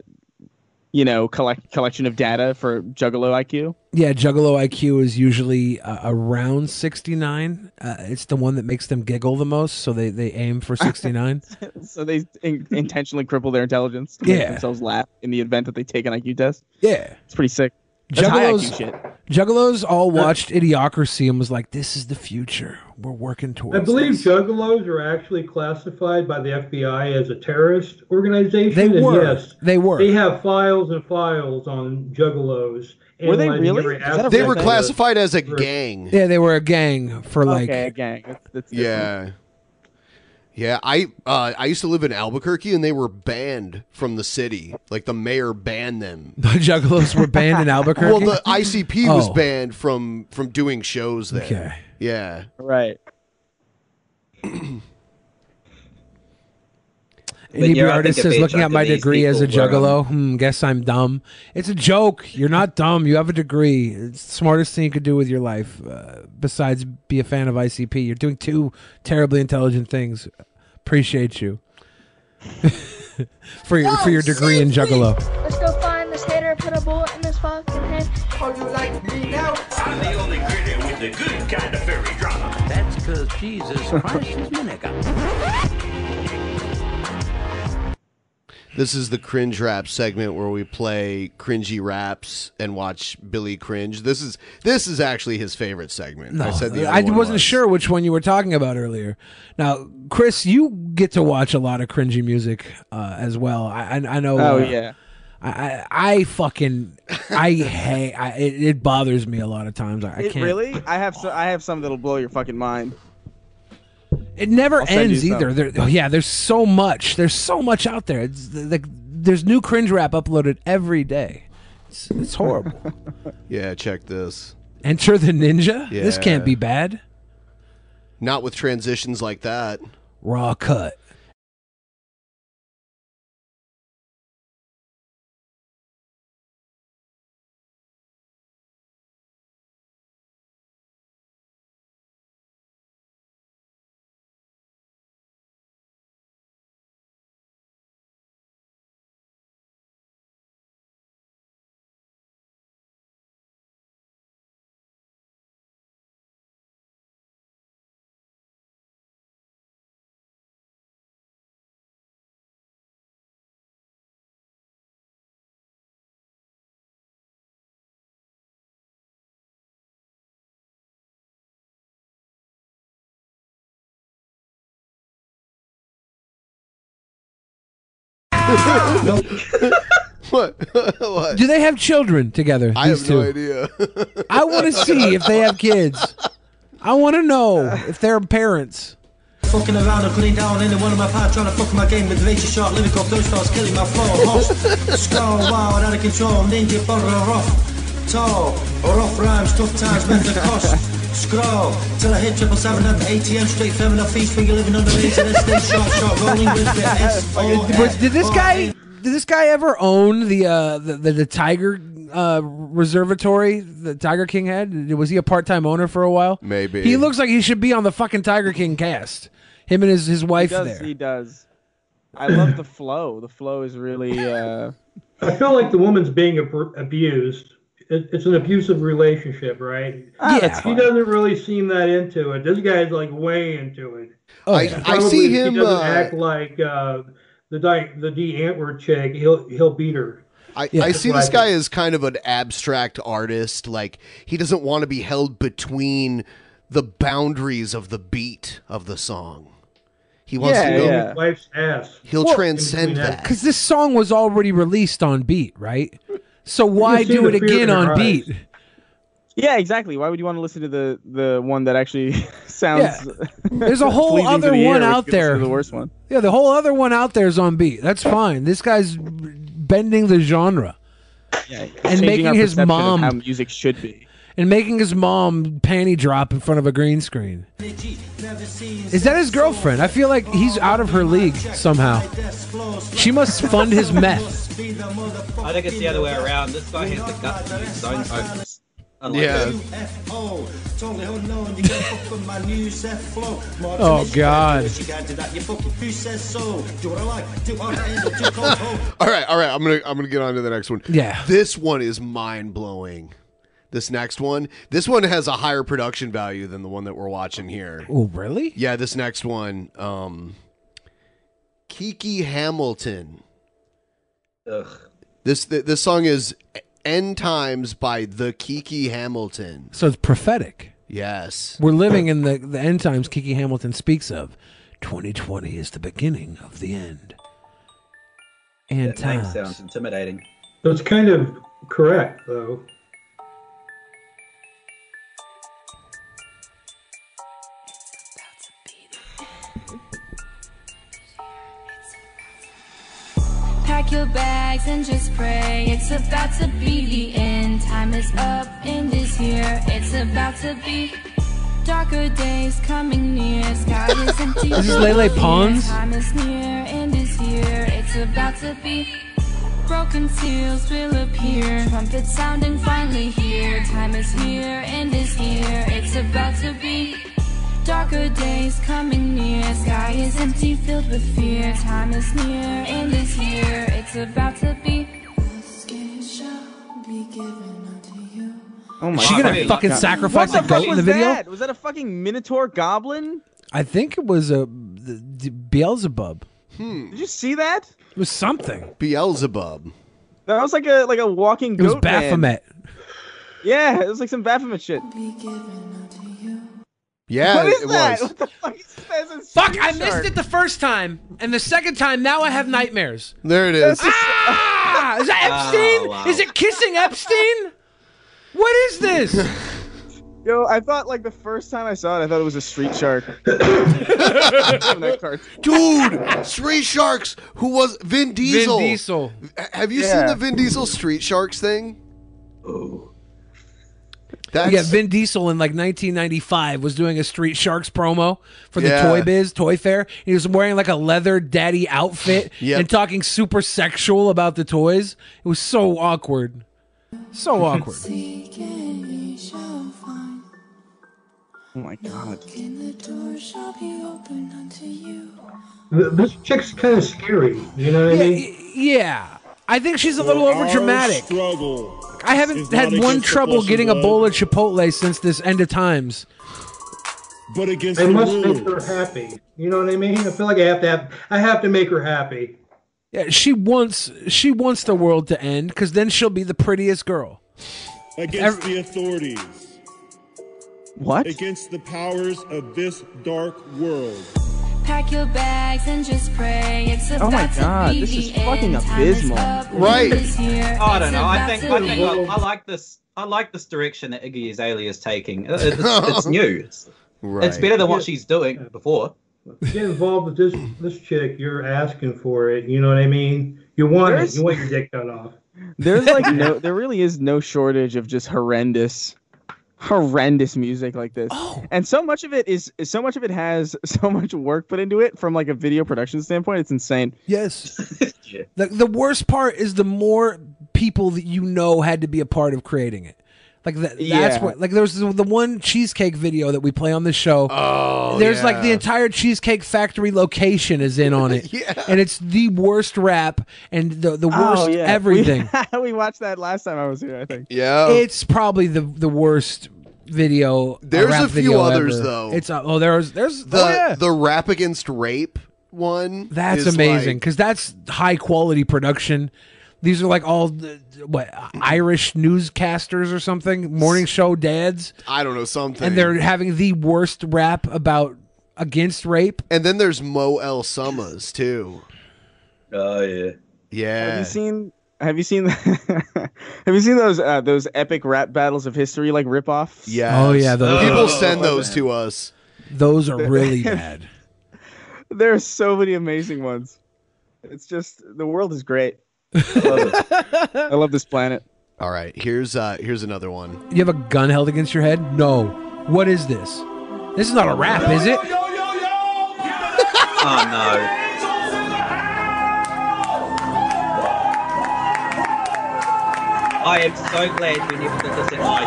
you know, collect collection of data for Juggalo IQ.
Yeah, Juggalo IQ is usually uh, around 69. Uh, it's the one that makes them giggle the most, so they, they aim for 69.
So they in- intentionally cripple their intelligence to
Yeah.
make themselves laugh in the event that they take an IQ test.
Yeah.
It's pretty sick. That's high IQ shit.
Juggalos, Juggalos all watched Idiocracy and was like, this is the future. We're working towards
I believe
this."
juggalos are actually classified by the FBI as a terrorist organization.
They
and
were.
Yes,
They were.
They have files and files on juggalos.
Were they
analyzing
really?
every
Is that a
aspect
They were
of the-
classified as a gang.
Yeah, they were a gang for like.
Okay,
gang.
yeah. Yeah, I uh, I used to live in Albuquerque and they were banned from the city. Like the mayor banned them.
The Juggalos were banned in Albuquerque.
Well, the ICP was
Oh.
banned from from doing shows there.
Okay.
Yeah.
Right.
But
Any
you're- I
artist
think if
is
they
looking at my
attracted these
degree as a
people, we're,
juggalo. Hmm, guess I'm dumb. It's a joke. You're not dumb. You have a degree. It's the smartest thing you could do with your life, uh, besides be a fan of ICP. You're doing two terribly intelligent things. Appreciate you for your for your degree in juggalo.
Let's go find this hater and put a bullet in his fucking head. Oh, you like me now?
I'm the only critter with the good kind of fairy drama. That's because Jesus Christ is
This is the cringe rap segment where we play cringy raps and watch Billy cringe. This is this is actually his favorite segment.
No,
I
I,
said the other one
wasn't
was.
sure which one you were talking about earlier. Now, Chris, you get to watch a lot of cringy music uh, as well. I, I, I know.
Oh,
uh,
yeah.
I, I, I fucking I hate. I, it, it bothers me a lot of times. I, I
It
can't.
really? I have so I have some that'll blow your fucking mind.
It never
I'll send you
ends either.
some.
There, oh, yeah, there's so much. There's so much out there. It's th- like there's new cringe rap uploaded every day. It's, it's horrible.
Yeah, check this.
Enter the Ninja. This can't be
Yeah.
bad.
Not with transitions like that.
Raw cut.
what? what?
Do they have children together?
I
these
have no
two?
idea.
I want to see if they have kids. I want to know if they're parents.
Fucking around and playing down into one of my pad trying to fuck my game with nature sharp lyrical flow starts killing my flow host skull wild out of control ninja butter rough tall rough rhymes tough times meant the cost scroll till I hit triple seven at the ATM straight feminine feast when you're living under the internet stay sharp sharp rolling with the S O
But did this guy? Did this guy ever own the uh, the, the the tiger uh, reservatory? The Tiger King had. Was he a part time owner for a while?
Maybe.
He looks like he should be on the fucking Tiger King cast. Him and his his wife
he does,
there.
He does. I love the flow. The flow is really. Uh,
I feel like the woman's being ab- abused. It, it's an abusive relationship, right?
Ah, that's
She doesn't really seem that into it. This guy's like way into it.
Oh, I-
And
I
probably
see
if
him,
He doesn't
uh,
act like uh, the di- the D Antwoord chick. He'll he'll beat her.
I,
Yeah.
I see
That's
this
what I
guy as kind of an abstract artist. Like he doesn't want to be held between the boundaries of the beat of the song. He wants to go.
His Wife's ass.
He'll
Well,
transcend that.
Because this song was already released on beat, right? So why
can see
do it
the fear in
again
her
on
eyes.
beat?
yeah, exactly. Why would you want to listen to the the one that actually sounds?
There's a whole
pleasing to
other
the ear,
one
which
out
could listen
there.
to The worst one.
Yeah, the whole other one out there is on beat. That's fine. This guy's bending the genre.
Yeah,
And
changing
making
our
his
perception of
mom-
how music should be.
and making his mom panty drop in front of a green screen. Is that his girlfriend? I feel like he's out of her league somehow. She must fund his meth.
I think it's the other way around. This guy has the guts to use his own vocals. I like
Yeah.
it.
UFO. Totally unknown. You gotta fuck with my news F flow. More
Oh,
optimistic,
God.
You can't do that. You fucking who says so? Do what I like. Do what I handle. Do cold home.
All right, all right. I'm gonna I'm gonna get on to the next one.
Yeah.
This one is mind blowing. This next one. This one has a higher production value than the one that we're watching here.
Oh, really?
Yeah, this next one. Um Kiki Hamilton.
Ugh.
This th- this song is End Times by the Kiki Hamilton.
So it's prophetic.
Yes.
We're living in the, the end times Kiki Hamilton speaks of. 2020 is the beginning of the end. And
That name
times.
sounds intimidating.
That's kind of correct, though.
Pack your bags and just pray. It's about to be the end. Time is up in this year. It's about to be darker days coming near. Sky is empty.
This is Lele Pons?
Time is near in this year. It's about to be. Broken seals will appear. Trumpets sounding finally here. Time is here in this year. It's about to be. Darker days coming near. Sky is empty, filled with fear. Time is near, and this year it's about to be.
Oh my
Is she gonna
God.
fucking
God.
sacrifice
what
a
the
goat
fuck
in
was
the video?
That? Was that a fucking minotaur goblin?
I think it was a the, the Beelzebub.
Hmm. Did you see that?
It was something.
Beelzebub.
That was like a like a walking.
It was
goat man.
Baphomet.
Yeah, it was like some Baphomet shit.
Yeah,
What is
it
that?
was.
What the fuck is that? That's a
Fuck!
sea
I missed
shark.
it the first time, and the second time now I have nightmares.
There it is.
Ah! Is that Epstein?
Oh, wow.
Is it kissing Epstein? What is this?
Yo, I thought like the first time I saw it, I thought it was a street shark. that card.
Dude, Street Sharks. Who was Vin Diesel?
Diesel.
H- Have you
Yeah. Oh.
seen the Vin Diesel Street Sharks thing?
Yeah,
That's-
Vin Diesel in like 1995 was doing a Street Sharks promo for the
Yeah.
Toy Biz Toy Fair. He was wearing like a leather daddy outfit
Yep.
and talking super sexual about the toys. It was so awkward. So awkward.
Oh my god.
Th- This chick's kind of scary. You know what I mean?
Yeah. I think she's a little over dramatic. I haven't had one trouble getting a bowl of Chipotle since this end of times.
But against
I must make her happy. You know what I mean? I feel like I have to have. I have to make her happy.
Yeah, she wants she wants the world to end because then she'll be the prettiest girl.
against the authorities.
What?
Against the powers of this dark world.
Pack your bags and just pray. It's about
Oh my God,
to be
this
the
is
end.
fucking
Time
abysmal.
is up in
Right.
this year.
Oh, I don't
It's
know. I
about
think
to
I, think I,
be.
I like this. I like this direction that Iggy Azalea is taking. It- It's, it's new. It's, it's
Right.
better than what she's doing before.
Get involved with this this chick. You're asking for it. You know what I mean? You want
There's-
it. You want your dick cut off.
There's like no, there really is no shortage of just horrendous, horrendous music like this.
Oh.
And so much of it is, so much of it has so much work put into it from like a video production standpoint. It's insane.
Yes. The, the worst part is the more people that you know had to be a part of creating it. Like that, that's
Yeah.
what. Like there was the the one cheesecake video that we play on the show.
Oh,
there's like the
yeah.
entire cheesecake factory location is in on it. yeah, and it's the worst rap and the the worst
Oh, yeah.
everything.
We, we watched that last time I was here. I think.
Yeah.
It's probably the the worst video. uh,
There's
rap
a few
video
others,
ever.
though.
It's uh, oh there's there's
the
oh, yeah.
the rap against rape one.
That's
is
amazing
like-
because that's high quality production. These are like all the- what Irish newscasters or something, morning show dads,
I don't know something.
and they're having the worst rap about against rape.
And then there's Mo El Summers too.
Oh yeah.
Yeah.
Have you seen? Have you seen? have you seen those uh, those epic rap battles of history like ripoffs?
Yeah.
Oh, yeah, those-
People
Oh,
send
my
those
bad.
to us.
Those are really bad.
There are so many amazing ones. It's just the world is great. I love this planet.
All right, here's uh here's another one.
You have a gun held against your head? No. What is this? This is not a rap, is it?
Oh no. I am so glad we never did this at my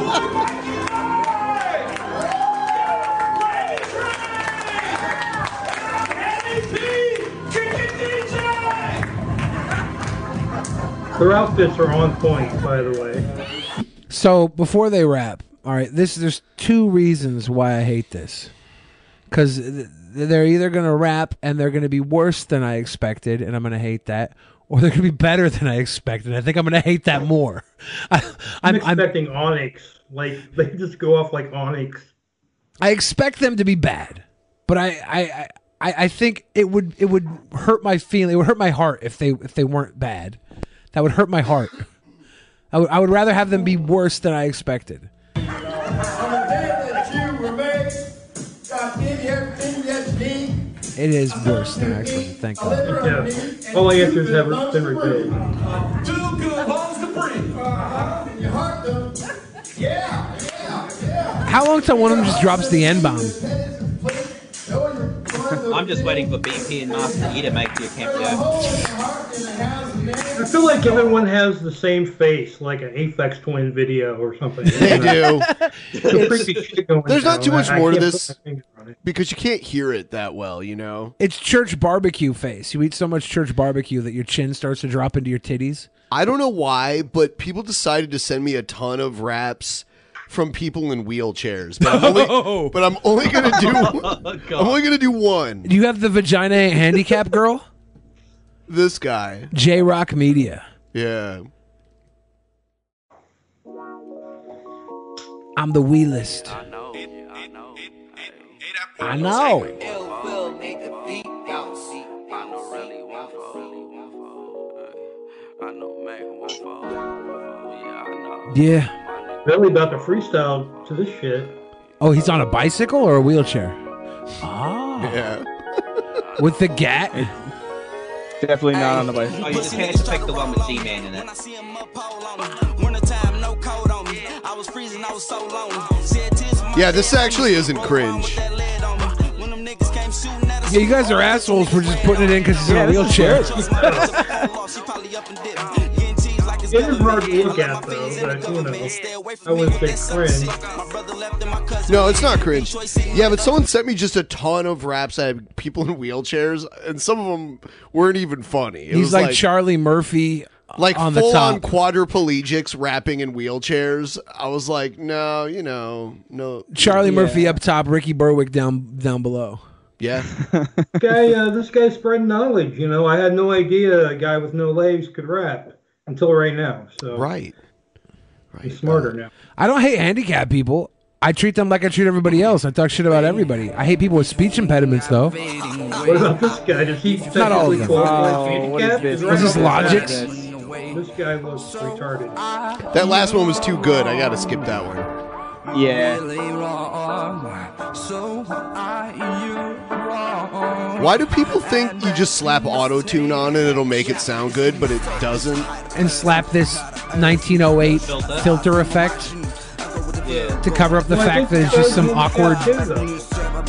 church.
Their outfits are on point, by the way.
So before they wrap, all right, this there's two reasons why I hate this, because they're either gonna wrap and they're gonna be worse than I expected, and I'm gonna hate that, or they're gonna be better than I expected. I think I'm gonna hate that more. I,
I'm,
I'm, I'm
expecting Onyx. Like they just go off like Onyx.
I expect them to be bad, but I I. I I I think it would it would hurt my feeling. It would hurt my heart if they if they weren't bad. That would hurt my heart. I would, I would rather have them be worse than I expected.
On the day that you were made, God gave you everything that you need.
It is worse than I expected. Thank God.
Yeah. All the answers have been repeated.
Two good balls to bring. Uh-huh. And your heart done. Yeah, yeah, yeah.
How long till one of them just drops the N bomb?
I'm just waiting for BP and Master E to make their cameo.
I feel like everyone has the same face, like an Aphex Twin video or something.
They do.
Some creepy shit going
There's not
down.
too much
I- I
more to
can't
this
put my finger on it.
because you can't hear it that well, you know.
It's church barbecue face. You eat so much church barbecue that your chin starts to drop into your titties.
I don't know why, but people decided to send me a ton of raps from people in wheelchairs. But I'm only, but I'm only gonna do
Oh,
I'm only gonna do one.
Do you have the vagina handicap girl?
This guy.
J Rock Media.
Yeah.
I'm the wheelist. I know. I know. Yeah.
Really about to freestyle to this shit.
Oh, he's on a bicycle or a wheelchair? Ah.
Yeah.
With the gat?
Definitely not on the
Oh,
way.
you just had to pick the one with G-Man in it.
Yeah, this actually isn't cringe.
Yeah, you guys are assholes for just putting it in because he's in a wheelchair.
It is hard to look at though, but you know, I wouldn't say cringe.
No, it's not cringe. Yeah, but someone sent me just a ton of raps that had people in wheelchairs, and some of them weren't even funny. It
he's
was
like,
like,
Charlie Murphy
like
on the
full
top.
on quadriplegics rapping in wheelchairs. I was like, no, you know, no.
Charlie
Yeah.
Murphy up top, Ricky Berwick down down below.
Yeah.
This guy, uh, this guy spread knowledge. You know, I had no idea a guy with no legs could rap until right now. So
right,
he's smarter now.
I don't hate handicapped people. I treat them like I treat everybody else. I talk shit about everybody. I hate people with speech impediments, though.
What about this guy? Does he
Not all of them.
technically qualify
Oh, what is this? Is
as handicapped? Is that what
this
it
Logic's?
is? This guy looks retarded.
That last one was too good. I gotta skip that one. Why do people think you just slap auto tune on and it'll make it sound good, but it doesn't?
And slap this 1908 filter effect to cover up the
Well, I
fact that
think
it's just some
those-
awkward.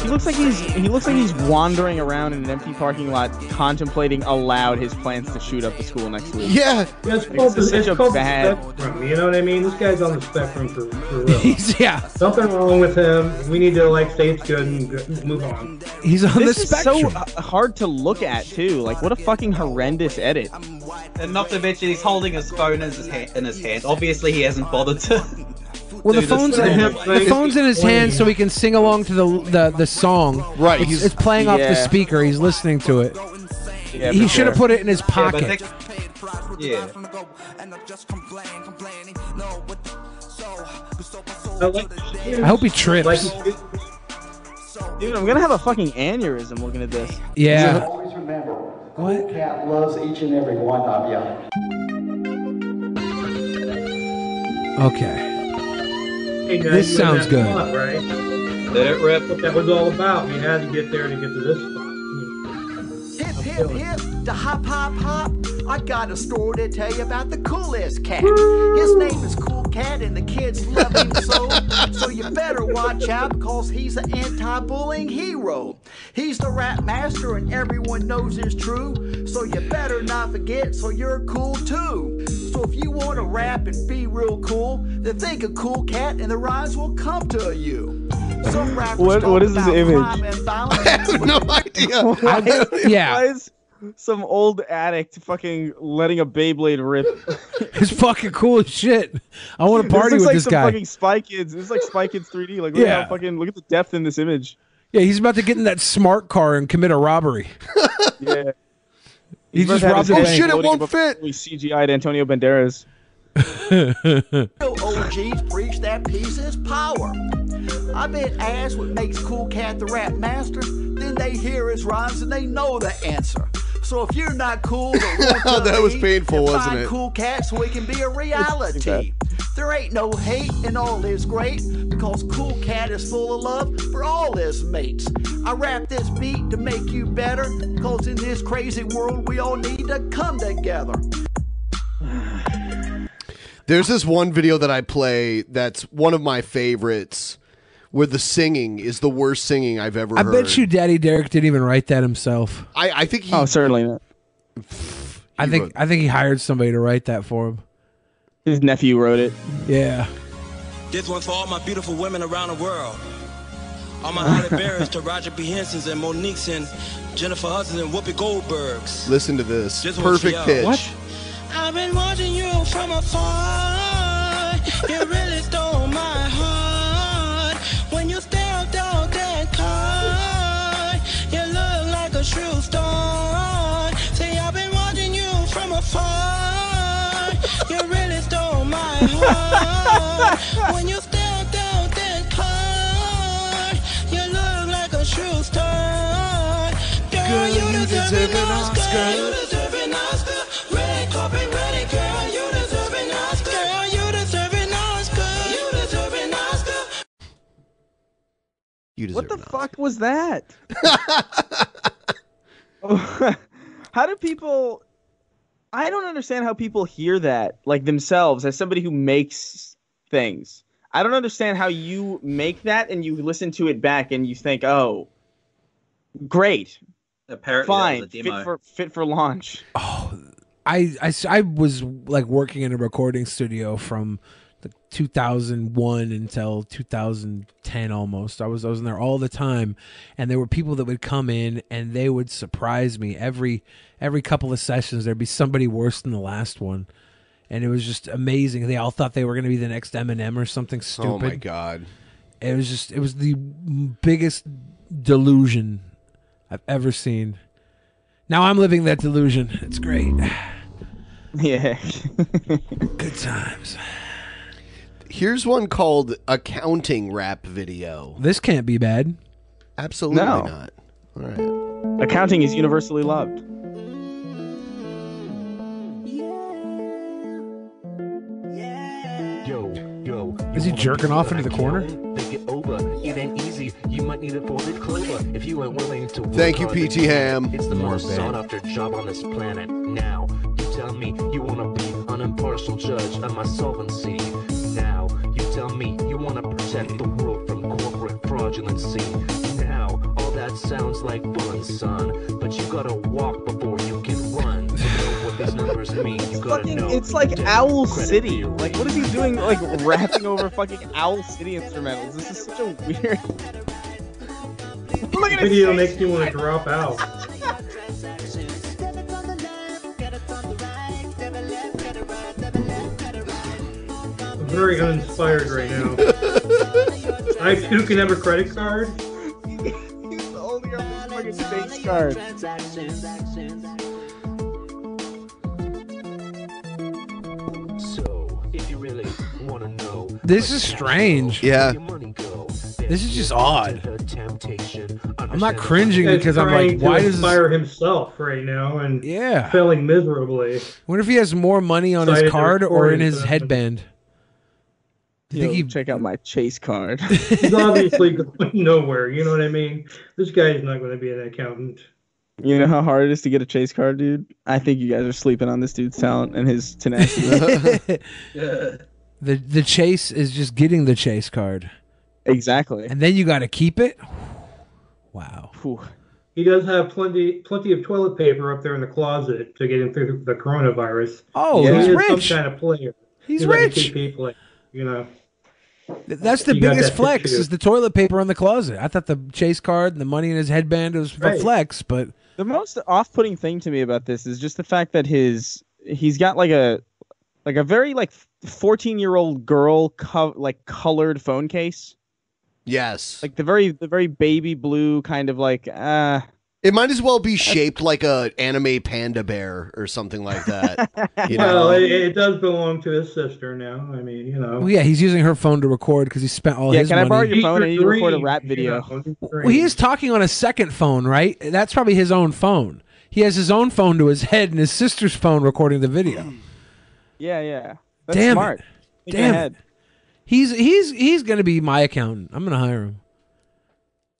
He looks like he's he looks like he's wandering around in an empty parking lot, contemplating aloud his plans to shoot up the school next week.
Yeah,
It's
It's
called,
just
the,
such
it's
a
called
bad.
the spectrum. You know what I mean? This guy's on the spectrum for, for real.
He's yeah.
Nothing wrong with him. We need to like say it's good and go- move on.
He's on
this
the
is
spectrum.
so uh, hard to look at too. Like, what a fucking horrendous edit.
And not to mention, he's holding his phone in his, hand, in his hand. Obviously, he hasn't bothered to.
Well, the
do this
phone's in,
normal way.
the phone's in his hand, so he can sing along to the the, the song.
Right,
it's,
he's-
it's playing off the
yeah.
speaker. He's listening to it.
Yeah,
he
for
should have
sure.
put it in his
Yeah, but
pocket.
that-
Yeah.
I, like,
I hope he trips.
Dude, I'm gonna have a fucking aneurysm looking at this.
Yeah.
Always remember, what? Cat loves each and every one of you.
Okay.
Hey, guys,
This
you
sounds
had that
good.
spot, right? Let it rip. What that was all about. We had to get there to get to this spot.
Hip, hip, hip, the hop, hop, hop. I got a story to tell you about the coolest cat. His name is Cool Cat, and the kids love him so. So you better watch out because he's an anti-bullying hero. He's the rap master, and everyone knows it's true. So you better not forget, so you're cool too. So if you want to rap and be real cool, then think of Cool Cat, and the rhymes will come to you. Some rappers
What- what
talk
is this
about
image?
crime and violence.
Why-
yeah.
Why is some old addict fucking letting a Beyblade rip?
It's fucking cool as shit. I want to
This
party
looks
with
like
this
some
guy.
Fucking Spy Kids. It's like Spy Kids 3D. Like, look
Yeah.
at how fucking look at the depth in this image.
Yeah, he's about to get in that smart car and commit a robbery.
Yeah.
He just robbed a bank.
fit. We CGI'd Antonio Banderas.
Real OGs preach that peace is power. I've been asked what makes Cool Cat the rap master. Then they hear his rhymes and they know the answer. So if you're not cool, or want to
That was
be, then
painful, wasn't
find
it?
Cool Cat so it can be a reality.
bad.
There ain't no hate and all is great because Cool Cat is full of love for all his mates. I rap this beat to make you better because in this crazy world we all need to come together.
There's this one video that I play that's one of my favorites where the singing is the worst singing I've ever
I
heard.
bet you Daddy Derek didn't even write that himself.
I, I think he.
Oh, certainly not.
I think I think he hired somebody to write that for him.
His nephew wrote it.
Yeah.
This one's for all my beautiful women around the world. All my Halle Berrys to Roger B. Henson's and Monique's and Jennifer Hudson's and Whoopi Goldberg's.
Listen to this.
This one's for
Perfect
y'all.
pitch.
I've been watching you from afar. You really stole my heart. When you stepped out that car, you look like a true star. Say, I've been watching you from afar. You really stole my heart. When you stepped out that car, you look like a true star. Girl, you deserve an Oscar. You deserve an Oscar. Red carpet ready, girl. You deserve an Oscar. Girl, you deserve an Oscar. You deserve an Oscar.
You
deserve what the fuck was that? how do people? I don't understand how people hear that like themselves as somebody who makes things. I don't understand how you make that and you listen to it back and you think, oh, great,
Apparently,
fine,
that was a demo.
fit for fit for launch.
I, I s- I was like working in a recording studio from like 2001 until 2010 almost. I was I was in there all the time, and there were people that would come in and they would surprise me every every couple of sessions. There'd be somebody worse than the last one, and it was just amazing. They all thought they were going to be the next Eminem or something stupid.
Oh my god!
It was just it was the biggest delusion I've ever seen. Now I'm living that delusion. It's great.
Yeah.
Good times.
Here's one called Accounting Rap Video.
This can't be bad.
Absolutely
No.
not. All right.
Accounting is universally loved.
Yo, yo.
Is he jerking off into the corner?
Think it over. It ain't easy. You might need a folded clover if you ain't willing to. Work
Thank you,
hard to
PT
get it.
Ham.
It's the
More
most
bad.
sought after job on this planet. Now, you tell me you wanna be an impartial judge of my solvency. Now, you tell me you wanna protect the world from corporate fraudulency. Now, all that sounds like fun, son, but you gotta walk before you can run. To know what these numbers mean, you gotta
fucking-
know.
it's like Owl City. Like, what is he doing? Like rapping over fucking Owl City instrumentals. This is such a weird. Look at his
Video
face.
makes me want to drop out. I'm very uninspired right now. I too can have a credit card.
Fucking face card.
So, if you really wanna know
This is strange.
Yeah.
This is just odd.
the temptation,
I'm not cringing
He's
because I'm
trying
like,
to
why does this...
inspire himself right now and
Yeah.
failing miserably?
wonder if he has more money on
Sorry,
his
it's a
card or
recording,
in his
so-
headband?
Yo, check out my Chase card.
He's obviously going nowhere. You know what I mean? This guy's not going to be an accountant.
You know how hard it is to get a chase car, dude? I think you guys are sleeping on this dude's talent and his tenacity.
the the chase is just getting the chase card.
Exactly.
And then you got to keep it.
He does have plenty plenty of toilet paper up there in the closet to get him through the coronavirus.
Oh,
So he
he's
is
rich.
Some kind of player.
He's
like a
rich.
key people, like, you know.
Th- That's the
You got
biggest
that
flex
picture.
is the toilet paper in the closet. I thought the chase card and the money in his headband was a
Right.
flex, but
the most off-putting thing to me about this is just the fact that his he's got like a like a very like 14-year-old girl co- like colored phone case.
Yes.
Like the very the very baby blue kind of like uh
It might as well be shaped like a anime panda bear or something like that. you know?
Well, it, it does belong to his sister now. I mean, you know.
well, yeah, he's using her phone to record because he spent all his money.
rap video?
Well, he is talking on a second phone, right? That's probably his own phone. He has his own phone to his head and his sister's phone recording the video.
Yeah, yeah. That's
Damn
smart.
it!
Think
Damn
ahead.
it! He's he's he's gonna be my accountant. I'm gonna hire him.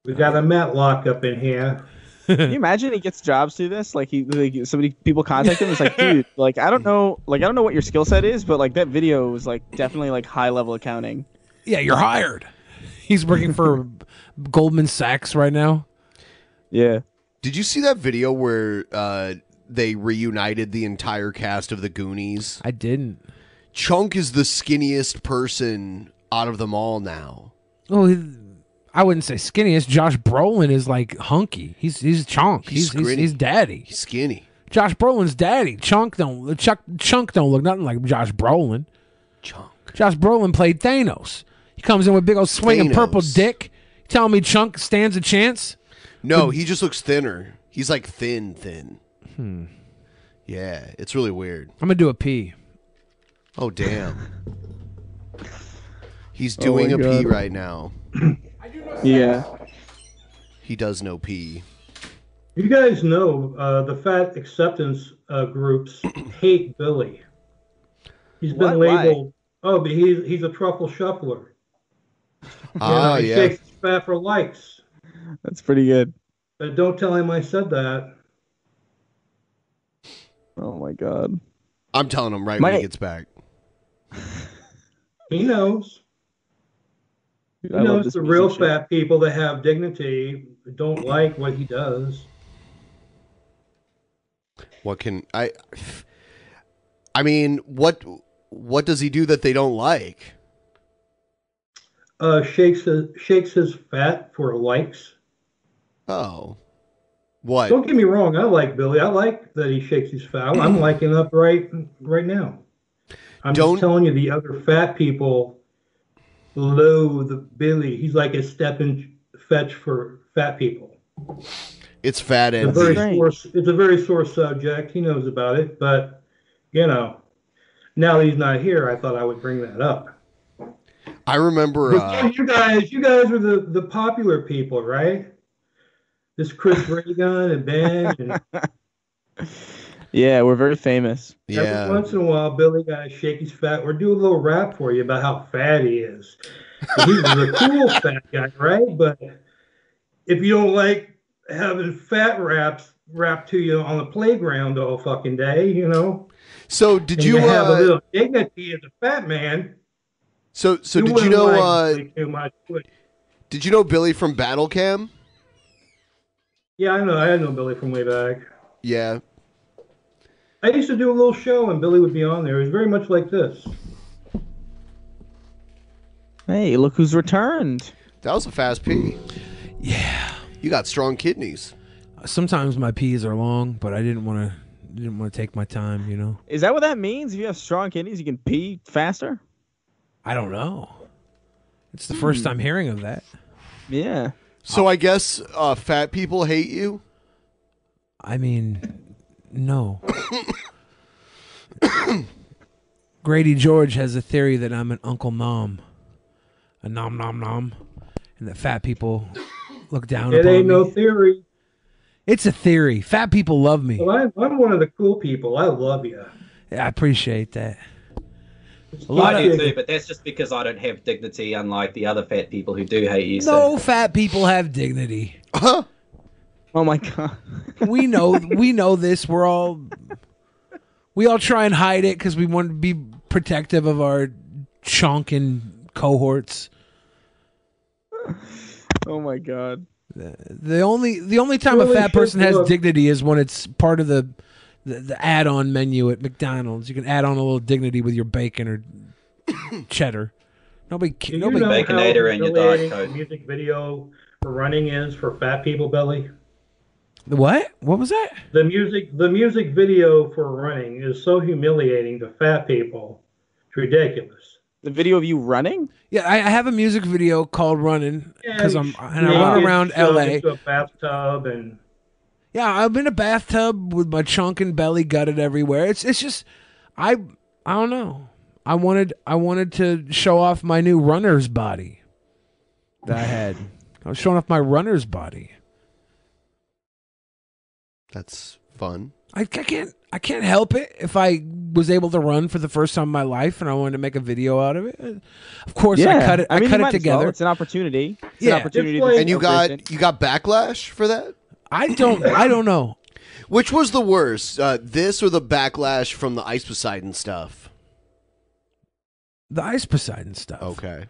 We got a Matlock up in here.
Can you imagine he gets jobs through this? Like he, like somebody, people contact him. It's like, dude, like I don't know, like I don't know what your skill set is, but like that video was like definitely like high level accounting.
Yeah, you're hired. He's working for Goldman Sachs right now.
Yeah.
Did you see that video where uh, they reunited the entire cast of the Goonies?
I didn't.
Chunk is the skinniest person out of them all now.
Oh, he- I wouldn't say skinniest. Josh Brolin is like hunky. He's he's chonk.
He's
He's he's, he's,
skinny.
daddy.
He's skinny.
Josh Brolin's daddy. Chunk don't Chuck Chunk don't look nothing like Josh Brolin.
Chunk.
Josh Brolin played Thanos. He comes in with big old swinging purple
Thanos.
dick. You telling me Chunk stands a chance?
No,
The-
he just looks thinner. He's like thin, thin.
Hmm.
Yeah, it's really weird.
I'm gonna do a pee.
Oh damn. He's
Oh
doing
my
a pee
God.
right now.
yeah.
He does no pee.
You guys know uh, the fat acceptance uh, groups hate Billy. He's been
What? Why?
labeled. Oh, but he's he's a truffle shuffler.
Ah,
he
yeah.
shakes his fat for likes.
That's pretty good.
But don't tell him I said that.
Oh my god.
I'm telling him right when
My-
he gets back.
He knows. He
I love
knows
this
the
piece
real
of shit.
fat people that have dignity don't like what he does.
What can I? I mean, what what does he do that they don't like?
Uh, shakes his, shakes his fat for likes.
Oh, what?
Don't get me wrong. I like Billy. I like that he shakes his fat. I'm liking up right right now. I'm
Don't-
just telling you, the other fat people loathe Billy. He's like a step and fetch for fat people.
It's fat
It's a
and
very sore, it's a very sore subject. He knows about it, but you know, now that he's not here, I thought I would bring that up.
I remember.
But
Uh,
still, you guys, you guys were the, the popular people, right? This Chris Reagan and Ben, and
Yeah, we're very famous.
every once in a while, Billy got to shake his fat or do a little rap for you about how fat he is. He was a cool fat guy, right? But if you don't like having fat raps rap to you on the playground all fucking day, you know,
so did
and
you?
have
uh,
a little dignity as a fat man?
so so
you
did you
wouldn't
know?
like
Uh,
Billy too much, would you?
did you know Billy from Battle Cam?
yeah, I know. I know Billy from way back.
Yeah.
I used to do a little show and Billy would be on there. It was very much like this.
Hey, look who's returned.
That was a fast pee.
Yeah.
You got strong kidneys.
Sometimes my peas are long, but I didn't want to didn't want to take my time. You know.
Is that what that means? If you have strong kidneys, you can pee faster.
I don't know. It's the first
Hmm.
time hearing of that.
Yeah.
So I guess uh, fat people hate you.
I mean, no. Grady George has a theory that I'm an Uncle Nom, a nom nom nom, and that fat people look down
it
upon
ain't
me.
no theory.
It's a theory. Fat people love me.
Well, I'm, I'm one of the cool people. I love you.
I appreciate that. A
I
lot
do
of
too, but that's just because I don't have dignity, unlike the other fat people who do hate you. so-
no fat people have dignity.
Oh my god.
we know we know this. We're all we all try and hide it because we want to be protective of our chunk and cohorts.
Oh my god.
The only the only time
Really
a fat person
shook
has
up.
dignity is when it's part of the the, the add on menu at McDonald's. You can add on a little dignity with your bacon or cheddar. Nobody, ca-
Do you
nobody
know how
Baconator and your
humiliating
Diet Coke.
Music video for running is for fat people, Billy.
The What? What was that?
The music, the music video for running is so humiliating to fat people. It's ridiculous.
The video of you running?
Yeah, I, I have a music video called "Running" because I'm and I run
Naked,
around
shoved
L.A.
into uh, a bathtub and
Yeah, I'm in a bathtub with my chunk and belly gutted everywhere. It's it's just I I don't know. I wanted I wanted to show off my new runner's body that I had. I was showing off my runner's body.
That's fun.
I, I can't I can't help it if I was able to run for the first time in my life and I wanted to make a video out of it. Of course, I cut it. I,
mean, you
cut
might
it
as well.
together.
It's an opportunity. It's
Yeah.
an opportunity. to-
and you got you got backlash for that.
I don't. I don't know.
Which was the worst, uh, this or the backlash from the Ice Poseidon stuff?
The Ice Poseidon stuff.
Okay.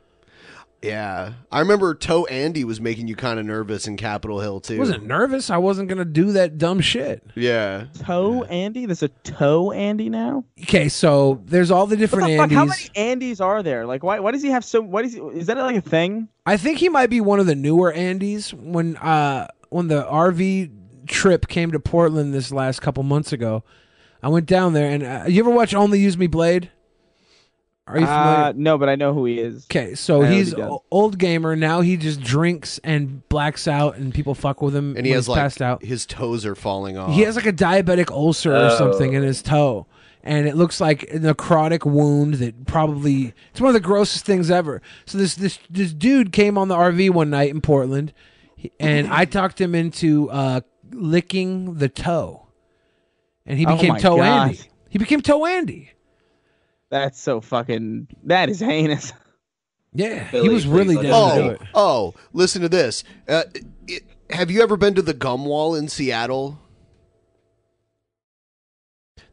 Yeah, I remember Toe Andy was making you kind of nervous in Capitol Hill too.
I wasn't nervous. I wasn't gonna do that dumb shit.
Yeah.
Toe Andy? There's a toe Andy now?
Okay, so there's all the different
What the fuck?
Andys.
How many Andys are there? Like, why? Why does he have so? Why does he? Is that like a thing?
I think he might be one of the newer Andes when uh when the RV trip came to Portland this last couple months ago. I went down there and uh, you ever watch Only Use Me Blade? Are you familiar?
Uh, no, but I know who he is.
Okay, so
I know
he's
what he does.
o- old gamer now. He just drinks and blacks out, and people fuck with him.
And he
when
has
he's
like
passed out.
his toes are falling off.
He has like a diabetic ulcer or
Oh.
something in his toe. And it looks like a necrotic wound that probably it's one of the grossest things ever. So this this this dude came on the RV one night in Portland he- and I talked him into uh, licking the toe. And he
Oh
became
my
toe
God.
Andy. He became toe Andy.
That's so fucking. That is heinous.
Yeah,
Billy, was
really
please let
down
us
to
know.
do it.
Oh, listen to this. Uh, it, have you ever been to the Gum Wall in Seattle?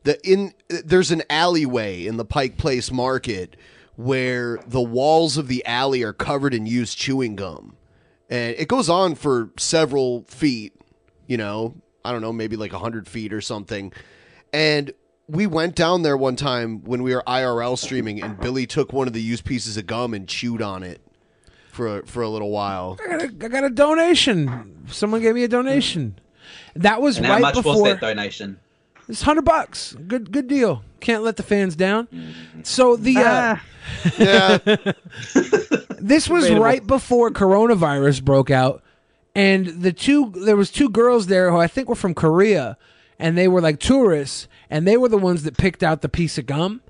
The in there's an alleyway in the Pike Place Market where the walls of the alley are covered in used chewing gum, and it goes on for several feet. You know, I don't know, maybe like hundred feet or something. And we went down there one time when we were IRL streaming, and Billy took one of the used pieces of gum and chewed on it for for a little while.
I got a, I got a donation. Someone gave me a donation. That was
And
right
how much
before
was that donation?
It's hundred bucks. Good good deal. Can't let the fans down. So the uh, this was
Debatable.
right before coronavirus broke out, and the two there was two girls there who I think were from Korea, and they were like tourists, and they were the ones that picked out the piece of gum.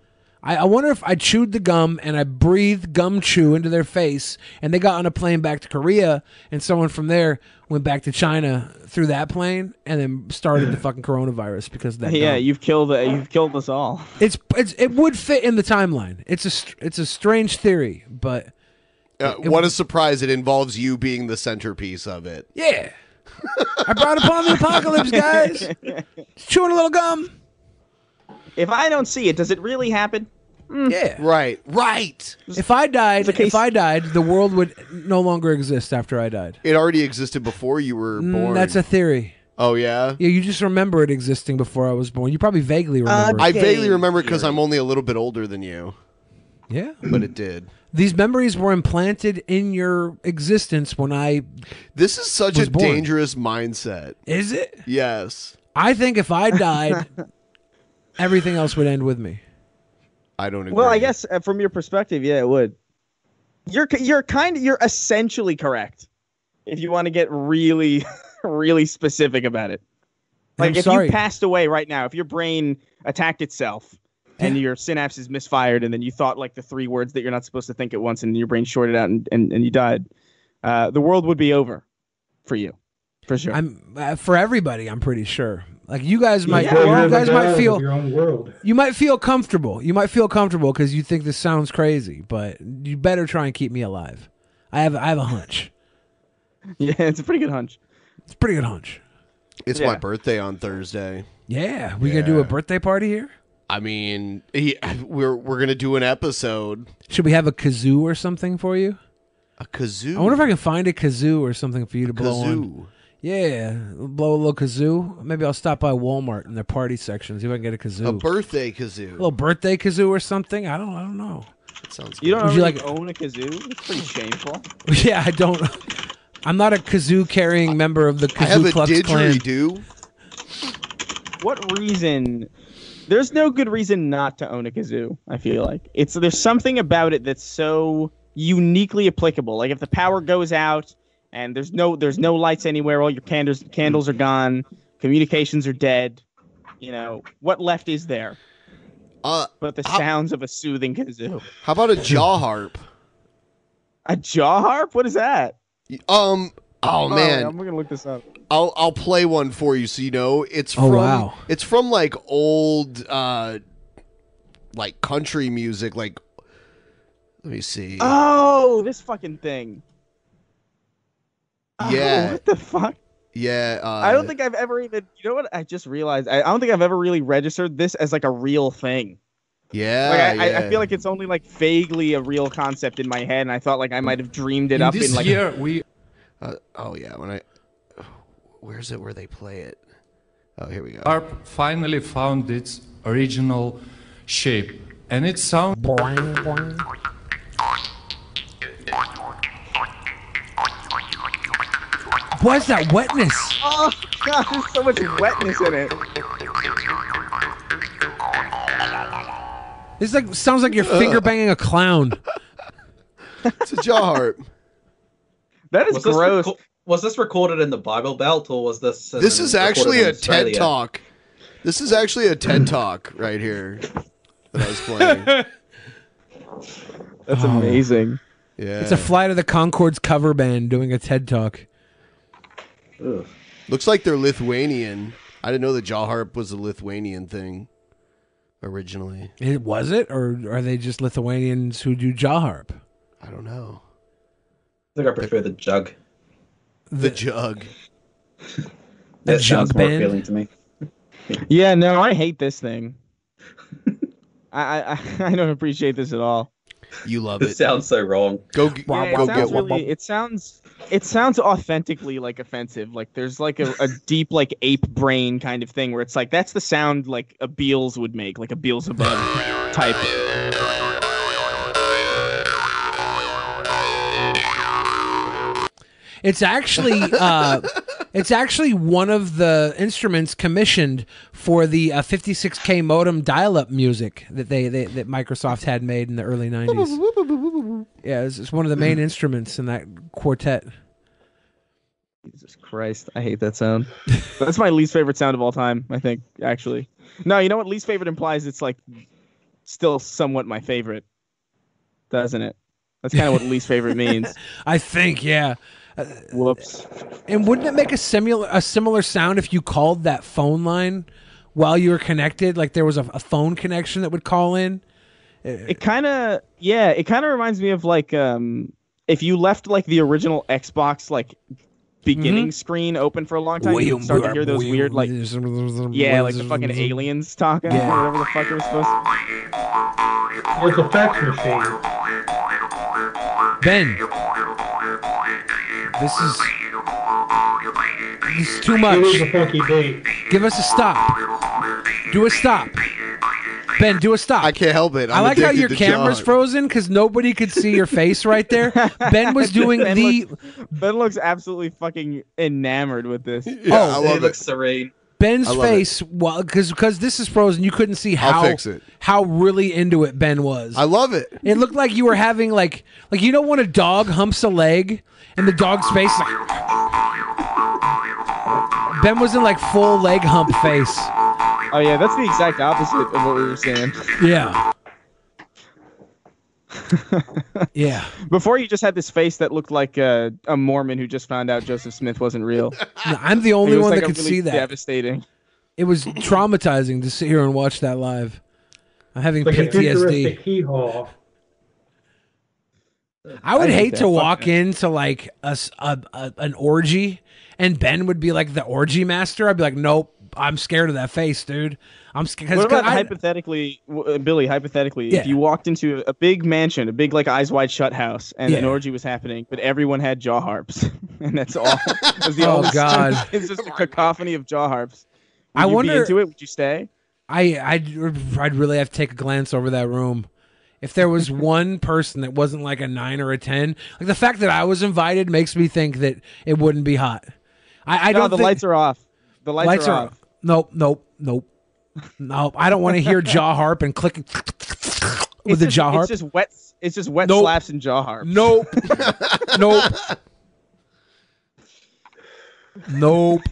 I, I wonder if I chewed the gum and I breathed gum chew into their face, and they got on a plane back to Korea, and someone from there went back to China through that plane, and then started the fucking coronavirus because of that.
yeah,
gum.
you've killed. Uh, you've killed us all.
It's it's it would fit in the timeline. It's a str- it's a strange theory, but
Uh, what a surprise! It involves you being the centerpiece of it.
yeah. I brought upon the apocalypse, guys. Chewing a little gum.
If I don't see it, does it really happen? Hmm.
Yeah.
Right. Right.
If I died, if I died, the world would no longer exist after I died.
It already existed before you were
Mm,
born.
that's a theory.
Oh yeah. Uh,
Yeah, you just remember it existing before I was born. You probably vaguely remember.
I
it.
vaguely remember because I'm only a little bit older than you.
Yeah.
But it did.
These memories were implanted in your existence when I.
This is such
was
a
born.
dangerous mindset.
Is it?
Yes.
I think if I died, everything else would end with me.
I don't agree.
Well, I guess uh, from your perspective, yeah, it would. You're c- you're kind of you're essentially correct. If you want to get really really specific about it, like
I'm
if
sorry.
you passed away right now, if your brain attacked itself and your synapses misfired, and then you thought like the three words that you're not supposed to think at once, and your brain shorted out and and, and you died, uh, the world would be over for you, for sure.
I'm uh, for everybody. I'm pretty sure. Like you guys might,
Yeah, you're
you guys
the god
might
of
feel
your own world.
You might feel comfortable. You might feel comfortable because you think this sounds crazy, but you better try and keep me alive. I have I have a hunch.
yeah, it's a pretty good hunch.
It's a pretty good hunch.
It's
Yeah.
my birthday on Thursday.
Yeah, we gonna do a birthday party here.
I mean, he, we're we're gonna do an episode.
Should we have a kazoo or something for you?
A kazoo.
I wonder if I can find a kazoo or something for you to blow
kazoo.
on. Yeah, blow a little kazoo. Maybe I'll stop by Walmart in their party section see if I can get a kazoo.
A birthday kazoo.
A little birthday kazoo or something. I don't. I don't know.
It sounds.
You don't
Would you
already
like-
own a kazoo? It's pretty shameful.
Yeah, I don't. I'm not a kazoo carrying member of the Kazoo
I have a
Klux Klan.
didgeridoo.
What reason? There's no good reason not to own a kazoo. I feel like it's there's something about it that's so uniquely applicable. Like if the power goes out and there's no there's no lights anywhere, all your candles candles are gone, communications are dead. You know what left is there?
Uh,
but the sounds of a soothing kazoo.
How about a jaw harp?
A jaw harp? What is that?
Um. Oh, man.
I'm gonna look this up.
I'll I'll play one for you so you know it's
Oh,
from
wow.
it's from like old uh like country music like let me see.
Oh, this fucking thing. Oh,
yeah.
what the fuck?
Yeah, uh,
I don't think I've ever even. You know what? I just realized. I, I don't think I've ever really registered this as like a real thing.
Yeah.
like I, I, I
yeah.
feel like it's only like vaguely a real concept in my head, and I thought like I might have dreamed it
In
up
this
in like.
year, we. Uh, oh yeah, when I where's it where they play it? Oh, here we go.
harp finally found its original shape and it sounds
What's that wetness?
Oh god, there's so much wetness in it.
This like sounds like you're finger banging a clown.
it's a jaw harp.
That
is
was this
gross.
reco- was this recorded in the Bible Belt or was this? in-
This is
recorded
actually
in
a TED
Australia?
Talk. This is actually a TED Talk right here that I was playing.
That's amazing.
Yeah.
Oh. It's a fly to the Concords cover band doing a TED talk.
Looks like they're Lithuanian. I didn't know the jaw harp was a Lithuanian thing originally.
It was it, or are they just Lithuanians who do jaw harp?
I don't know.
I think I prefer the jug.
The, jug.
That
The
sounds
jug
more
band?
appealing to me.
Yeah, no, I hate this thing. I, I- I I don't appreciate this at all.
You love
This sounds so wrong.
Go,
Yeah, it sounds really, it sounds it sounds authentically like offensive. Like there's like a, a deep like ape brain kind of thing where it's like that's the sound like a Beals would make, like a Beelzebub type.
It's actually uh, it's actually one of the instruments commissioned for the uh, 56k modem dial-up music that they, they that Microsoft had made in the early 90s. Yeah, it's, it's one of the main instruments in that quartet.
Jesus Christ, I hate that sound. that's my least favorite sound of all time. I think actually. No, you know what? Least favorite implies it's like still somewhat my favorite, doesn't it? That's kind of what least favorite means.
I think, yeah.
Whoops.
And wouldn't it make a similar a similar sound if you called that phone line while you were connected? Like there was a, a phone connection that would call in.
it kind of yeah it kind of reminds me of like um if you left like the original xbox like beginning
Mhm.
screen open for a long time you start to hear those weird like yeah like the fucking aliens talking
Yeah.
or whatever the fuck it was supposed to
it's a fax machine
Ben, this is this is too much.
It is a funky beat.
Give us a stop. Do a stop. Ben, do a stop. I
can't help it.
i
I'm
like how
addicted
your
to
camera's
John.
frozen because nobody could see your face right there. Ben was doing
Ben
the
looks- ben looks absolutely fucking enamored with this
Yeah, I love
It looks serene.
Oh. Ben's
I love it.
face, well, because because this is frozen, you couldn't see
I'll
how
fix it.
how really into it Ben was. I
love it.
It looked like you were having like like you know when a dog humps a leg and the dog's face is like Ben was in like full leg hump face.
oh yeah that's the exact opposite of what we were saying
Yeah. yeah
before you just had this face that looked like uh, a mormon who just found out joseph smith wasn't real
No, I'm the only
It was,
one
like,
that
a
could
really
see that.
devastating
It was traumatizing to sit here and watch that live. I'm having
It's like a
PTSD.
futuristic keyhole.
I would
I hate
hate
that.
to
Fuck
walk
that.
into like a, s- a- a- an orgy and Ben would be like the orgy master, I'd be like, nope, I'm scared of that face, dude. I'm scared.
What about hypothetically, w- uh, Billy? Hypothetically,
Yeah.
if you walked into a big mansion, a big like eyes wide shut house, and an
Yeah.
orgy was happening, but everyone had jaw harps, and that's all. That's the
Oh,
only-
God.
it's just a cacophony of jaw harps. Would
I
you be
wonder-
into it? Would you stay?
I I'd, I'd really have to take a glance over that room. If there was one person that wasn't like a nine or a ten, like the fact that I was invited makes me think that it wouldn't be hot. I, I
No,
don't.
The
think-
lights are off. The lights, are, off.
Nope, nope, nope, nope. I don't want to hear jaw harp and clicking with
It's
the
just-
jaw harp.
It's just wet. It's just wet
Nope.
slaps and jaw harps.
Nope. nope. Nope.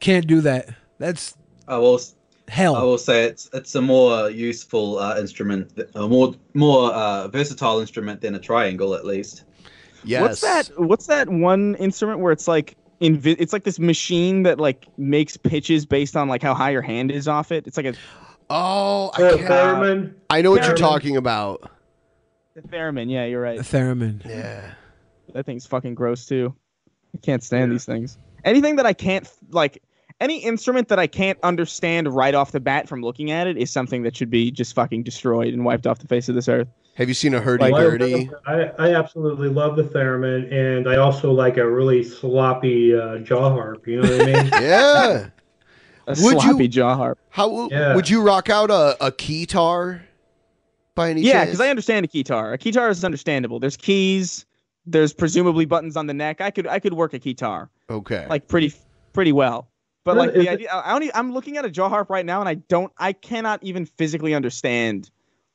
Can't do that. That's
I will. s-
Hell.
I will say it's it's a more useful uh, instrument, th- a more more uh, versatile instrument than a triangle, at least.
What's that? What's that one instrument where it's like invi- It's like this machine that like makes pitches based on like how high your hand is off it. It's like a.
Oh,
I Oh, can't- theremin.
I know what you're
Theremin.
talking about.
The theremin. Yeah, you're right.
The theremin.
Yeah.
That thing's fucking gross too. I can't stand these things. Anything that I can't like. Any instrument that I can't understand right off the bat from looking at it is something that should be just fucking destroyed and wiped off the face of this earth.
Have you seen a
I, I absolutely love the theremin, and I also like a really sloppy uh, jaw harp. You know what I mean?
yeah.
A
Would you-
sloppy jaw harp.
How
Yeah.
would you rock out a, a keytar by any
yeah,
chance?
because I understand a keytar. A keytar is understandable. There's keys. There's presumably buttons on the neck. I could I could work a keytar
Okay.
like pretty pretty well. But
Well,
like
is
the
it-
idea, I only, I'm looking at a jaw harp right now, and I don't, I cannot even physically understand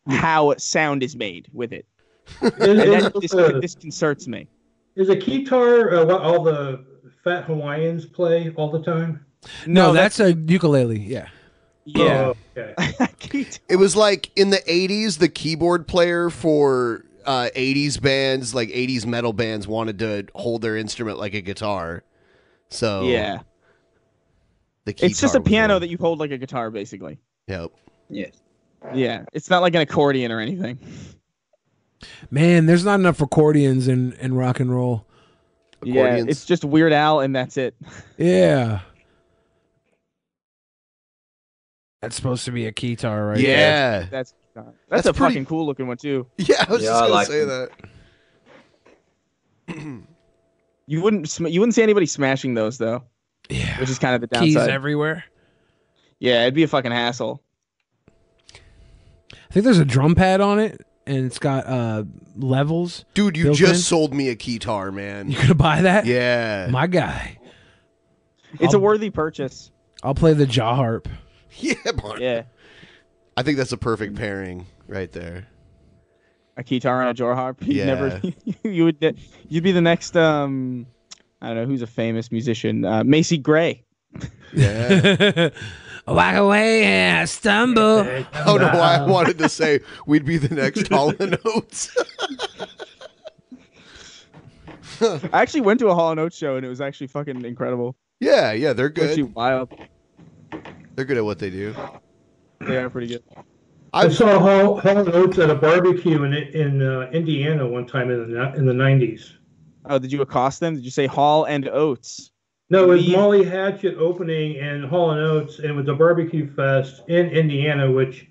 how sound is made with it. and that
is
dis-
the-
disconcerts me.
Is a keytar uh, what all the fat Hawaiians play all the time?
no,
No,
that's, a ukulele. Yeah.
Yeah.
Oh, okay.
It was like in the 80s, the keyboard player for uh, 80s bands, like 80s metal bands, wanted to hold their instrument like a guitar. So
Yeah.
the key
It's just a piano that you hold like a guitar, basically.
Yep.
Yes.
Yeah, it's not like an accordion or anything.
Man, there's not enough accordions in, in rock and roll.
Yeah, it's just Weird Al, and that's it.
Yeah. That's supposed to be a keytar, right?
Yeah.
there.
That's that's,
That's
a
pretty-
fucking cool looking one too.
Yeah,
I was Yeah, just I gonna like say them.
that.
you wouldn't sm- you wouldn't see anybody smashing those though.
Yeah,
which is kind of the
Keys
downside.
everywhere.
yeah, it'd be a fucking hassle.
I think there's a drum pad on it, and it's got uh levels.
Dude, you
built
just
in.
sold me a keytar, man.
You gonna buy that?
Yeah.
My guy.
It's a
I'll-
worthy purchase.
I'll play the jaw harp.
Yeah, Mark.
Yeah.
I think that's a perfect pairing right there.
A keytar and a jaw harp. You'd
Yeah.
never you would ne- you'd be the next um I don't know who's a famous musician. Uh, Macy Gray.
Yeah.
Walk away and I stumble.
I don't know why I wanted to say we'd be the next Hall and Oates.
I actually went to a Hall and Oates show and it was actually fucking incredible.
Yeah, yeah, they're good.
Actually wild.
They're good at what they do.
They are pretty good.
I saw Hall, Hall and Oates at a barbecue in in uh, Indiana one time in the ni- in the nineties.
Oh, did you accost them? Did you say Hall and Oates?
No, it was
Me-
Molly Hatchet opening and Hall and Oates, and it was a barbecue fest in Indiana, which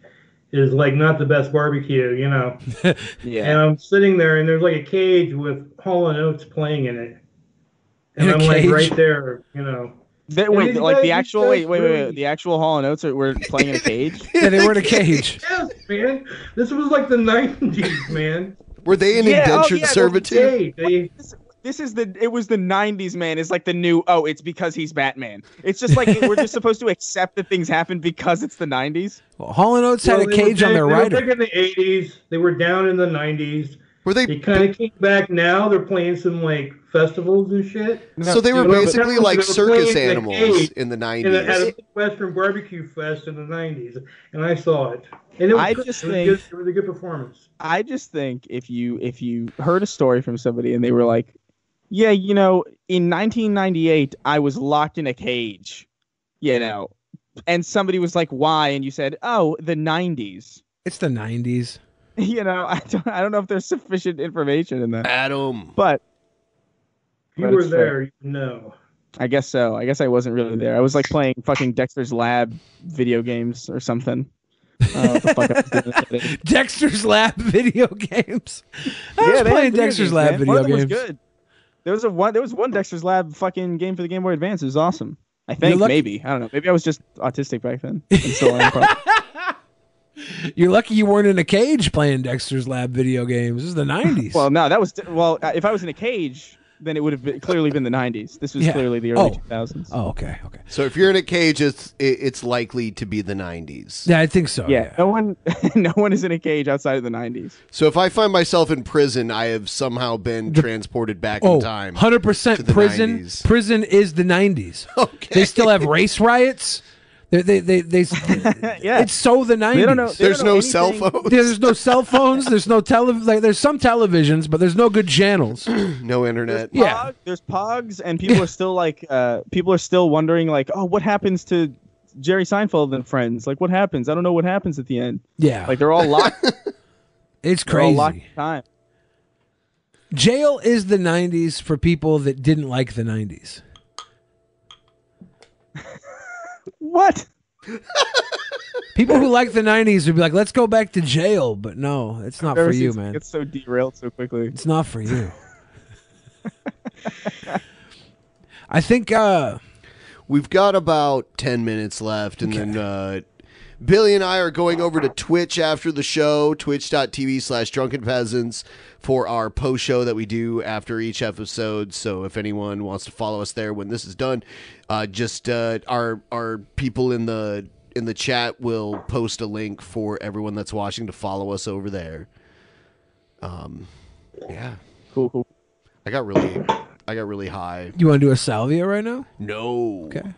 is like not the best barbecue, you know. And
Yeah.
I'm sitting there, and there's like a cage with Hall and Oates playing in it, and
In a
I'm like
cage?
right there, you know.
They-
And
wait,
these
like the
guys- these
actual wait,
guys
wait, wait, wait,
really-
the actual Hall and Oates are, were playing in a cage.
Yeah, they were in a cage.
Yes, man. This was like the '90s, man.
Were they
Yeah, oh, yeah, those-
Hey, they-
This is the it was the '90s, man. It's like the new oh, it's because he's Batman. It's just like we're just supposed to accept that things happen because it's the '90s.
Well, Hall and Oates
Well,
had a
they were
cage on
big-
their
they
rider.
Were big in the eighties. They were down in the nineties.
Were they?
They kind of came back now. They're playing some like festivals and shit.
So they were
But
basically
they were
like
playing
circus
in a
animals
cage
in the
in a- At a
nineties.
big Western barbecue fest in the nineties, and I saw it. And it was
I
good.
just
it was
think-
good. it was a good performance.
I just think if you if you heard a story from somebody and they were like, yeah, you know, in 1998 I was locked in a cage, you know, and somebody was like, why? And you said, oh, the '90s.
It's the '90s.
You know, I don't I don't know if there's sufficient information in that.
Adam,
but
If you
But
were
it's fair.
there, you know.
I guess so. I guess I wasn't really there. I was like playing fucking Dexter's Lab video games or something. Uh, what the fuck I was doing the other day.
Dexter's Lab video games. I was
they had
playing
video
Dexter's
games,
Lab
man.
video
One of them
games.
Was good. There was a one. There was one Dexter's Lab fucking game for the Game Boy Advance. It was awesome. I think
lucky-
maybe I don't know. Maybe I was just autistic back then. And still am, probably.
You're lucky you weren't in a cage playing Dexter's Lab video games. This is the 90s.
well, no, that was well. uh, If I was in a cage, then it would have been, clearly been the '90s. This was
Yeah.
clearly the early
Oh.
2000s.
Oh, okay, okay.
So if you're in a cage, it's it, it's likely to be the '90s.
Yeah, I think so.
yeah, no one, no one is in a cage outside of the '90s.
So if I find myself in prison, I have somehow been transported back
Oh,
in time.
100%
the
prison.
90s.
Prison is the 90s. Okay. They still have race riots. They, they, they, they, yeah. It's so the 90s.
don't know- they There's don't know no cell anything. phones.
There's no cell phones. There's no tele. Like, there's some televisions, but there's no good channels.
no internet.
Yeah.
Pog- there's pogs, and people are still like, uh, people are still wondering, like, oh, what happens to Jerry Seinfeld and Friends? Like, what happens? I don't know what happens at the end.
Yeah.
Like they're all locked.
It's
they're all
crazy.
locked in time.
Jail is the 90s for people that didn't like the 90s.
What?
People who like the 90s would be like, let's go back to jail. But no, it's not for
Ever
you,
since
man.
It's so derailed so quickly.
It's not for you. I think uh
we've got about 10 minutes left and then uh Billy and I are going over to Twitch after the show, twitch.tv slash drunken peasants for our post show that we do after each episode. So if anyone wants to follow us there when this is done, uh, just uh, our our people in the in the chat will post a link for everyone that's watching to follow us over there. Um yeah.
Cool, cool.
I got really I got really high.
you want to do a salvia right now?
No.
Okay.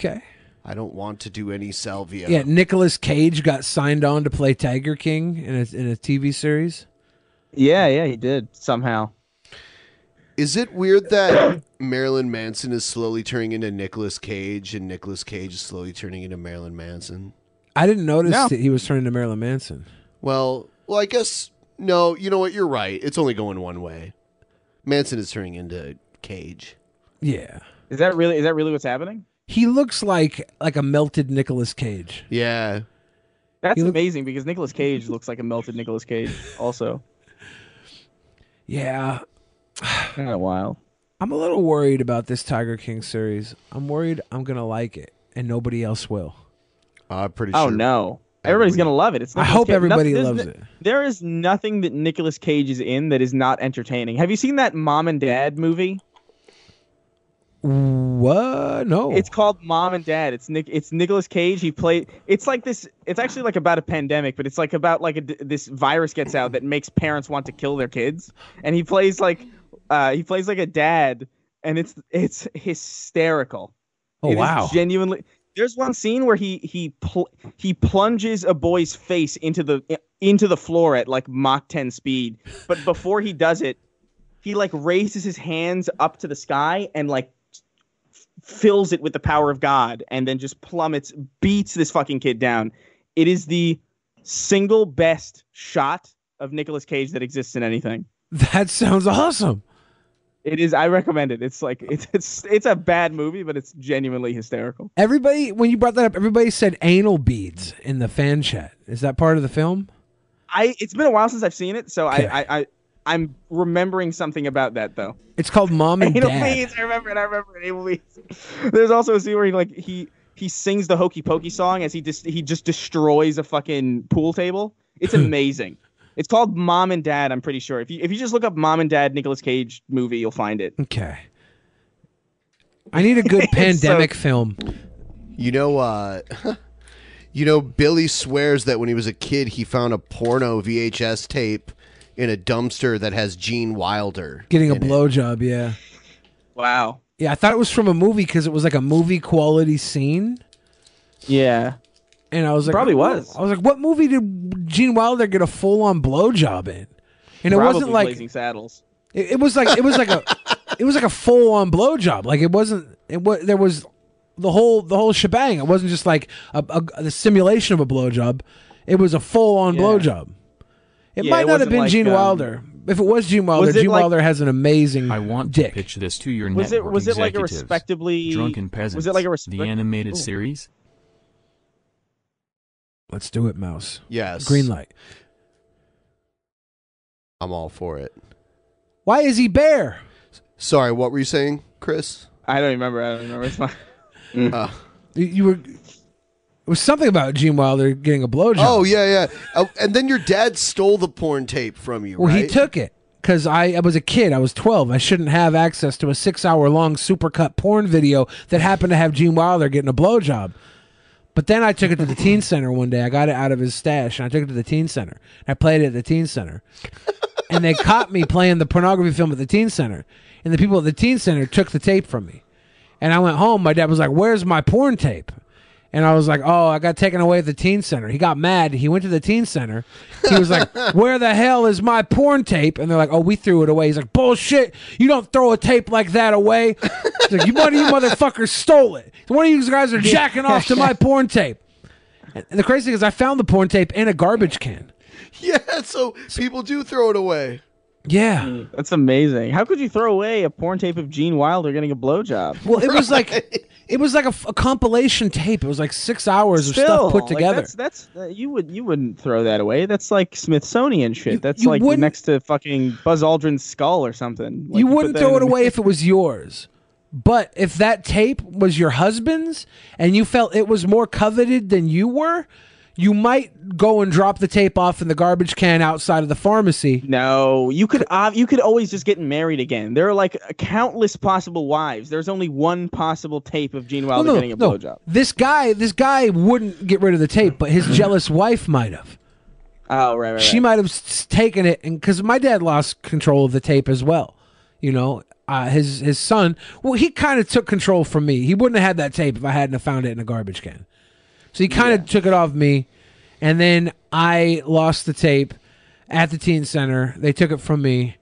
Okay.
I don't want to do any salvia.
Yeah, Nicolas Cage got signed on to play Tiger King in a in a TV series.
Yeah, yeah, he did somehow.
Is it weird that Marilyn Manson is slowly turning into Nicolas Cage and Nicolas Cage is slowly turning into Marilyn Manson?
I didn't notice
No.
that he was turning to Marilyn Manson.
Well, well, I guess no. You know what? You're right. It's only going one way. Manson is turning into Cage.
Yeah.
Is that really? Is that really what's happening?
He looks like like a melted Nicolas Cage.
Yeah.
That's
He look-
amazing because Nicolas Cage looks like a melted Nicolas Cage. Also,
Yeah.
kind of wild.
I'm a little worried about this Tiger King series. I'm worried I'm gonna like it and nobody else will.
I'm pretty
Oh no. Everybody's gonna love it. It's
I
Nicolas
hope
Cage.
everybody
there's
loves
no-
it.
There is nothing that Nicolas Cage is in that is not entertaining. Have you seen that Mom and Dad movie?
What? No.
It's called Mom and Dad. It's Nick. It's Nicolas Cage. He played. It's like this. It's actually like about a pandemic, but it's like about like a d this virus gets out that makes parents want to kill their kids, and he plays like, uh, he plays like a dad, and it's it's hysterical.
Oh,
It is
wow.
genuinely, there's one scene where he he pl- he plunges a boy's face into the into the floor at like Mach 10 speed, but before he does it, he like raises his hands up to the sky and like fills it with the power of God and then just plummets, beats this fucking kid down. It is the single best shot of Nicolas Cage that exists in anything.
That sounds awesome.
It is. I recommend it. It's like it's it's it's a bad movie, but it's genuinely hysterical.
Everybody, when you brought that up, everybody said anal beads in the fan chat. Is that part of the film?
I it's been a while since I've seen it, so I, I I I'm remembering something about that though.
It's called Mom and
Anal
Dad.
Beads, I remember it. I remember it. Anal Beads. There's also a scene where he like he he sings the Hokey Pokey song as he just he just destroys a fucking pool table. It's
Hmm.
amazing. it's called Mom and Dad. I'm pretty sure. If you if you just look up Mom and Dad Nicolas Cage movie, you'll find it.
Okay. I need a good pandemic film.
You know, uh, you know, Billy swears that when he was a kid, he found a porno VHS tape in a dumpster that has Gene Wilder.
Getting a blowjob, yeah.
Wow.
Yeah, I thought it was from a movie because it was like a movie quality scene.
Yeah.
And I was like,
Probably was.
I was like, what movie did Gene Wilder get a full on blowjob in? And it
Probably
wasn't like
Blazing Saddles.
it, it was like it was like a it was like a full on blowjob. Like it wasn't it was there was the whole the whole shebang. It wasn't just like a, a, the simulation of a blowjob. It was a full on blowjob. It
Yeah,
might
it
not have
wasn't
been
like,
Gene
um,
Wilder. If it was Gene Wilder,
it
Gene
like-
Wilder has an amazing
I want to pitch this to your
Was it-
network
was it like a
executives.
respectably-
drunken peasants?
was it like a
the
respect-
animated
Ooh.
series?
Let's do it, Mouse.
Yes.
Green light.
I'm all for it.
Why is he bare?
Sorry, what were you saying, Chris?
I don't remember. I don't remember. It's fine.
Uh,
You- You were. It was something about Gene Wilder getting a blowjob.
oh yeah, yeah. Uh, and then your dad stole the porn tape from you,
Well,
right?
he took it because I, I was a kid. I was 12. I shouldn't have access to a six hour long supercut porn video that happened to have Gene Wilder getting a blowjob. But then I took it to the teen center one day. I got it out of his stash and I took it to the teen center. And I played it at the teen center. and they caught me playing the pornography film at the teen center. And the people at the teen center took the tape from me. And I went home. My dad was like, Where's my porn tape? And I was like, Oh, I got taken away at the teen center. He got mad. He went to the teen center. He was like, Where the hell is my porn tape? And they're like, Oh, we threw it away. He's like, Bullshit. You don't throw a tape like that away. He's like, You one of you motherfuckers stole it. One of you guys are jacking off to my porn tape. And the crazy thing is, I found the porn tape in a garbage can.
yeah, so people do throw it away.
Yeah.
Mm, That's amazing. How could you throw away a porn tape of Gene Wilder getting a blowjob?
Well, it was like it was like a, f- a compilation tape. It was like six hours
Still,
of stuff put
like,
together.
that's that's uh, you would you wouldn't throw that away. That's like Smithsonian shit. that's
you
like
wouldn't-
next to fucking Buzz Aldrin's skull or something. Like,
you
put
wouldn't
that
throw
in
it
a-
away if it was yours. But if that tape was your husband's and you felt it was more coveted than you were, you might go and drop the tape off in the garbage can outside of the pharmacy.
No, you could ob- you could always just get married again. There are like countless possible wives. There's only one possible tape of Gene Wilder
Oh, no,
getting a
no.
blowjob.
This guy, this guy wouldn't get rid of the tape, but his jealous wife might have.
Oh right, right. right.
she might have s- taken it and because my dad lost control of the tape as well you know uh, his his son well he kind of took control from me he wouldn't have had that tape if i hadn't have found it in a garbage can so he kind of took it off me and then i lost the tape at the teen center they took it from me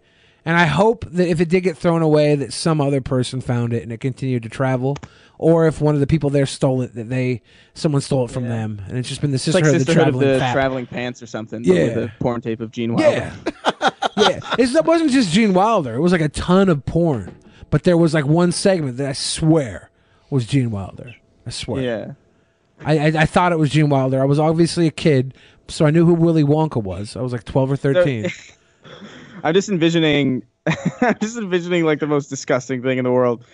and i hope that if it did get thrown away that some other person found it and it continued to travel or if one of the people there stole it that they someone stole it from them and it's just been the
It's like
sisterhood,
Sisterhood
of the traveling fat.
Traveling Pants or something. but with
Yeah.
a porn tape of Gene Wilder.
Yeah. yeah. It's, that wasn't just Gene Wilder. It was like a ton of porn. But there was like one segment that I swear was Gene Wilder. I swear.
Yeah.
I, I, I thought it was Gene Wilder. I was obviously a kid, so I knew who Willy Wonka was. I was like 12 or 13.
I'm just envisioning, I'm just envisioning like the most disgusting thing in the world.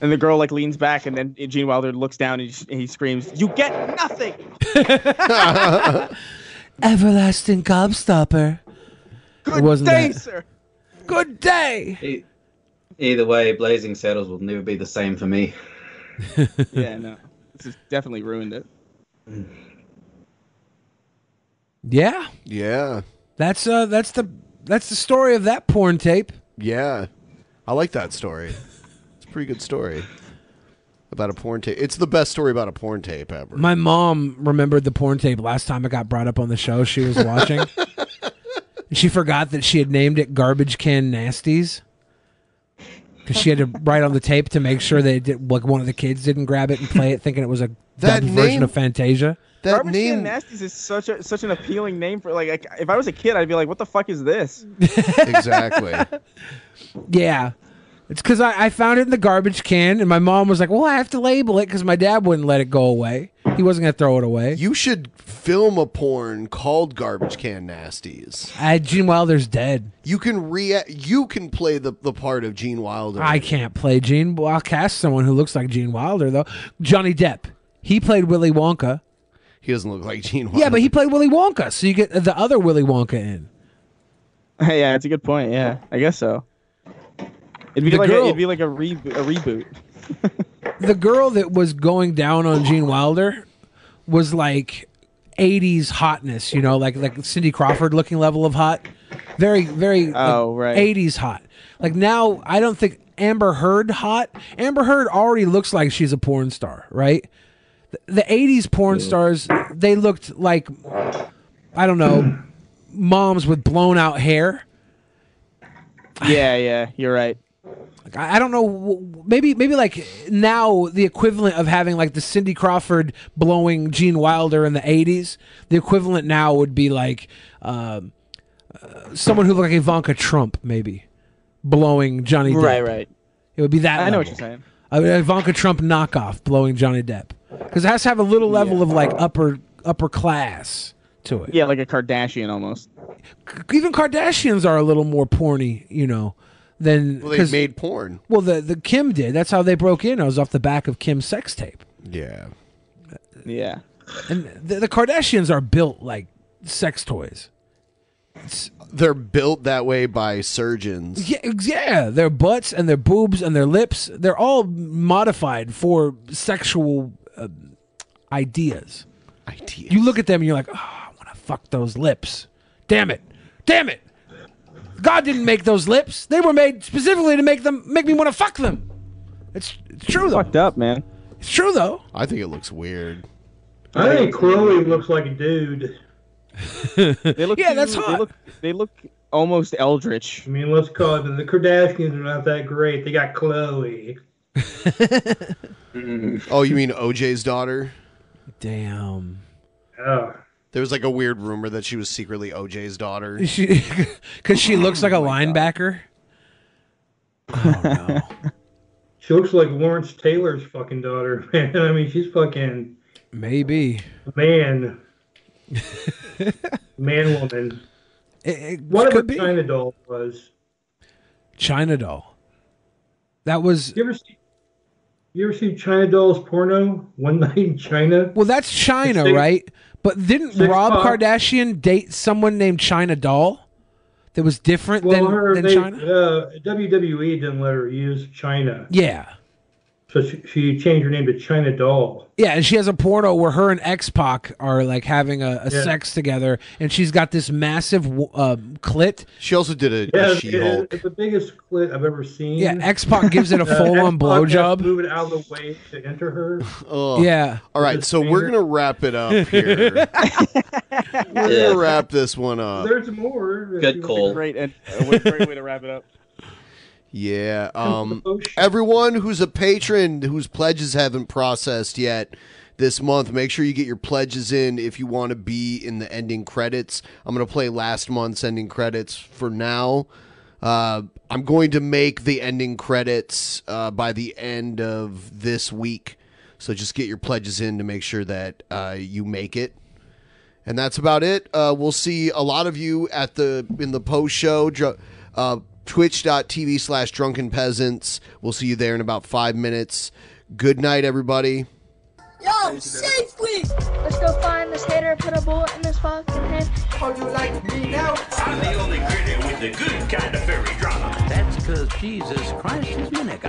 And the girl like leans back, and then Gene Wilder looks down and he, he screams, "You get nothing!"
Everlasting Gobstopper. it wasn't that.
sir.
Good day.
E- Either way, Blazing Saddles will never be the same for me.
yeah, no, this has definitely ruined it.
Yeah.
Yeah.
That's uh that's the that's the story of that porn tape.
Yeah. I like that story. It's a pretty good story. About a porn tape. It's the best story about a porn tape ever.
My mom remembered the porn tape last time it got brought up on the show. She was watching. she forgot that she had named it Garbage Can Nasties because she had to write on the tape to make sure that it did, like one of the kids didn't grab it and play it, thinking it was a
That
dubbed version
name-
of Fantasia.
Garbage Can Nasties is such a such an appealing name for like, like if I was a kid, I'd be like, "What the fuck is this?"
exactly.
Yeah. It's because I, I found it in the garbage can, and my mom was like, Well, I have to label it because my dad wouldn't let it go away. He wasn't going to throw it away.
You should film a porn called Garbage Can Nasties.
I, Gene Wilder's dead.
You can re you can play the, the part of Gene Wilder.
I can't play Gene. Well, I'll cast someone who looks like Gene Wilder, though. Johnny Depp. He played Willy Wonka.
He doesn't look like Gene Wilder.
Yeah, but he played Willy Wonka, so you get the other Willy Wonka in.
yeah, it's a good point. Yeah, I guess so. It'd be
The
like a,
girl-
it'd be like a, re- a reboot.
The girl that was going down on Gene Wilder was like 80s hotness, you know, like like Cindy Crawford looking level of hot. Very, very like,
Oh, right.
80s hot. Like now, I don't think Amber Heard hot. Amber Heard already looks like she's a porn star, right? The- The 80s porn stars, they looked like, I don't know, moms with blown out hair.
Yeah, yeah, you're right.
Like, I I don't know. w- w- Maybe maybe like now the equivalent of having like the Cindy Crawford blowing Gene Wilder in the '80s. The equivalent now would be like um, uh, someone who looked like Ivanka Trump, maybe blowing Johnny Depp.
Right, right.
It would be that.
I know what
level.
you're saying.
I mean, Ivanka Trump knockoff blowing Johnny Depp because it has to have a little level of like upper upper class to it.
Yeah, like a Kardashian almost.
Even Kardashians are a little more porny, you know, than
Well, they
'cause-
made porn.
Well, the the Kim did. That's how they broke in. I was off the back of Kim's sex tape.
Yeah.
Yeah.
And the, the Kardashians are built like sex toys.
They're built that way by surgeons.
Yeah, ex- yeah, their butts and their boobs and their lips, they're all modified for sexual uh, ideas.
Ideas.
You look at them and you're like, oh, I want to fuck those lips. Damn it. Damn it. God didn't make those lips. They were made specifically to make them make me want to fuck them. It's, it's true though. Fucked
up, man.
It's true though.
I think it looks weird.
I think Chloe looks like a dude.
They look
Yeah, that's
They
hot.
look, they look almost eldritch.
I mean, let's call it the Kardashians are not that great. They got Chloe.
Oh, you mean OJ's daughter?
Damn.
Oh.
There was like a weird rumor that she was secretly OJ's daughter.
Because she looks
Oh
like a linebacker.
She looks like Lawrence Taylor's fucking daughter, man. I mean, she's fucking
maybe
man, man woman. Whatever China doll was.
China doll. That was.
You ever see? You ever see China doll's porno? One night in China.
Well, that's China,
Six-
right? But didn't
six
Rob
pop-
Kardashian date someone named China Doll that was different
Well,
than,
her
than
they,
China?
Uh, WWE didn't let her use China,
Yeah.
so she, she changed her name to China Doll.
Yeah, and she has a porno where her and X Pac are like having a, a
Yeah.
sex together, and she's got this massive w- um, clit.
She also did a,
Yeah, it- it- it's the biggest clit I've ever seen.
Yeah, X-Pac gives it a
Uh,
full-on
X-Pac has to
blowjob.
Move it out of the way to enter her.
Ugh. All right, so we're gonna wrap it up here. we're gonna wrap this one up.
There's more. if
Good
you want to
call.
Great, and uh, what a great way to wrap it up.
Yeah. Um, everyone who's a patron whose pledges haven't processed yet this month, make sure you get your pledges in if you want to be in the ending credits. I'm going to play last month's ending credits for now. Uh, I'm going to make the ending credits uh, by the end of this week. So just get your pledges in to make sure that uh, you make it. And that's about it. Uh, we'll see a lot of you at the in the post show. Dr- uh, twitch.tv slash drunken peasants. We'll see you there in about five minutes. Good night, everybody.
Yo, safe, please! Let's go find this hater, put a bullet in this fucking head. How you like me now?
I'm the only critic with the good kind of fairy drama. That's because Jesus Christ is Monica.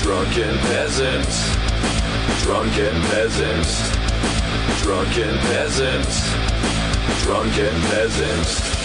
Drunken peasants. Drunken peasants. Drunken peasants. Drunken peasants.